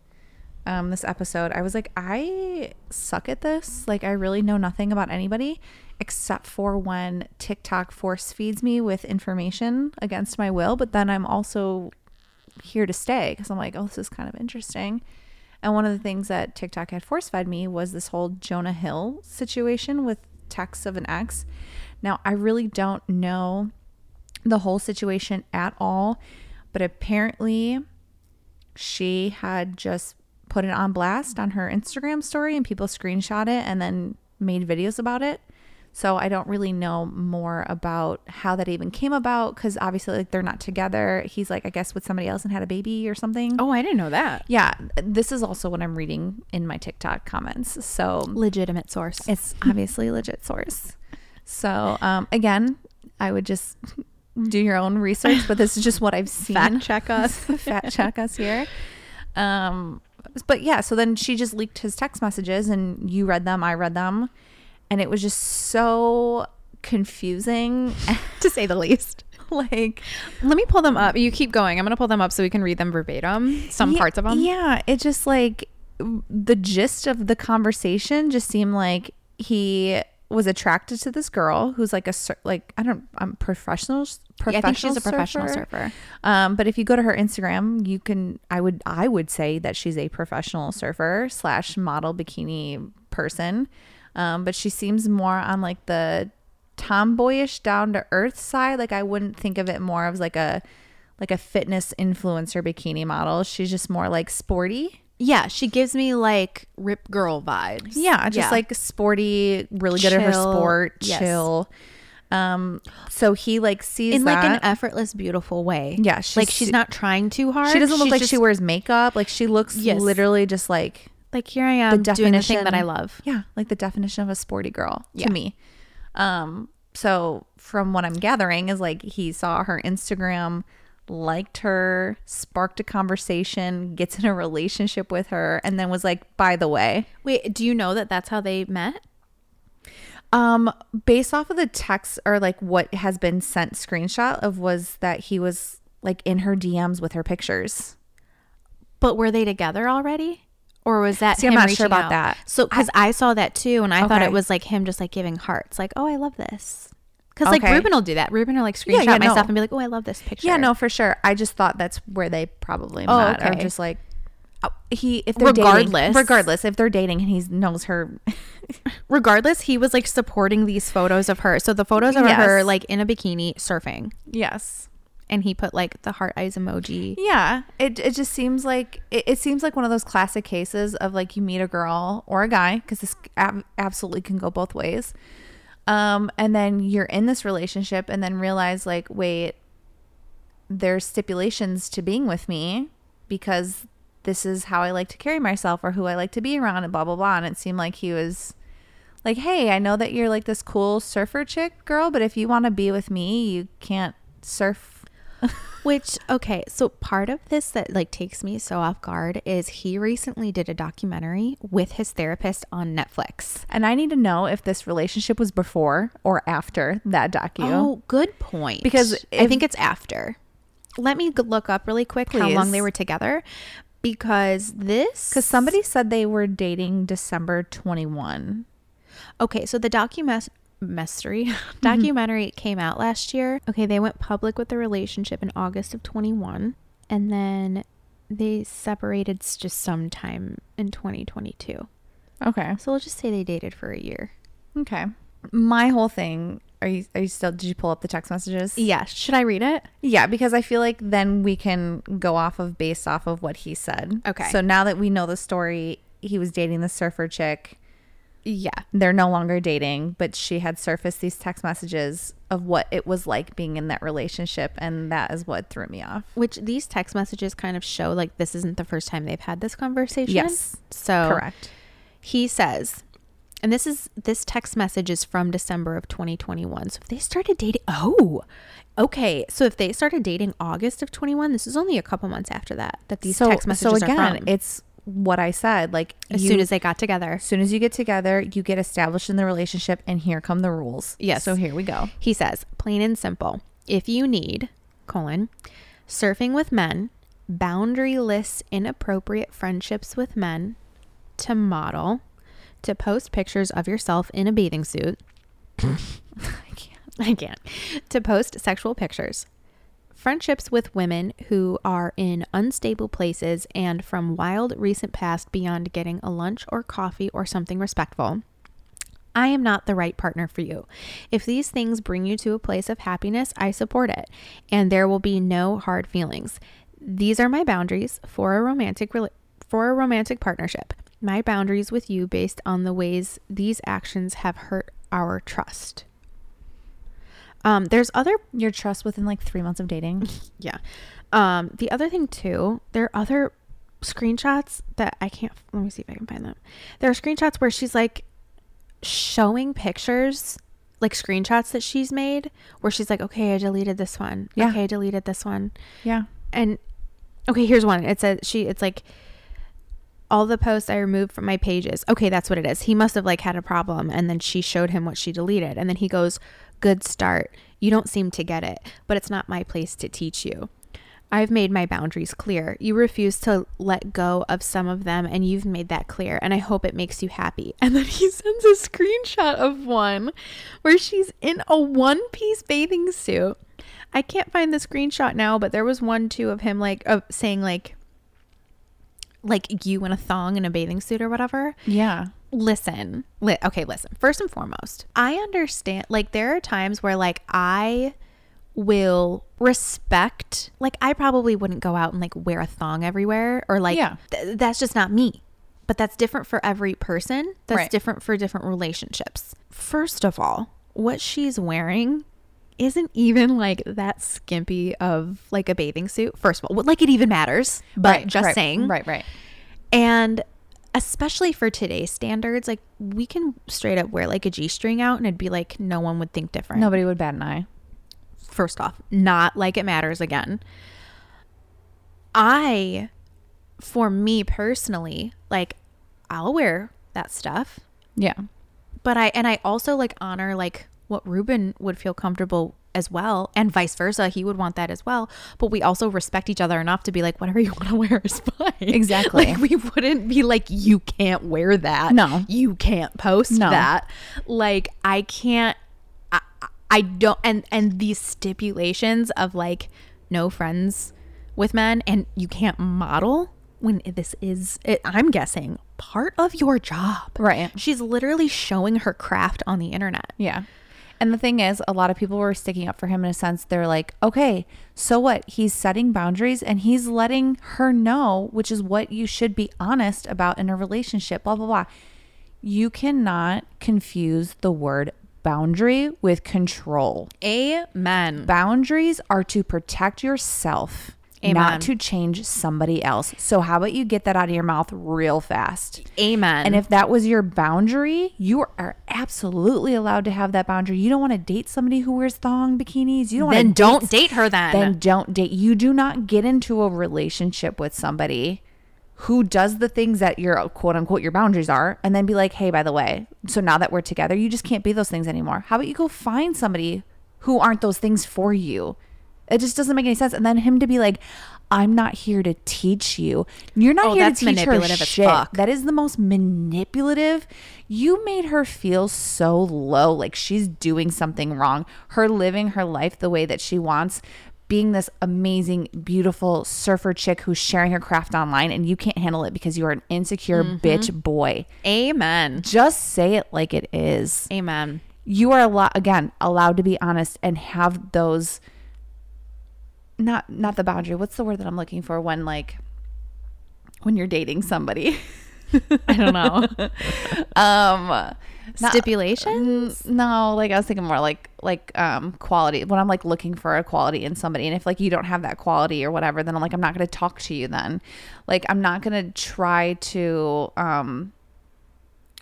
Speaker 2: um, this episode, I was like, I suck at this. Like, I really know nothing about anybody except for when TikTok force feeds me with information against my will. But then I'm also here to stay because I'm like, oh, this is kind of interesting. And one of the things that TikTok had force fed me was this whole Jonah Hill situation with texts of an ex. Now, I really don't know the whole situation at all, but apparently she had just put it on blast on her Instagram story and people screenshot it and then made videos about it. So I don't really know more about how that even came about cuz obviously like they're not together. He's like I guess with somebody else and had a baby or something.
Speaker 1: oh i didn't know that
Speaker 2: Yeah, this is also what I'm reading in my TikTok comments. So
Speaker 1: legitimate source <laughs>
Speaker 2: it's obviously a legit source. So um, again, I would just do your own research, but this is just what I've seen.
Speaker 1: fact check us
Speaker 2: <laughs> Fact check us here. Um, but yeah, so then she just leaked his text messages, and you read them, I read them, and it was just so confusing.
Speaker 1: <laughs> to say the least.
Speaker 2: <laughs> like
Speaker 1: Let me pull them up. You keep going. I'm going to pull them up so we can read them verbatim, some
Speaker 2: Yeah,
Speaker 1: parts of them.
Speaker 2: Yeah, it just like the gist of the conversation just seemed like he was attracted to this girl who's like a sur- like I don't I'm professional professional
Speaker 1: Yeah, I think she's a professional surfer.
Speaker 2: Um, but if you go to her Instagram, you can I would I would say that she's a professional surfer slash model bikini person. Um, but she seems more on like the tomboyish down to earth side. Like I wouldn't think of it more of like a like a fitness influencer bikini model. She's just more like sporty.
Speaker 1: Yeah, she gives me like rip girl vibes.
Speaker 2: Yeah, just like sporty, really good at her
Speaker 1: Chill.
Speaker 2: sport,
Speaker 1: Yes.
Speaker 2: chill. Um, so he like sees
Speaker 1: in like an
Speaker 2: that.
Speaker 1: effortless, beautiful way.
Speaker 2: Yeah,
Speaker 1: like
Speaker 2: she's-
Speaker 1: she's not trying too hard.
Speaker 2: she doesn't look
Speaker 1: She's
Speaker 2: like she
Speaker 1: just-
Speaker 2: wears makeup. Like she looks
Speaker 1: Yes.
Speaker 2: literally just like
Speaker 1: like here I am doing the thing that
Speaker 2: definition-
Speaker 1: I love.
Speaker 2: yeah, like the definition of a sporty girl
Speaker 1: Yeah.
Speaker 2: to me. Um, so from what I'm gathering is like he saw her Instagram, liked her, sparked a conversation, gets in a relationship with her, and then was like, by the way,
Speaker 1: Wait, do you know that that's how they met?
Speaker 2: Um, based off of the text or like what has been sent screenshot of was that he was like in her DMs with her pictures.
Speaker 1: But were they together already? Or was that
Speaker 2: See, I'm
Speaker 1: him
Speaker 2: not
Speaker 1: reaching
Speaker 2: sure about
Speaker 1: out?
Speaker 2: that.
Speaker 1: So, because I, saw that too, and I thought
Speaker 2: Okay.
Speaker 1: it was like him just like giving hearts, like, oh, I love this. Because like
Speaker 2: Okay.
Speaker 1: Ruben will do that. Ruben will like
Speaker 2: Yeah,
Speaker 1: screenshot
Speaker 2: yeah,
Speaker 1: myself
Speaker 2: no.
Speaker 1: and be like, oh, I love this picture.
Speaker 2: Yeah, no, for sure. I just thought that's where they probably
Speaker 1: Oh,
Speaker 2: met or
Speaker 1: okay.
Speaker 2: just like uh, he if they're dating-
Speaker 1: Regardless.
Speaker 2: regardless if they're dating and he knows her <laughs>
Speaker 1: Regardless, he was like supporting these photos of her. So the photos of
Speaker 2: Yes.
Speaker 1: her like in a bikini surfing,
Speaker 2: yes
Speaker 1: and he put like the heart eyes emoji.
Speaker 2: Yeah, it it just seems like it, it seems like one of those classic cases of like you meet a girl or a guy because this ab- absolutely can go both ways. Um, and then you're in this relationship and then realize like, wait, there's stipulations to being with me because this is how I like to carry myself or who I like to be around and blah blah blah. And it seemed like he was like, hey, I know that you're like this cool surfer chick girl, but if you want to be with me, you can't surf.
Speaker 1: Which okay, so part of this that like takes me so off guard is he recently did a documentary with his therapist on Netflix.
Speaker 2: And I need to know if this relationship was before or after that docu.
Speaker 1: Oh, good point.
Speaker 2: Because
Speaker 1: I
Speaker 2: if-
Speaker 1: think it's after. Let me g- look up really quick how long
Speaker 2: Please.
Speaker 1: they were together because this
Speaker 2: Because somebody said they were dating December 21.
Speaker 1: Okay, so the documentary <laughs> Mm-hmm. documentary came out last year. Okay, they went public with the relationship in August of 21 and then they separated s- just sometime in 2022.
Speaker 2: Okay.
Speaker 1: So we'll just say they dated for a year.
Speaker 2: Okay. My whole thing. Are you, are you still, did you pull up the text messages?
Speaker 1: Yeah, should I read it?
Speaker 2: Yeah, because I feel like then we can go off of based off of what he said.
Speaker 1: Okay.
Speaker 2: So now that we know the story, he was dating the surfer chick.
Speaker 1: Yeah.
Speaker 2: They're no longer dating, but she had surfaced these text messages of what it was like being in that relationship. And that is what threw me off.
Speaker 1: Which these text messages kind of show like this isn't the first time they've had this conversation.
Speaker 2: Yes.
Speaker 1: So
Speaker 2: Correct.
Speaker 1: he says and this is this text message is from december of 2021 so if they started dating oh okay so if they started dating august of 21 this is only a couple months after that that these text messages
Speaker 2: again,
Speaker 1: are from
Speaker 2: it's what I said. Like
Speaker 1: as
Speaker 2: you-
Speaker 1: soon as they got together
Speaker 2: as soon as you get together, you get established in the relationship, and here come the rules.
Speaker 1: Yes.
Speaker 2: So here we go.
Speaker 1: he says plain and simple if you need colon surfing with men boundaryless inappropriate friendships with men to model to post pictures of yourself in a bathing suit <laughs>
Speaker 2: I can't.
Speaker 1: I can't. To post sexual pictures. Friendships with women who are in unstable places and from wild recent past beyond getting a lunch or coffee or something respectful. I am not the right partner for you. If these things bring you to a place of happiness, I support it, and there will be no hard feelings. These are my boundaries for a romantic rela- for a romantic partnership. My boundaries with you based on the ways these actions have hurt our trust. Um, there's other
Speaker 2: Your trust within like three months
Speaker 1: <laughs>
Speaker 2: of dating.
Speaker 1: yeah. Um, the other thing too, there are other screenshots that I can't. Let me see if I can find them. There are screenshots where she's like showing pictures, like screenshots that she's made, where she's like, "Okay, I deleted this one.
Speaker 2: Yeah.
Speaker 1: Okay, I deleted this one."
Speaker 2: yeah.
Speaker 1: And okay, here's one. It says she. It's like all the posts I removed from my pages. Okay, that's what it is. He must have like had a problem, and then she showed him what she deleted, and then he goes, "Good start. You don't seem to get it, but it's not my place to teach you." I've made my boundaries clear. You refuse to let go of some of them, and you've made that clear, and I hope it makes you happy. <laughs> And then he sends a screenshot of one where she's in a one piece bathing suit. I can't find the screenshot now, but there was one too of him like of saying like like you in a thong and a bathing suit or whatever.
Speaker 2: Yeah.
Speaker 1: Listen. Li- okay, listen. First and foremost, I understand like there are times where like I will respect like I probably wouldn't go out and like wear a thong everywhere or like
Speaker 2: Yeah.
Speaker 1: th- that's just not me. But that's different for every person. That's
Speaker 2: Right.
Speaker 1: different for different relationships. First of all, what she's wearing isn't even like that skimpy of like a bathing suit. First of all, like it even matters, but
Speaker 2: Right,
Speaker 1: just
Speaker 2: right,
Speaker 1: saying.
Speaker 2: Right. Right.
Speaker 1: And especially for today's standards, like we can straight up wear like a G string out and it'd be like no one would think different.
Speaker 2: Nobody would bat an eye.
Speaker 1: First off, not like it matters again. I, for me personally, like I'll wear that stuff
Speaker 2: Yeah.
Speaker 1: But I and I also like honor like what Ruben would feel comfortable as well and vice versa he would want that as well but we also respect each other enough to be like whatever you <laughs> want to wear is fine
Speaker 2: Exactly.
Speaker 1: Like, we wouldn't be like you can't wear that
Speaker 2: No.
Speaker 1: you can't post
Speaker 2: No.
Speaker 1: that like i can't I, I- I don't and and these stipulations of like no friends with men and you can't model when this is it, i'm guessing part of your job
Speaker 2: Right.
Speaker 1: she's literally showing her craft on the internet
Speaker 2: Yeah. And the thing is, a lot of people were sticking up for him in a sense. They're like, okay, so what? He's setting boundaries and he's letting her know, which is what you should be honest about in a relationship, blah, blah, blah. You cannot confuse the word boundary with control.
Speaker 1: amen
Speaker 2: Boundaries are to protect yourself,
Speaker 1: Amen.
Speaker 2: not to change somebody else. So, how about you get that out of your mouth real fast?
Speaker 1: amen
Speaker 2: And if that was your boundary, you are absolutely allowed to have that boundary. You don't want to date somebody who wears thong bikinis. You don't
Speaker 1: then
Speaker 2: want to
Speaker 1: don't date her then.
Speaker 2: then don't date. You do not get into a relationship with somebody who does the things that your quote unquote your boundaries are and then be like, "Hey, by the way, so now that we're together, you just can't be those things anymore. How about you go find somebody who aren't those things for you?" It just doesn't make any sense. And then him to be like, "I'm not here to teach you. You're not
Speaker 1: Oh,
Speaker 2: here
Speaker 1: that's
Speaker 2: to teach
Speaker 1: manipulative
Speaker 2: her
Speaker 1: as
Speaker 2: shit.
Speaker 1: fuck.
Speaker 2: That is the most manipulative. You made her feel so low, like she's doing something wrong. Her living her life the way that she wants, being this amazing, beautiful surfer chick who's sharing her craft online, and you can't handle it because you are an insecure
Speaker 1: Mm-hmm.
Speaker 2: bitch boy.
Speaker 1: Amen.
Speaker 2: Just say it like it is.
Speaker 1: Amen.
Speaker 2: You are a lot again allowed to be honest and have those. Not not the boundary. What's the word that I'm looking for? When like when you're dating somebody.
Speaker 1: <laughs>
Speaker 2: <laughs>
Speaker 1: I don't know.
Speaker 2: um not-
Speaker 1: <laughs> Stipulation?
Speaker 2: Mm, no like i was thinking more like like um quality when i'm like looking for a quality in somebody and if like you don't have that quality or whatever then i'm like i'm not going to talk to you then like i'm not going to try to um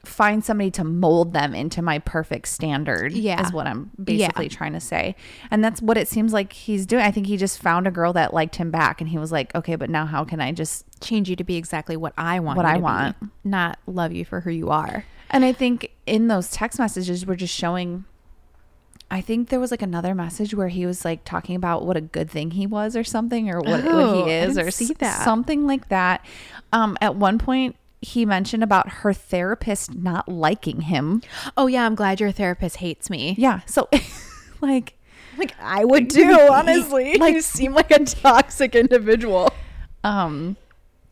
Speaker 2: find somebody to mold them into my perfect standard
Speaker 1: Yeah.
Speaker 2: is what i'm
Speaker 1: Yeah.
Speaker 2: basically trying to say and that's what it seems like he's doing i think he just found a girl that liked him back and he was like okay but now how can i just
Speaker 1: uh, Change you to be exactly what I want.
Speaker 2: What
Speaker 1: you
Speaker 2: I
Speaker 1: to be,
Speaker 2: want.
Speaker 1: not love you for who you are.
Speaker 2: And I think in those text messages, we're just showing. I think there was like another message where he was like talking about what a good thing he was or something or what,
Speaker 1: Oh,
Speaker 2: what he
Speaker 1: I
Speaker 2: is
Speaker 1: didn't
Speaker 2: or
Speaker 1: see
Speaker 2: s-
Speaker 1: that.
Speaker 2: something like that. Um, at one point, he mentioned about her therapist not liking him.
Speaker 1: Oh yeah, I'm glad your therapist hates me.
Speaker 2: Yeah. So, <laughs> like,
Speaker 1: <laughs> Like I would too, honestly.
Speaker 2: Like-
Speaker 1: you seem like a toxic individual.
Speaker 2: Um,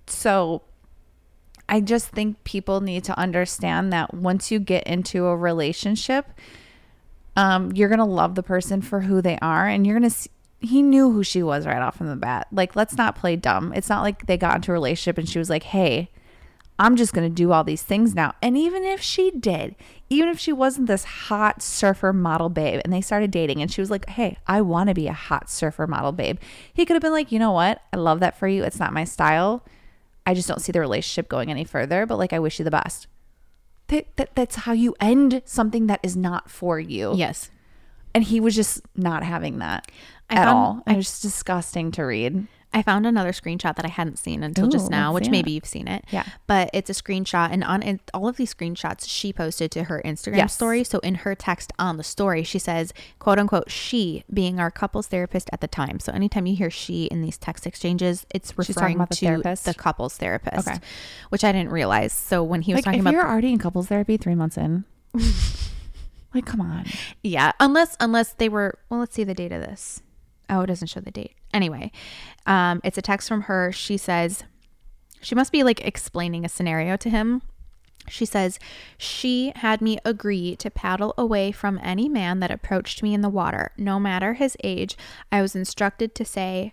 Speaker 2: so I just think people need to understand that once you get into a relationship, um, you're gonna love the person for who they are, and you're gonna. See, he knew who she was right off from the bat. Like, let's not play dumb. It's not like they got into a relationship and she was like, "Hey, I'm just gonna do all these things now." And even if she did, even if she wasn't this hot surfer model babe, and they started dating, and she was like, "Hey, I want to be a hot surfer model babe," he could have been like, "You know what? I love that for you. It's not my style. I just don't see the relationship going any further. But like, I wish you the best." That, that, that's how you end something that is not for you
Speaker 1: Yes.
Speaker 2: and he was just not having that
Speaker 1: I
Speaker 2: at
Speaker 1: found-
Speaker 2: all. it was just disgusting to read.
Speaker 1: I found another screenshot that I hadn't seen until
Speaker 2: Ooh,
Speaker 1: just now,
Speaker 2: let's
Speaker 1: which
Speaker 2: see
Speaker 1: maybe
Speaker 2: it.
Speaker 1: you've seen it.
Speaker 2: Yeah.
Speaker 1: But it's a screenshot, and on and all of these screenshots she posted to her Instagram
Speaker 2: Yes.
Speaker 1: story. So in her text on the story, she says, "quote unquote," she being our couples therapist at the time. So anytime you hear she in these text exchanges, it's
Speaker 2: talking
Speaker 1: referring
Speaker 2: about the
Speaker 1: to
Speaker 2: therapist?
Speaker 1: the couples therapist,
Speaker 2: Okay.
Speaker 1: which I didn't realize. So when he was
Speaker 2: Like
Speaker 1: talking
Speaker 2: if
Speaker 1: about
Speaker 2: you're already in couples therapy three
Speaker 1: <laughs>
Speaker 2: months in, like come on.
Speaker 1: Yeah, unless unless they were well, let's see the date of this. Oh, it doesn't show the date. Anyway, um, it's a text from her. She says she must be like explaining a scenario to him. She says she had me agree to paddle away from any man that approached me in the water, no matter his age. I was instructed to say,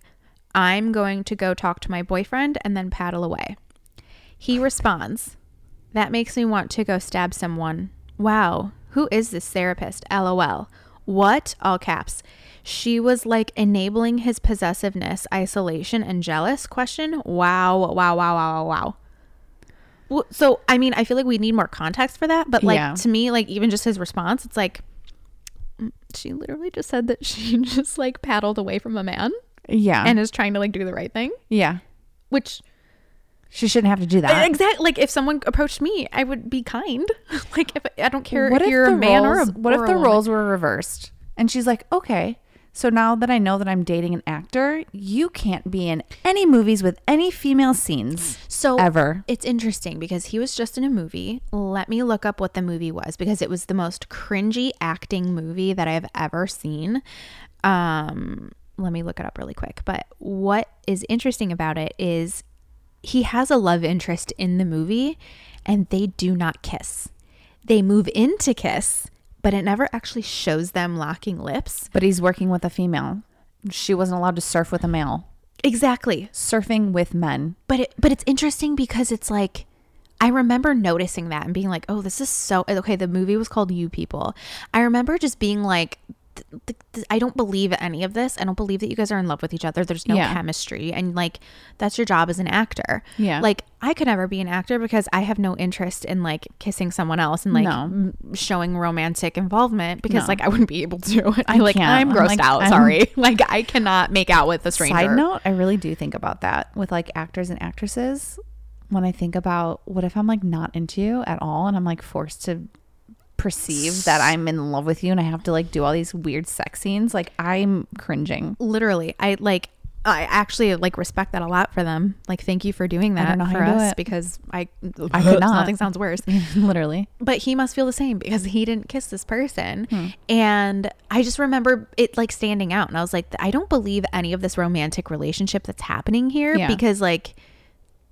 Speaker 1: "I'm going to go talk to my boyfriend and then paddle away." He responds, That makes me want to go stab someone. Wow, who is this therapist? LOL. What? All caps. She was like enabling his possessiveness, isolation, and jealous question. Wow, wow, wow, wow, wow, wow. Well, So, I mean, I feel like we need more context for that, but like
Speaker 2: Yeah.
Speaker 1: to me, like even just his response, it's like mm, she literally just said that she <laughs> just like
Speaker 2: Uh-huh.
Speaker 1: paddled away from a man
Speaker 2: Yeah,
Speaker 1: and is trying to like do the right thing,
Speaker 2: yeah.
Speaker 1: which
Speaker 2: She shouldn't have to do that.
Speaker 1: Exactly. Like if someone approached me, I would be kind. <laughs> like if I don't care
Speaker 2: what
Speaker 1: if
Speaker 2: if
Speaker 1: you're
Speaker 2: the
Speaker 1: a man
Speaker 2: roles,
Speaker 1: or a
Speaker 2: what if
Speaker 1: or a
Speaker 2: the
Speaker 1: woman.
Speaker 2: roles were reversed? And she's like, okay, so now that I know that I'm dating an actor, you can't be in any movies with any female scenes
Speaker 1: so
Speaker 2: ever.
Speaker 1: It's interesting because he was just in a movie. Let me look up what the movie was because it was the most cringy acting movie that I've ever seen. Um, let me look it up really quick. But what is interesting about it is he has a love interest in the movie and they do not kiss. They move in to kiss, but it never actually shows them locking lips.
Speaker 2: But he's working with a female. She wasn't allowed to surf with a male.
Speaker 1: Exactly.
Speaker 2: Surfing with men.
Speaker 1: but it, but it's interesting because it's like I remember noticing that and being like, "Oh, this is so okay." The movie was called You People. I remember just being like, th- th- th- "I don't believe any of this. I don't believe that you guys are in love with each other. There's no
Speaker 2: Yeah.
Speaker 1: chemistry, and like that's your job as an actor.
Speaker 2: Yeah.
Speaker 1: like I could never be an actor because I have no interest in like kissing someone else and like
Speaker 2: No.
Speaker 1: m- showing romantic involvement because
Speaker 2: No.
Speaker 1: like I wouldn't be able to. <laughs> I like
Speaker 2: can't.
Speaker 1: I'm
Speaker 2: I'm
Speaker 1: grossed
Speaker 2: like,
Speaker 1: out.
Speaker 2: I'm-
Speaker 1: sorry, <laughs> like I cannot make out with a stranger.
Speaker 2: Side note, I really do think about that with like actors and actresses. When I think about what if I'm like not into you at all and I'm like forced to perceive that I'm in love with you and I have to like do all these weird sex scenes, like I'm
Speaker 1: <laughs>
Speaker 2: cringing.
Speaker 1: literally i like i actually like respect that a lot for them like thank you for doing that
Speaker 2: don't know how
Speaker 1: for
Speaker 2: you do
Speaker 1: us
Speaker 2: it.
Speaker 1: because
Speaker 2: <laughs>
Speaker 1: i
Speaker 2: I could not.
Speaker 1: nothing sounds worse
Speaker 2: <laughs> Literally.
Speaker 1: <laughs> but he must feel the same because he didn't kiss this person
Speaker 2: Hmm.
Speaker 1: and i just remember it like standing out and i was like i don't believe any of this romantic relationship that's happening here
Speaker 2: Yeah.
Speaker 1: because like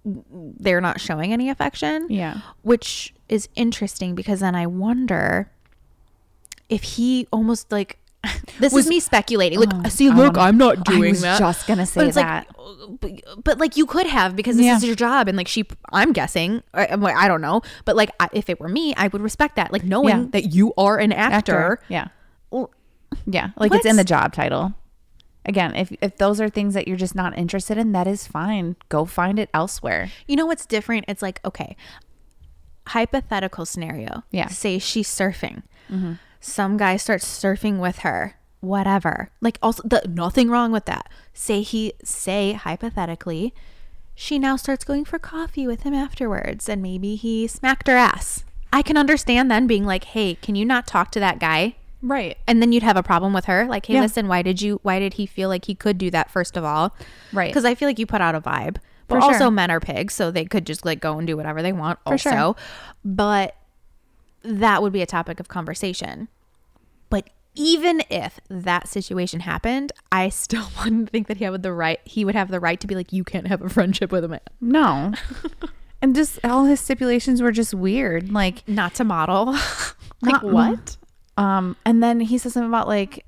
Speaker 1: they're not showing any affection
Speaker 2: Yeah.
Speaker 1: which is interesting because then i wonder if he almost like <laughs> this is me speculating like
Speaker 2: Oh,
Speaker 1: see
Speaker 2: I
Speaker 1: look
Speaker 2: wanna-
Speaker 1: i'm not
Speaker 2: I
Speaker 1: doing
Speaker 2: was
Speaker 1: that
Speaker 2: just gonna say
Speaker 1: but it's
Speaker 2: that.
Speaker 1: like but, but like you could have because this
Speaker 2: Yeah.
Speaker 1: is your job and like she i'm guessing i, I'm like, I don't know but like I, if it were me i would respect that like knowing
Speaker 2: Yeah.
Speaker 1: that you are an actor,
Speaker 2: Yeah.
Speaker 1: Well,
Speaker 2: Yeah. Like it's in the job title. Again, if if those are things that you're just not interested in, that is fine. Go find it elsewhere.
Speaker 1: you know what's different it's like okay hypothetical scenario
Speaker 2: Yeah.
Speaker 1: say she's surfing some guy starts surfing with her whatever like also the, nothing wrong with that say he say hypothetically she now starts going for coffee with him afterwards and maybe he smacked her ass i can understand then being like hey can you not talk to that guy
Speaker 2: Right.
Speaker 1: and then you'd have a problem with her like hey
Speaker 2: Yeah.
Speaker 1: listen why did you why did he feel like he could do that first of all
Speaker 2: Right.
Speaker 1: because i feel like you put out a vibe but
Speaker 2: For
Speaker 1: also
Speaker 2: sure.
Speaker 1: men are pigs so they could just like go and do whatever they want also
Speaker 2: sure.
Speaker 1: but that would be a topic of conversation but even if that situation happened i still <laughs> wouldn't think that he would the right he would have the right to be like you can't have a friendship with a man
Speaker 2: No. and just all his stipulations were just weird. <laughs> Like
Speaker 1: not to model like
Speaker 2: Not-
Speaker 1: what
Speaker 2: um and then he says something about like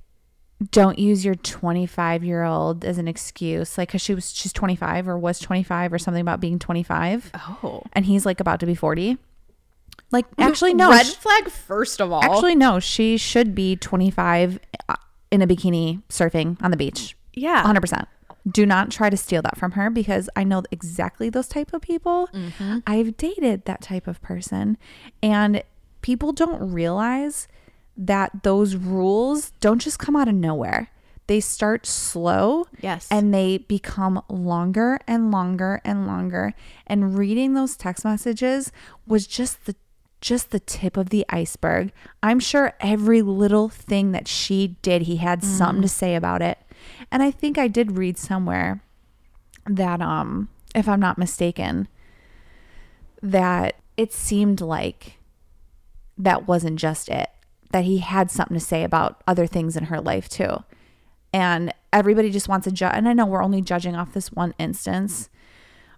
Speaker 2: don't use your 25 year old as an excuse like cuz she was she's 25 or was 25 or something about being 25
Speaker 1: oh
Speaker 2: and he's like about to be 40. Like actually no.
Speaker 1: red
Speaker 2: she-
Speaker 1: flag first of all
Speaker 2: Actually, no. She should be 25 uh, in a bikini surfing on the beach.
Speaker 1: Yeah.
Speaker 2: 100%. Do not try to steal that from her because I know exactly those type of people. I've dated that type of person. And people don't realize that those rules don't just come out of nowhere. They start slow.
Speaker 1: Yes.
Speaker 2: And they become longer and longer and longer. And reading those text messages was just the just the tip of the iceberg. I'm sure every little thing that she did, he had something to say about it. And I think I did read somewhere that um if I'm not mistaken that it seemed like that wasn't just it. That he had something to say about other things in her life too. And everybody just wants to judge. And I know we're only judging off this one instance,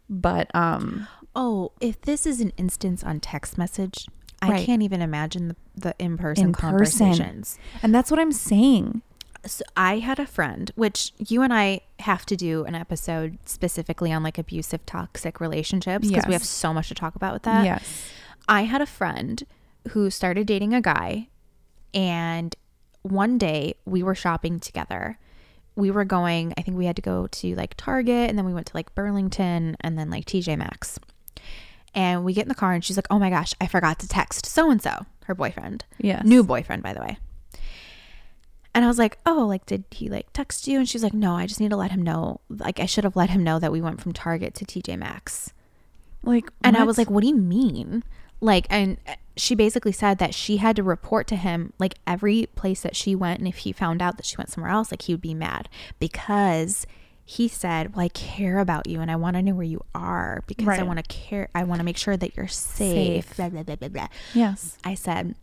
Speaker 2: but um,
Speaker 1: Oh, if this is an instance on text message, I
Speaker 2: Right.
Speaker 1: can't even imagine the, the in-person
Speaker 2: in person,
Speaker 1: conversations.
Speaker 2: and that's what I'm saying.
Speaker 1: So I had a friend, which you and I have to do an episode specifically on like abusive toxic relationships because we have
Speaker 2: Yes.
Speaker 1: so much to talk about with
Speaker 2: Uh,
Speaker 1: that.
Speaker 2: yes,
Speaker 1: I had a friend who started dating a guy, and one day we were shopping together. We were going, I think we had to go to like Target, and then we went to like Burlington and then like TJ Maxx. And we get in the car, and she's like, Oh my gosh, I forgot to text so and so, her boyfriend.
Speaker 2: Yes.
Speaker 1: New boyfriend, by the way. And I was like, oh, like, did he like text you? And she's like, no, I just need to let him know. Like, I should have let him know that we went from Target to TJ Maxx.
Speaker 2: Like,
Speaker 1: And I
Speaker 2: what?
Speaker 1: was like, what do you mean? Like, and uh, she basically said that she had to report to him like every place that she went. And if he found out that she went somewhere else, like he would be mad because he said, well, I care about you and I want to know where you are because I
Speaker 2: Right.
Speaker 1: want to care. I want to make sure that you're safe.
Speaker 2: Safe.
Speaker 1: Blah, blah, blah, blah, blah.
Speaker 2: yes,
Speaker 1: I said,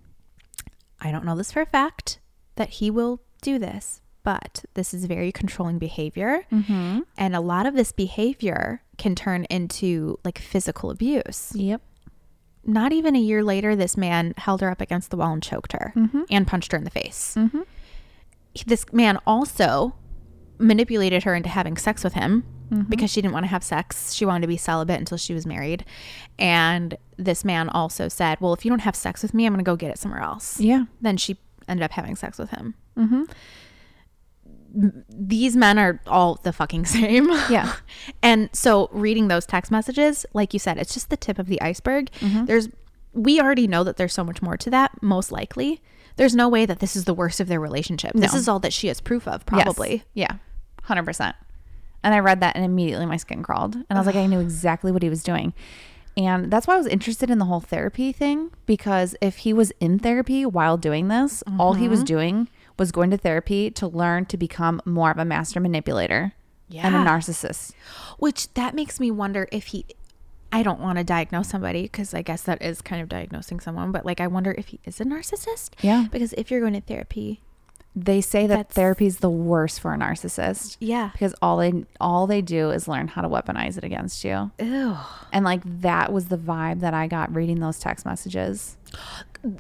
Speaker 1: I don't know this for a fact that he will do this, but this is very controlling behavior.
Speaker 2: mm-hmm.
Speaker 1: And a lot of this behavior can turn into like physical abuse.
Speaker 2: yep,
Speaker 1: Not even a year later, this man held her up against the wall and choked her and punched her in the face.
Speaker 2: mm-hmm.
Speaker 1: This man also manipulated her into having sex with him because she didn't want to have sex. She wanted to be celibate until she was married. And this man also said, Well, if you don't have sex with me, I'm going to go get it somewhere else.
Speaker 2: yeah,
Speaker 1: Then she ended up having sex with him.
Speaker 2: mm-hmm.
Speaker 1: these men are all the fucking <laughs> same.
Speaker 2: Yeah.
Speaker 1: and so reading those text messages, like you said, it's just the tip of the iceberg.
Speaker 2: Mm-hmm.
Speaker 1: There's we already know that there's so much more to that, most likely. There's no way that this is the worst of their relationship. This
Speaker 2: No.
Speaker 1: is all that she has proof of, probably.
Speaker 2: Yes. Yeah. 100%. And I read that and immediately my skin crawled. And I was like, I knew exactly what he was doing. And that's why I was interested in the whole therapy thing because if he was in therapy while doing this, all he was doing was going to therapy to learn to become more of a master manipulator and a
Speaker 1: Yeah.
Speaker 2: narcissist.
Speaker 1: Which that makes me wonder if he I don't want to diagnose somebody because I guess that is kind of diagnosing someone, but like I wonder if he is a narcissist.
Speaker 2: Yeah.
Speaker 1: Because if you're going to therapy,
Speaker 2: They say that
Speaker 1: That's-
Speaker 2: therapy is the worst for a narcissist
Speaker 1: yeah.
Speaker 2: because all they all they do is learn how to weaponize it against you.
Speaker 1: Ew.
Speaker 2: And like that was the vibe that I got reading those text messages.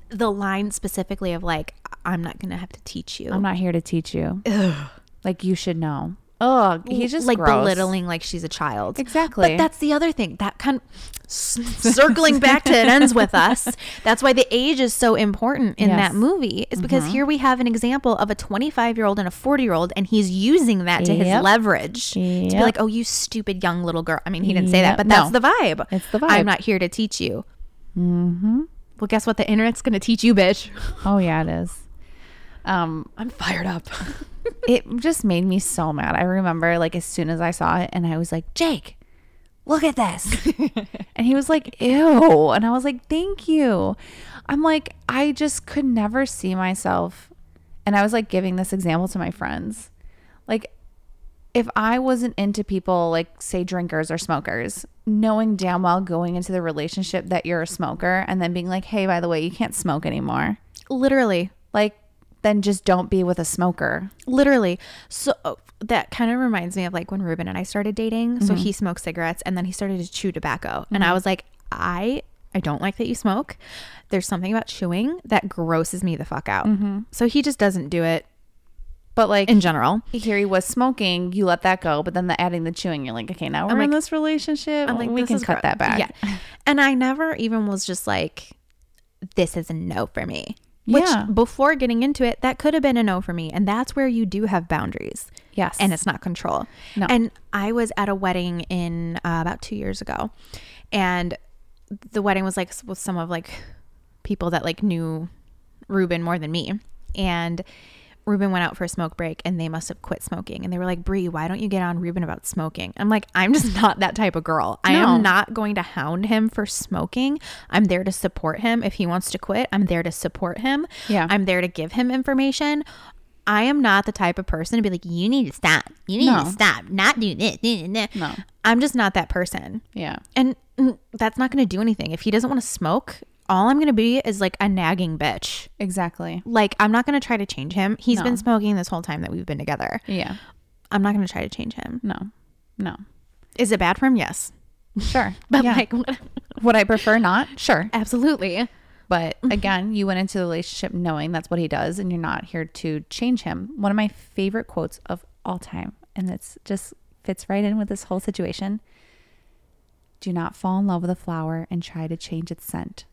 Speaker 1: The line specifically of like, I'm not gonna have to teach you.
Speaker 2: I'm not here to teach you. Like you should know. Oh, he's just
Speaker 1: like
Speaker 2: gross.
Speaker 1: belittling like she's a child.
Speaker 2: Exactly.
Speaker 1: But that's the other thing that kind of circling back to it ends with us. That's why the age is so important in
Speaker 2: Yes. Mm-hmm.
Speaker 1: that movie. Is because here we have an example of a 25 year old and a 40 year old, and he's using that to his
Speaker 2: Yep.
Speaker 1: leverage to be
Speaker 2: Yep.
Speaker 1: like, "Oh, you stupid young little girl." I mean, he didn't say that,
Speaker 2: Yep.
Speaker 1: but that's
Speaker 2: No.
Speaker 1: the vibe.
Speaker 2: It's the
Speaker 1: I'm
Speaker 2: vibe.
Speaker 1: not here to teach you. Mm-hmm. Well, guess what? The internet's going to teach you, bitch.
Speaker 2: Oh yeah, it is. Um,
Speaker 1: I'm fired
Speaker 2: <laughs>
Speaker 1: up.
Speaker 2: it just made me so mad. I remember like as soon as I saw it, and I was like, Jake, look at this, and he was like, ew, and I was like, thank you. I'm like, I just could never see myself, and I was like giving this example to my friends, like. If I wasn't into people like, say, drinkers or smokers, knowing damn well going into the relationship that you're a smoker and then being like, hey, by the way, you can't smoke anymore,
Speaker 1: Literally.
Speaker 2: like, then just don't be with a smoker.
Speaker 1: literally so oh, that kind of reminds me of like when ruben and i started dating so
Speaker 2: Mm-hmm.
Speaker 1: he smoked cigarettes and then he started to chew tobacco and i was like i i don't like that you smoke there's something about chewing that grosses me the fuck out
Speaker 2: Mm-hmm.
Speaker 1: so he just doesn't do it
Speaker 2: But like,
Speaker 1: in general
Speaker 2: here he was smoking, you let that go, but then the adding the chewing, you're like, okay, now we're in this relationship.
Speaker 1: I'm like,
Speaker 2: we
Speaker 1: this
Speaker 2: can
Speaker 1: is
Speaker 2: cut
Speaker 1: gross.
Speaker 2: that back.
Speaker 1: Yeah. And I never even was just like, this is a no for me. Which
Speaker 2: Yeah.
Speaker 1: before getting into it, that could have been a no for me. And that's where you do have boundaries.
Speaker 2: Yes.
Speaker 1: And it's not control.
Speaker 2: No.
Speaker 1: And I was at a wedding in uh, about two years ago. And the wedding was like s- with some of like people that like knew Ruben more than me. And Ruben went out for a smoke break and they must have quit smoking. And they were like, Brie, why don't you get on Ruben about smoking? I'm like, I'm just <laughs> not that type of girl. I
Speaker 2: No.
Speaker 1: am not going to hound him for smoking. I'm there to support him. If he wants to quit, I'm there to support him.
Speaker 2: Yeah.
Speaker 1: I'm there to give him information. I am not the type of person to be like, you need to stop. You need
Speaker 2: No.
Speaker 1: to stop. Not do this. No. I'm just not that person.
Speaker 2: Yeah.
Speaker 1: And mm, that's not going to do anything. If he doesn't want to smoke, all I'm going to be is like a nagging bitch.
Speaker 2: Exactly.
Speaker 1: Like, I'm not going to try to change him. He's
Speaker 2: No.
Speaker 1: been smoking this whole time that we've been together.
Speaker 2: Yeah.
Speaker 1: I'm not going to try to change him.
Speaker 2: No. No.
Speaker 1: Is it bad for him? Yes.
Speaker 2: <laughs> Sure.
Speaker 1: But
Speaker 2: yeah.
Speaker 1: like, <laughs>
Speaker 2: would I prefer not? Sure.
Speaker 1: absolutely.
Speaker 2: <laughs> But again, you went into the relationship knowing that's what he does and you're not here to change him. One of my favorite quotes of all time, and it's just fits right in with this whole situation. Do not fall in love with a flower and try to change its scent.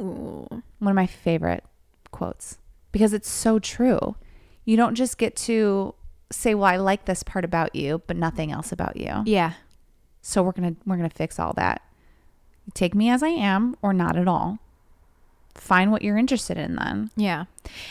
Speaker 1: Ooh.
Speaker 2: one of my favorite quotes because it's so true. You don't just get to say, "Well, I like this part about you, but nothing else about you."
Speaker 1: Yeah.
Speaker 2: So we're going to we're going to fix all that. Take me as I am or not at all. Find what you're interested in then.
Speaker 1: Yeah.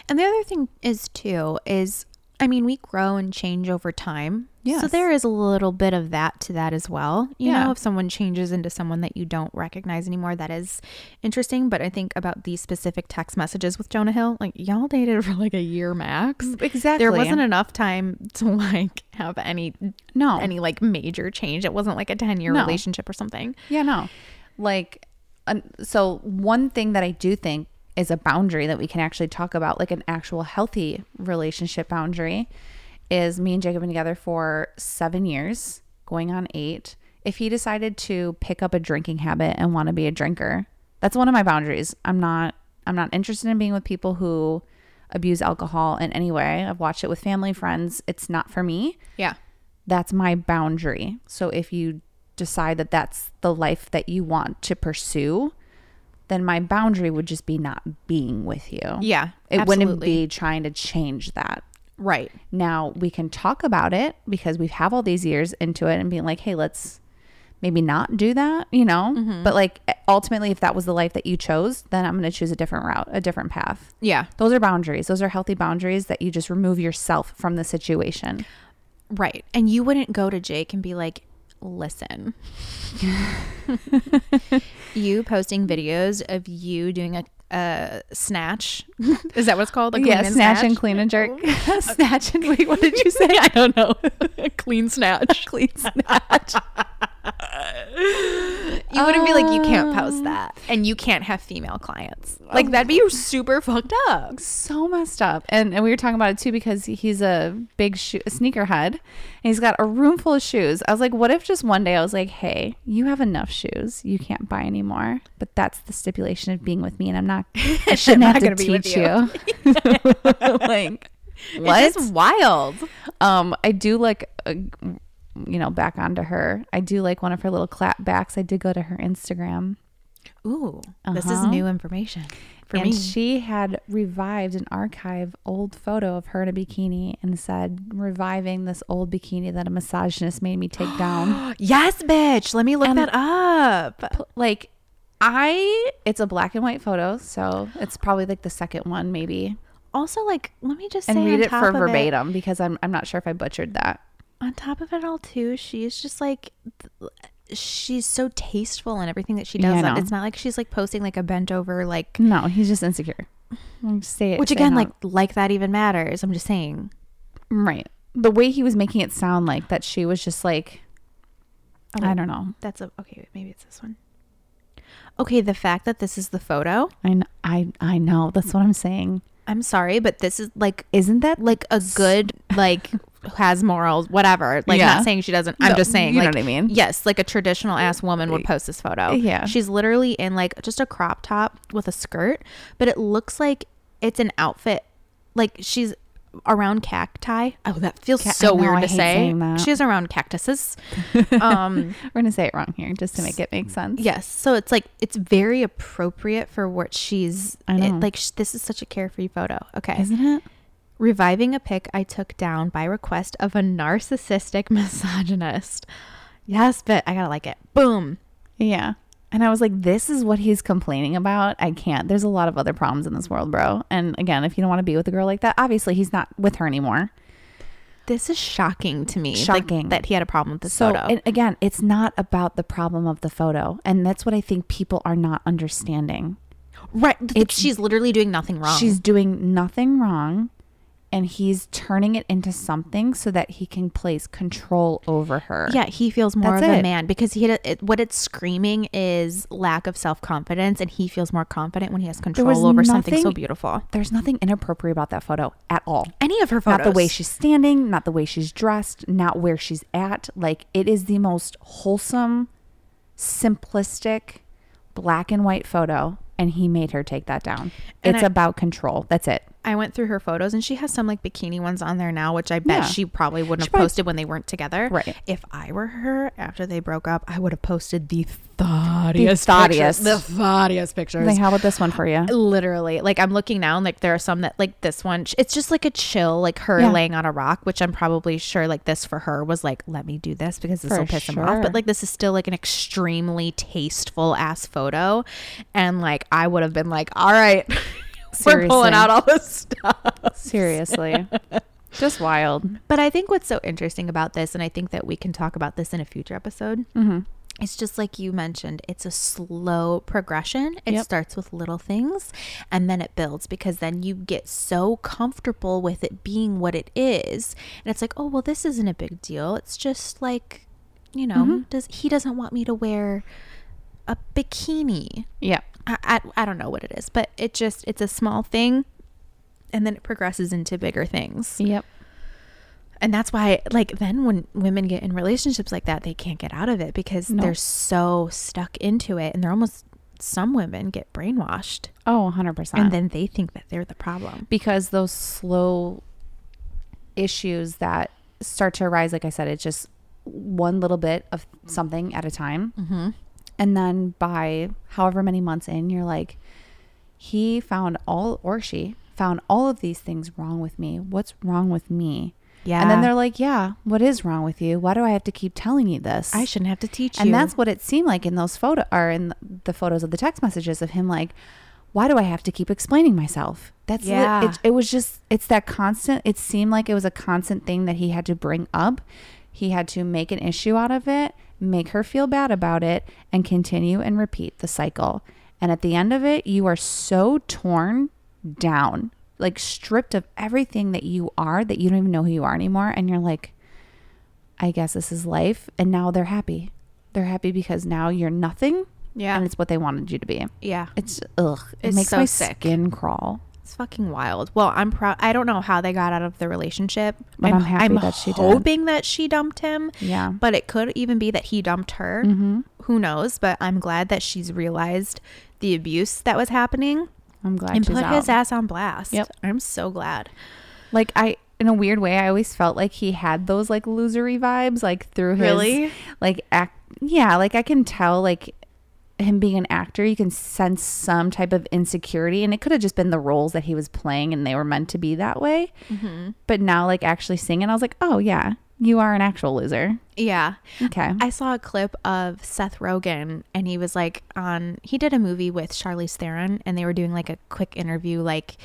Speaker 1: And the other thing is too is I mean, we grow and change over time. So
Speaker 2: Yes.
Speaker 1: there is a little bit of that to that as well. You
Speaker 2: Yeah.
Speaker 1: know, if someone changes into someone that you don't recognize anymore, that is interesting. But I think about these specific text messages with Jonah Hill, like y'all dated <laughs> for like a year max.
Speaker 2: Exactly.
Speaker 1: There wasn't enough time to like have any
Speaker 2: no.
Speaker 1: any like major change. It wasn't like a 10 year
Speaker 2: No.
Speaker 1: relationship or something.
Speaker 2: Yeah, no. Like, un- so one thing that I do think is a boundary that we can actually talk about, like an actual healthy relationship boundary, is me and Jacob have been together for seven years, going on eight. If he decided to pick up a drinking habit and want to be a drinker, that's one of my boundaries. I'm not. I'm not interested in being with people who abuse alcohol in any way. I've watched it with family, friends. It's not for me
Speaker 1: Yeah.
Speaker 2: that's my boundary. So if you decide that that's the life that you want to pursue, then my boundary would just be not being with you.
Speaker 1: Yeah.
Speaker 2: It wouldn't
Speaker 1: absolutely.
Speaker 2: be trying to change that.
Speaker 1: right.
Speaker 2: Now we can talk about it because we have all these years into it and being like, hey, let's maybe not do that, you know?
Speaker 1: Mm-hmm.
Speaker 2: But like ultimately, if that was the life that you chose, then I'm going to choose a different route, a different path.
Speaker 1: Yeah.
Speaker 2: Those are boundaries. Those are healthy boundaries that you just remove yourself from the situation.
Speaker 1: Right. And you wouldn't go to Jake and be like, <laughs> listen, you posting videos of you doing a, a snatch. <laughs> Is that what it's called? A
Speaker 2: yeah, snatch, and clean and
Speaker 1: <laughs>
Speaker 2: jerk. <laughs> snatch and wait, what did you say? I don't know.
Speaker 1: clean snatch.
Speaker 2: clean snatch.
Speaker 1: You wouldn't be like, you can't post that. And you can't have female clients. Like, that'd be super fucked up.
Speaker 2: <laughs> so messed up. And, and we were talking about it too because he's a big shoe sneakerhead and he's got a room full of shoes. I was like, what if just one day I was like, hey, you have enough shoes. You can't buy anymore. But that's the stipulation of being with me and
Speaker 1: <laughs>
Speaker 2: I'm not I shouldn't
Speaker 1: not
Speaker 2: have to
Speaker 1: gonna be with
Speaker 2: teach
Speaker 1: you."
Speaker 2: you.
Speaker 1: <laughs>
Speaker 2: <laughs> like what?
Speaker 1: It's just wild.
Speaker 2: Um, I do like, uh, you know, back onto her. I do like one of her little clap backs. I did go to her Instagram,
Speaker 1: Ooh, this is
Speaker 2: Uh-huh.
Speaker 1: new information for
Speaker 2: and
Speaker 1: me.
Speaker 2: she had revived an archive old photo of her in a bikini and said, "Reviving this old bikini that a misogynist made me take <gasps> down."
Speaker 1: yes, bitch. Let me look that up.
Speaker 2: P- like, I it's a black and white photo, so it's probably like the second one, maybe.
Speaker 1: Also, like, let me just say
Speaker 2: And read
Speaker 1: on
Speaker 2: it
Speaker 1: top
Speaker 2: for
Speaker 1: of
Speaker 2: verbatim because I'm I'm not sure if I butchered that.
Speaker 1: on top of it all too she's just like th- she's so tasteful in everything that she
Speaker 2: Yeah,
Speaker 1: does
Speaker 2: I
Speaker 1: And
Speaker 2: know.
Speaker 1: it's not like she's like posting like a bent over like
Speaker 2: No, he's just insecure. Just say it.
Speaker 1: which
Speaker 2: say it
Speaker 1: again
Speaker 2: out.
Speaker 1: like like that even matters i'm just saying
Speaker 2: Right. The way he was making it sound like that she was just like
Speaker 1: Oh,
Speaker 2: I
Speaker 1: wait.
Speaker 2: don't know.
Speaker 1: that's a okay maybe it's this one okay the fact that this is the photo
Speaker 2: I kn- I I know. That's what I'm saying.
Speaker 1: i'm sorry but this is like
Speaker 2: Isn't that
Speaker 1: like a good like has morals whatever like
Speaker 2: Yeah.
Speaker 1: not saying she doesn't i'm
Speaker 2: No,
Speaker 1: just saying
Speaker 2: you know
Speaker 1: like,
Speaker 2: what I mean.
Speaker 1: yes like a traditional ass woman would post this photo
Speaker 2: Yeah.
Speaker 1: she's literally in like just a crop top with a skirt but it looks like it's an outfit like she's around cacti oh that feels
Speaker 2: Ca-
Speaker 1: so
Speaker 2: I know,
Speaker 1: weird
Speaker 2: I
Speaker 1: to
Speaker 2: hate
Speaker 1: say
Speaker 2: saying that.
Speaker 1: she's around cactuses <laughs>
Speaker 2: <laughs>
Speaker 1: um
Speaker 2: we're going to say it wrong here just to make it make sense.
Speaker 1: yes so it's like it's very appropriate for what she's
Speaker 2: I
Speaker 1: it-
Speaker 2: know.
Speaker 1: like sh- this is such a carefree photo okay
Speaker 2: Isn't it?
Speaker 1: reviving a pic I took down by request of a narcissistic <laughs> misogynist. Yes, but I gotta like it. Boom.
Speaker 2: Yeah. And I was like this is what he's complaining about. I can't. There's a lot of other problems in this world, bro. And again, if you don't want to be with a girl like that, obviously he's not with her anymore.
Speaker 1: This is shocking to me. like,
Speaker 2: Shocking.
Speaker 1: that he had a problem with this
Speaker 2: So
Speaker 1: photo.
Speaker 2: and again, it's not about the problem of the photo, and that's what I think people are not understanding.
Speaker 1: right. It's, she's literally doing nothing wrong.
Speaker 2: She's doing nothing wrong and he's turning it into something so that he can place control over her.
Speaker 1: yeah, he feels more
Speaker 2: That's
Speaker 1: of a
Speaker 2: it.
Speaker 1: man because he had a, it, what it's screaming is lack of self confidence, and he feels more confident when he has
Speaker 2: was
Speaker 1: control over something so
Speaker 2: nothing-
Speaker 1: beautiful.
Speaker 2: There's nothing inappropriate about that photo at all.
Speaker 1: Any of her photos,
Speaker 2: Not the way she's standing, not the way she's dressed, not where she's at. Like it is the most wholesome, simplistic, black and white photo and he made her take that down.
Speaker 1: And
Speaker 2: it's
Speaker 1: I-
Speaker 2: about control. That's it.
Speaker 1: I went through her photos and she has some like bikini ones on there now, which I bet
Speaker 2: Yeah.
Speaker 1: she probably wouldn't
Speaker 2: She
Speaker 1: have
Speaker 2: probably-
Speaker 1: posted when they weren't together.
Speaker 2: Right.
Speaker 1: If I were her after they broke up, I would have posted the thottiest, pictures.
Speaker 2: thottiest.
Speaker 1: The thottiest pictures.
Speaker 2: Like how about this one for <laughs> you?
Speaker 1: Literally, like I'm looking now, and like there are some that like this one. sh- It's just like a chill, like her
Speaker 2: Yeah.
Speaker 1: laying on a rock, which I'm probably sure like this for her was like, let me do this because this will
Speaker 2: For
Speaker 1: piss him off. But
Speaker 2: sure.
Speaker 1: like this is still like an extremely tasteful ass photo, and like I would have been like, all right, <laughs> we're
Speaker 2: Seriously.
Speaker 1: pulling out all this stuff.
Speaker 2: <laughs> Seriously. Just wild.
Speaker 1: But I think what's so interesting about this, and I think that we can talk about this in a future episode,
Speaker 2: Mm-hmm.
Speaker 1: it's just like you mentioned, it's a slow progression. It
Speaker 2: Yep.
Speaker 1: starts with little things and then it builds because then you get so comfortable with it being what it is. And it's like, oh, well, this isn't a big deal. It's just like, you know,
Speaker 2: Mhm.
Speaker 1: does he doesn't want me to wear a bikini.
Speaker 2: Yeah.
Speaker 1: I, I, I don't know what it is, but it just, it's a small thing and then it progresses into bigger things.
Speaker 2: Yep.
Speaker 1: And that's why, like, then when women get in relationships like that, they can't get out of it because
Speaker 2: No.
Speaker 1: they're so stuck into it. And they're almost, some women get brainwashed
Speaker 2: Oh, 100%.
Speaker 1: and then they think that they're the problem.
Speaker 2: because those slow issues that start to arise, like I said, it's just one little bit of something at a time.
Speaker 1: Mm-hmm.
Speaker 2: And then by however many months in, you're like, he found all, or she found all of these things wrong with me. What's wrong with me?
Speaker 1: Yeah.
Speaker 2: And then they're like, yeah, what is wrong with you? Why do I have to keep telling you this?
Speaker 1: I shouldn't have to teach you.
Speaker 2: And that's what it seemed like in those photo or in the photos of the text messages of him like, why do I have to keep explaining myself? That's li-
Speaker 1: Yeah.
Speaker 2: it, it was just it's that constant. It seemed like it was a constant thing that he had to bring up. He had to make an issue out of it, make her feel bad about it, and continue and repeat the cycle. And at the end of it, you are so torn down, like stripped of everything that you are, that you don't even know who you are anymore. And you're like, I guess this is life. And now they're happy. They're happy because now you're nothing
Speaker 1: yeah.
Speaker 2: and it's what they wanted you to be.
Speaker 1: yeah.
Speaker 2: It's ugh. It
Speaker 1: It's
Speaker 2: makes
Speaker 1: so
Speaker 2: my
Speaker 1: sick.
Speaker 2: skin crawl.
Speaker 1: It's fucking wild. Well, I'm proud. I don't know how they got out of the relationship.
Speaker 2: But I'm happy that she did.
Speaker 1: hoping that she dumped him.
Speaker 2: Yeah.
Speaker 1: But it could even be that he dumped her.
Speaker 2: Mm-hmm.
Speaker 1: Who knows? But I'm glad that she's realized the abuse that was happening
Speaker 2: I'm glad
Speaker 1: and
Speaker 2: she's
Speaker 1: put
Speaker 2: out.
Speaker 1: his ass on blast.
Speaker 2: Yep.
Speaker 1: I'm so glad.
Speaker 2: like I in a weird way, I always felt like he had those like losery vibes, like through his
Speaker 1: Really?
Speaker 2: like act. Yeah, like I can tell like him being an actor, you can sense some type of insecurity, and it could have just been the roles that he was playing, and they were meant to be that way. But now, like actually seeing it, I was like, oh yeah, you are an actual loser.
Speaker 1: Yeah.
Speaker 2: Okay.
Speaker 1: I saw a clip of Seth Rogen and he was like on he did a movie with Charlize Theron and they were doing like a quick interview like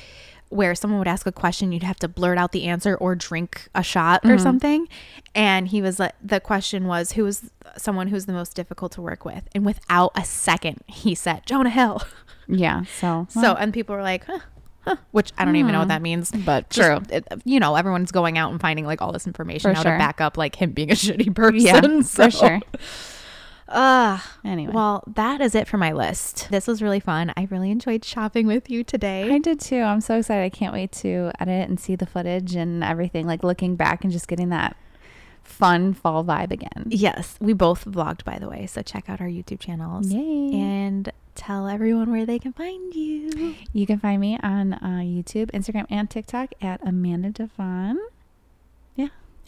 Speaker 1: where someone would ask a question you'd have to blurt out the answer or drink a shot or something and he was like the question was who is someone who's the most difficult to work with and without a second he said Jonah Hill. <laughs>
Speaker 2: yeah. So.
Speaker 1: So and people were like huh, huh, which I don't even know what that means.
Speaker 2: Hmm. but
Speaker 1: Just,
Speaker 2: true.
Speaker 1: it- you know, everyone's going out and finding like all this information
Speaker 2: For
Speaker 1: now to
Speaker 2: sure.
Speaker 1: back up like him being a <laughs> shitty person.
Speaker 2: Yeah,
Speaker 1: so.
Speaker 2: <laughs> for sure.
Speaker 1: Ugh.
Speaker 2: Anyway.
Speaker 1: Well, that is it for my list. This was really fun. I really enjoyed shopping with you today.
Speaker 2: I did too. I'm so excited. I can't wait to edit and see the footage and everything, like looking back and just getting that fun fall vibe again.
Speaker 1: yes, we both vlogged, by the way. So check out our YouTube channels
Speaker 2: Yay.
Speaker 1: and tell everyone where they can find you.
Speaker 2: You can find me on uh, YouTube, Instagram, and TikTok at Amanda Devon.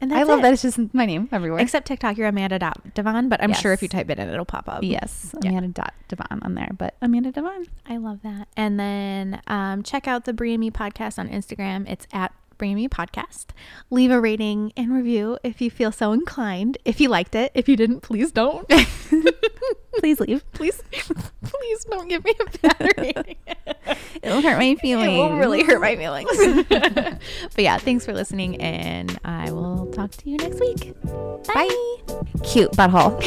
Speaker 1: And that's
Speaker 2: I love
Speaker 1: it.
Speaker 2: that it's just my name everywhere.
Speaker 1: Except TikTok, you're Amanda dot Devon, but I'm sure if
Speaker 2: Yes.
Speaker 1: you type it in, it'll pop up.
Speaker 2: yes,
Speaker 1: Yeah.
Speaker 2: Amanda dot Devon on there, but Amanda Devon.
Speaker 1: I love that. And then um, check out the Brie and Me podcast on Instagram. It's at Brie and Me podcast. Leave a rating and review if you feel so inclined. If you liked it, if you didn't, please <laughs> don't.
Speaker 2: Please leave.
Speaker 1: please, please don't give me a <laughs> bad rating.
Speaker 2: It'll hurt my feelings.
Speaker 1: It will really hurt my feelings. <laughs> but yeah, thanks for listening, and I will talk to you next week.
Speaker 2: Bye. Cute butthole.